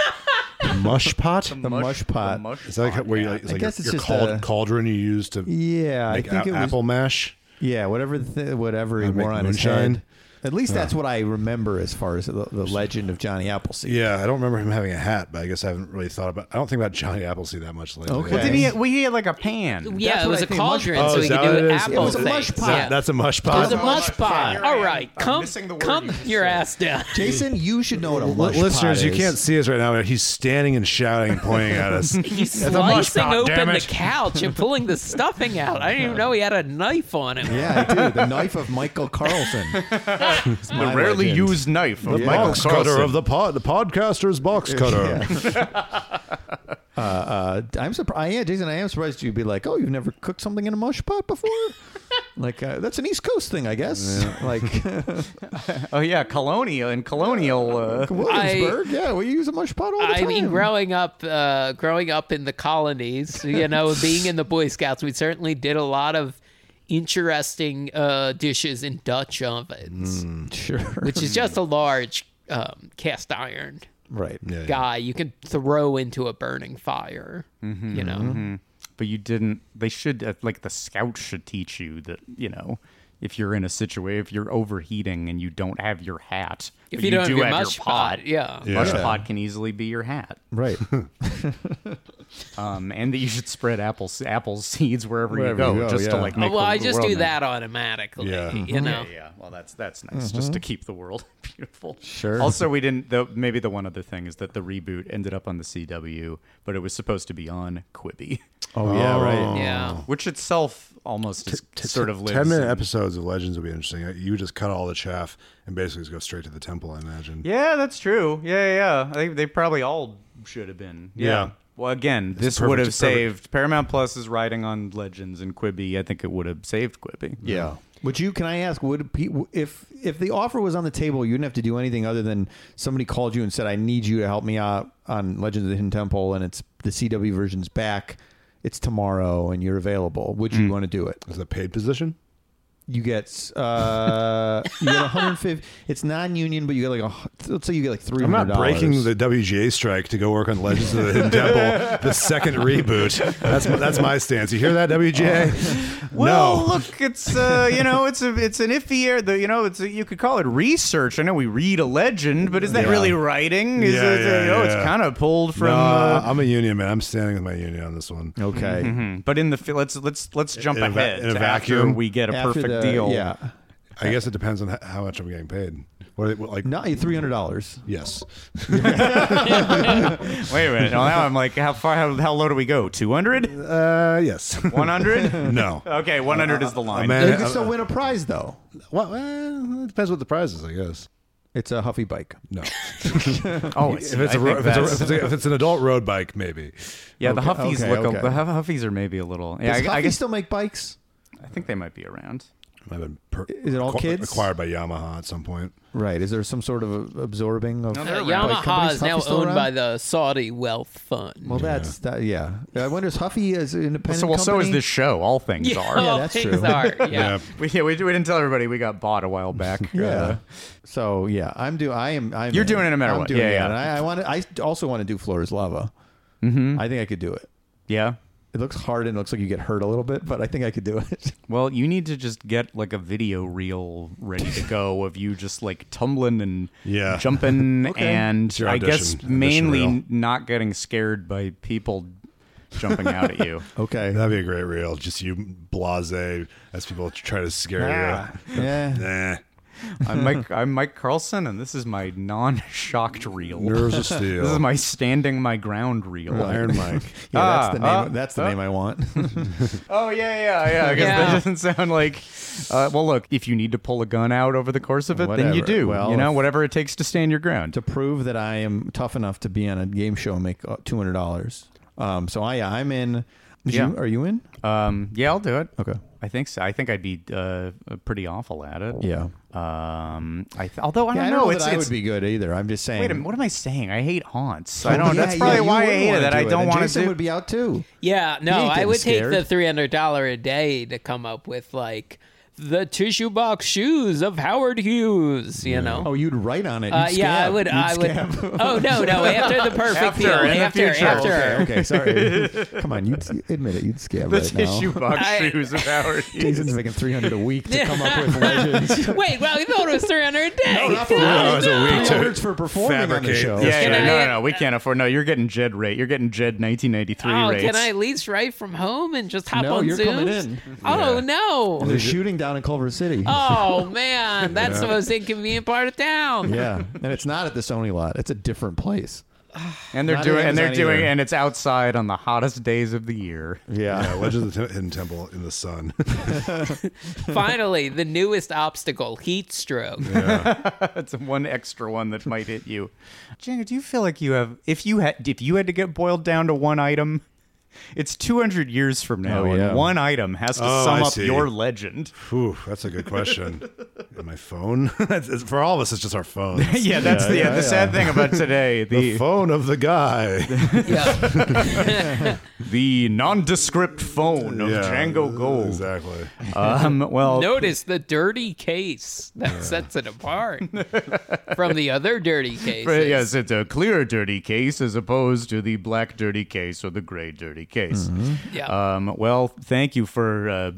Mush pot?
the mush, pot.
the mush
Is that like
pot,
where you
yeah.
like, it's uh,
I
like
guess
your,
it's
your
just
cauldron,
a-
cauldron you use to
Yeah,
make
I think
a-
it was
apple mash?
yeah, whatever the th- whatever he
Make
wore on his
moonshine?
head. At least that's what I remember as far as the, the legend of Johnny Appleseed.
Yeah, I don't remember him having a hat, but I guess I haven't really thought about. I don't think about Johnny Appleseed that much lately.
Okay.
Well, did he? Well, he had like a pan.
Yeah,
That's
it
what
was
I
a
think, mush
cauldron,
pot.
so
Oh,
he
is
could
that
do
what
an
it is?
apple
It was
a
thing.
mush pot.
Yeah.
That's a mush
it was
pot.
a mush pot.
You're
All
right.
right,
I'm
come,
missing the word
come
you just
your
said. (laughs)
ass down.
Jason, you should know what a
L-
mush
Listeners,
pot
you
is.
can't see us right now, but he's standing and shouting and pointing at
(laughs)
us.
He's
It's a mush
slicing
pot, damn
open the
it.
couch and pulling the stuffing out. I didn't even know he had a knife on him.
Yeah, I
(laughs)
do. The knife of Michael Carlson. It's
The
my
rarely
legend.
used knife.
The
Of Michael
box
Carlson.
cutter of the pod, the podcaster's box (laughs) cutter.
Uh, I'm surprised. Yeah, Jason, I am surprised you'd be like, "Oh, you've never cooked something in a mush pot
(laughs)
before." like uh, that's an East Coast thing, I guess. Like (laughs)
(laughs)
Oh yeah, colonial and colonial. Uh,
Williamsburg, yeah, we use a mush pot all the
I
time.
mean, growing up, uh, growing up in the colonies, you know, being in the Boy Scouts, we certainly did a lot of interesting uh, dishes in Dutch ovens,
sure,
which is just a large um, cast iron
right?
Yeah, yeah.
guy you can throw into a burning fire. You know,
mm-hmm. Mm. but you didn't. They should uh, like the scouts should teach you that you know if you're in a situation if you're overheating and you don't have your hat,
if
but
you, don't
do
have your
have
mush
your
pot, yeah. Oh,
Yeah.
mush pot can easily be your hat.
Right.
Um, and that you should spread apple apple seeds wherever,
Wherever
you go,
you go,
just to
yeah.
like
Oh,
make
well,
the
I just do
world
that automatically.
Yeah.
You know,
Yeah, yeah. Well, that's that's nice, just to keep the world (laughs) beautiful.
Sure.
Also, we didn't. The, maybe the one other thing is that the reboot ended up on the CW, but it was supposed to be on Quibi,
Oh yeah, right.
yeah.
which itself almost is, sort of lives.
Ten minute
in-
episodes of Legends would be interesting. Uh, You just cut all the chaff and basically just go straight to the temple. I imagine.
Yeah, that's true. Yeah, yeah. yeah. They they probably all should have been. Yeah.
Yeah.
Well, again, this
perfect-
would have
perfect.
saved Paramount Plus is riding on Legends and Quibi. I think it would have saved Quibi.
Yeah. Would you? Can I ask? Would pe- if if the offer was on the table, you didn't have to do anything other than somebody called you and said, "I need you to help me out on Legends of the Hidden Temple," and it's the CW version's back. It's tomorrow, and you're available. Would you want to do it?
Is it a paid position?
You get uh, you get 150. It's non-union, but you get like a. hu- Let's say you get like three.
I'm not breaking the WGA strike to go work on Legends of the Hidden Temple, the second reboot. That's my, that's my stance. You hear that, (laughs) WGA?
(laughs) Well,
no.
look, it's uh, you know, it's a it's an iffy area. The, you know, it's a, you could call it research. I know we read a legend, but is that
Yeah.
really writing? Is
Yeah,
it,
yeah,
you know,
yeah.
it's kind of pulled from.
No,
uh,
I'm a union man. I'm standing with my union on this one.
Okay.
but in the fi- let's let's let's jump
in a va-
ahead
in a
to
vacuum?
after we get a
After
(laughs) perfect
the-
deal.
Yeah.
I guess it depends on h- how much I'm getting paid. What, are they- what like?
Not three hundred dollars.
Yes.
Wait a minute. Now I'm like, how far? How, how low do we go?
(laughs)
200?
Uh, yes. (laughs)
100?
no.
Okay, 100 is the line.
man-
You
Yeah,
can
uh,
still win a prize though.
Well, well, it depends what the prize is, I guess.
It's a Huffy bike. (laughs)
No.
oh,
If it's, a, ro- if, it's a, if, it's a, if it's an adult road bike, maybe.
yeah, the Huffies
okay,
look.
okay.
A, the Huff- Huffies are maybe a little. Yeah,
Does
I, I
Huffy
guess
still make bikes?
I think they might be around.
I've been per-
Is it all kids?
acquired by Yamaha at some point?
Right. Is there some sort of absorbing of
Uh,
bike
Yamaha
companies?
is now
Huffy's still
owned
around?
by the Saudi Wealth Fund.
Well, that's that. Yeah. I wonder is Huffy as an independent
So, well, so is
company?
this show. All things
(laughs)
are.
all
that's
things
true.
are, yeah.
(laughs) We, yeah, we, we didn't tell everybody we got bought a while back.
(laughs)
Yeah.
Uh,
so yeah, I'm do. I am. I'm
You're doing it no matter
I'm
what.
doing
Yeah,
it.
yeah.
And I, I want. I also want to do Flores Lava.
Mm-hmm.
I think I could do it.
yeah.
It looks hard and it looks like you get hurt a little bit, but I think I could do it. (laughs)
Well, you need to just get like a video reel ready to go of you just like tumbling and
Yeah. (laughs)
jumping and
your
I guess
audition- audition
mainly
reel.
not getting scared by people jumping out at
(laughs)
you.
Okay.
That'd be a great reel. Just you blase as people try to scare
(laughs) yeah.
you. (laughs) Nah.
I'm
(laughs)
Mike. I'm Mike Carlson, and this is my non-shocked reel. (laughs)
Nerves of steel.
This is my standing my ground reel. (laughs)
Iron Mike.
Yeah,
Ah,
that's the name.
ah,
that's the
ah.
name I want. (laughs)
Oh yeah, yeah, yeah. I guess
Yeah.
that doesn't sound like. Uh, well, look, if you need to pull a gun out over the course of it, then you
Whatever.
do.
Well,
you know,
if-
whatever it takes to stand your ground.
to prove that I am tough enough to be on a game show and make uh, two hundred dollars. Um, so I I'm in. Did
Yeah.
You, are you in?
Um, yeah, I'll do it.
Okay.
I think so. I think I'd be uh, pretty awful at it.
Yeah.
Um, I th- although I don't
Yeah,
know.
that
it's,
I
it's
would be good either. I'm just saying.
wait a minute. What Oh, am I saying? I hate haunts. I don't.
Yeah,
that's
yeah,
probably
you
why I
would
hate
wanna
it. That I
do
don't
And
want to
Jason
do.
would be out too.
Yeah, no,
ain't
I
getting
would take
scared.
the three hundred dollar a day to come up with like the tissue box shoes of Howard Hughes. You know.
Oh, you'd write on it. You'd
Uh, yeah, I
scab.
would.
You'd
I would. (laughs)
scab. (laughs)
Oh no, no. After the perfect
After,
deal.
in the
after,
future.
after.
okay, sorry. Come on, you admit it. You'd scab
The
right
tissue
now.
box
(laughs) I-
shoes of Howard Hughes.
Jason's making 300 a week to come up with legends.
Wait, well, we thought it was three hundred a day. (laughs)
No, it was a week
Three
to
awards for performing on the
fabricate
show.
this
Yeah,
Can
yeah,
I-
Oh, no, no, no, we can't afford. No, you're getting Jed rate. You're getting Jed 1993
Oh,
rates.
can I at least write from home and just hop
No,
on
you're
Zoom?
coming in.
Oh no.
They're shooting down in Culver City.
Oh man, that's the most inconvenient part of town.
Yeah, and it's not at the Sony lot. It's a different place.
and they're
Not
doing, and they're
Amazon
doing,
either.
and it's outside on the hottest days of the year. (laughs)
Yeah,
Yeah.
Legends of the Tem- Hidden Temple in the sun. (laughs)
Finally, the newest obstacle, heat stroke.
That's one extra one that might hit you. Jenga, do you feel like you have, if you had, if you had to get boiled down to one item, it's 200 years from now,
Oh, yeah.
and one item has to
Oh,
sum
I
up
see.
your legend.
Whew, that's a good question. (laughs) And my phone. (laughs) It's- it's- For all of us, it's just our phones.
(laughs) yeah, that's the
yeah,
the sad thing about today.
The
The
phone of the guy.
Yeah.
the nondescript phone of
Yeah,
Django Gold.
Exactly.
Um, well,
Notice the dirty case that sets it apart from the other dirty cases.
Yes, it's a clear dirty case as opposed to the black dirty case or the gray dirty case.
Mm-hmm.
Yeah.
Um, well, thank you for uh, uh,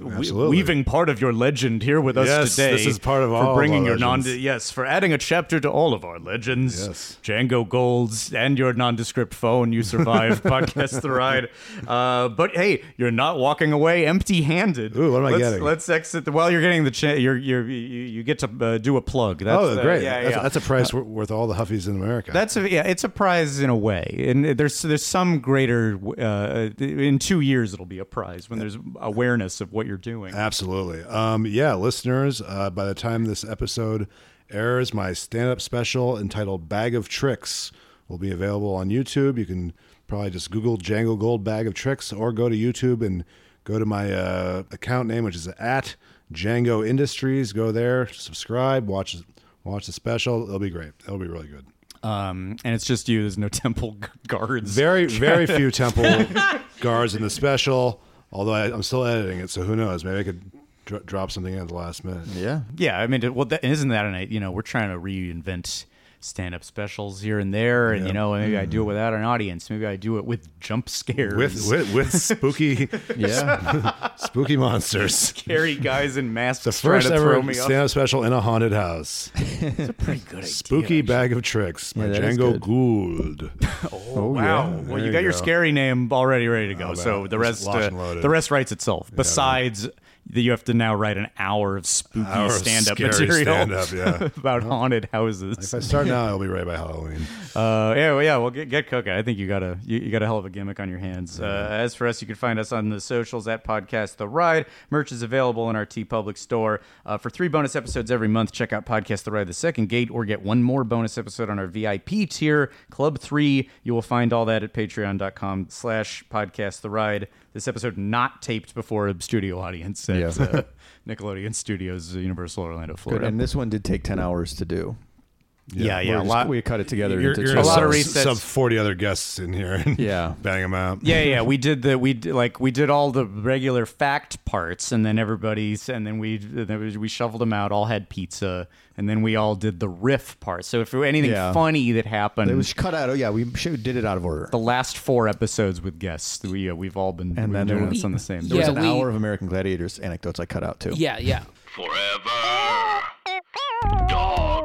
we-
Absolutely.
weaving part of your legend here with us
Yes,
today.
this is part of
for
all of our
bringing your
legends.
non. Yes, for adding a chapter to all of our legends.
Yes.
Django Golds and your nondescript phone. You
(laughs)
survived podcast the ride. Uh, but hey, you're not walking away empty-handed.
Ooh, what am I
let's,
getting?
Let's exit. The, well, you're getting the. Cha- you're, you're, you you get to uh, do a plug. That's
oh,
the-
great.
yeah,
that's,
yeah.
that's a price wor- worth all the Huffies in America.
That's a, yeah, it's a prize in a way, and there's there's some greater. Uh, in two years, it'll be a prize when there's awareness of what you're doing.
Absolutely. Um, yeah, listeners, uh, by the time this episode airs, my stand up special entitled Bag of Tricks will be available on YouTube. You can probably just Google Django Gold Bag of Tricks or go to YouTube and go to my uh, account name, which is at Django Industries. Go there, subscribe, watch, watch the special. It'll be great. It'll be really good.
Um, and it's just you. There's no (laughs) temple g- guards.
Very, very few temple guards in the special, although I, I'm still editing it, so who knows? Maybe I could dr- drop something in at the last minute.
Yeah.
yeah, I mean, well, that, isn't that an you know we're trying to reinvent stand-up specials here and there, and you know maybe I do it without an audience, maybe I do it with jump scares,
Mm. with with, with spooky
Yeah.
(laughs)
spooky
(laughs)
monsters.
scary guys in masks
The
trying
first
to throw
ever
me off.
stand-up special in a
(laughs)
haunted house. It's a pretty good Spooky bag of tricks by
Yeah, that is
Django
good.
(laughs)
Gould.
oh,
Wow.
yeah.
Well,
There
you
you
got your
go. Oh,
scary name already ready to go.
man.
so the
Just
rest,
locked and
uh,
loaded.
the rest writes itself. Besides that, you have to now write an hour of spooky
Hour of
stand-up
scary
material
stand-up, yeah.
(laughs) about haunted houses.
If I start now, it'll be right by Halloween.
Uh, yeah, well, yeah. Well, get, get cooking. I think you got a you, you got a hell of a gimmick on your hands. Uh, as for us, you can find us on the socials at Podcast The Ride. Merch is available in our T Public store. Uh, for three bonus episodes every month, check out Podcast The Ride, the second gate, or get one more bonus episode on our VIP tier, Club Three. You will find all that at Patreon.com/slash Podcast The Ride. This episode not taped before a studio audience at
Yeah.
uh, Nickelodeon Studios, Universal Orlando,
Good.
Florida.
And this one did take 10 hours to do.
Uh, yeah, yeah,
We're
a
just-
lot.
We cut it together
You're,
into
you're
two
a lot of
hours.
resets.
sub 40 other guests in here. and
Yeah.
bang them out.
Yeah, yeah, we did the we did, like we did all the regular fact parts, and then everybody's, and then we then we- we shoveled them out. All had pizza, and then we all did the riff part. So if there were anything
Yeah.
funny that happened,
It was cut out. Oh, yeah. We should, did it out of order.
the last four episodes with guests, we uh, we've all been
And
we've
then
been doing
we-
this on the same.
There
There was
Yeah,
an
we-
hour of American Gladiators anecdotes I cut out, too.
yeah, yeah.
Forever. Dog.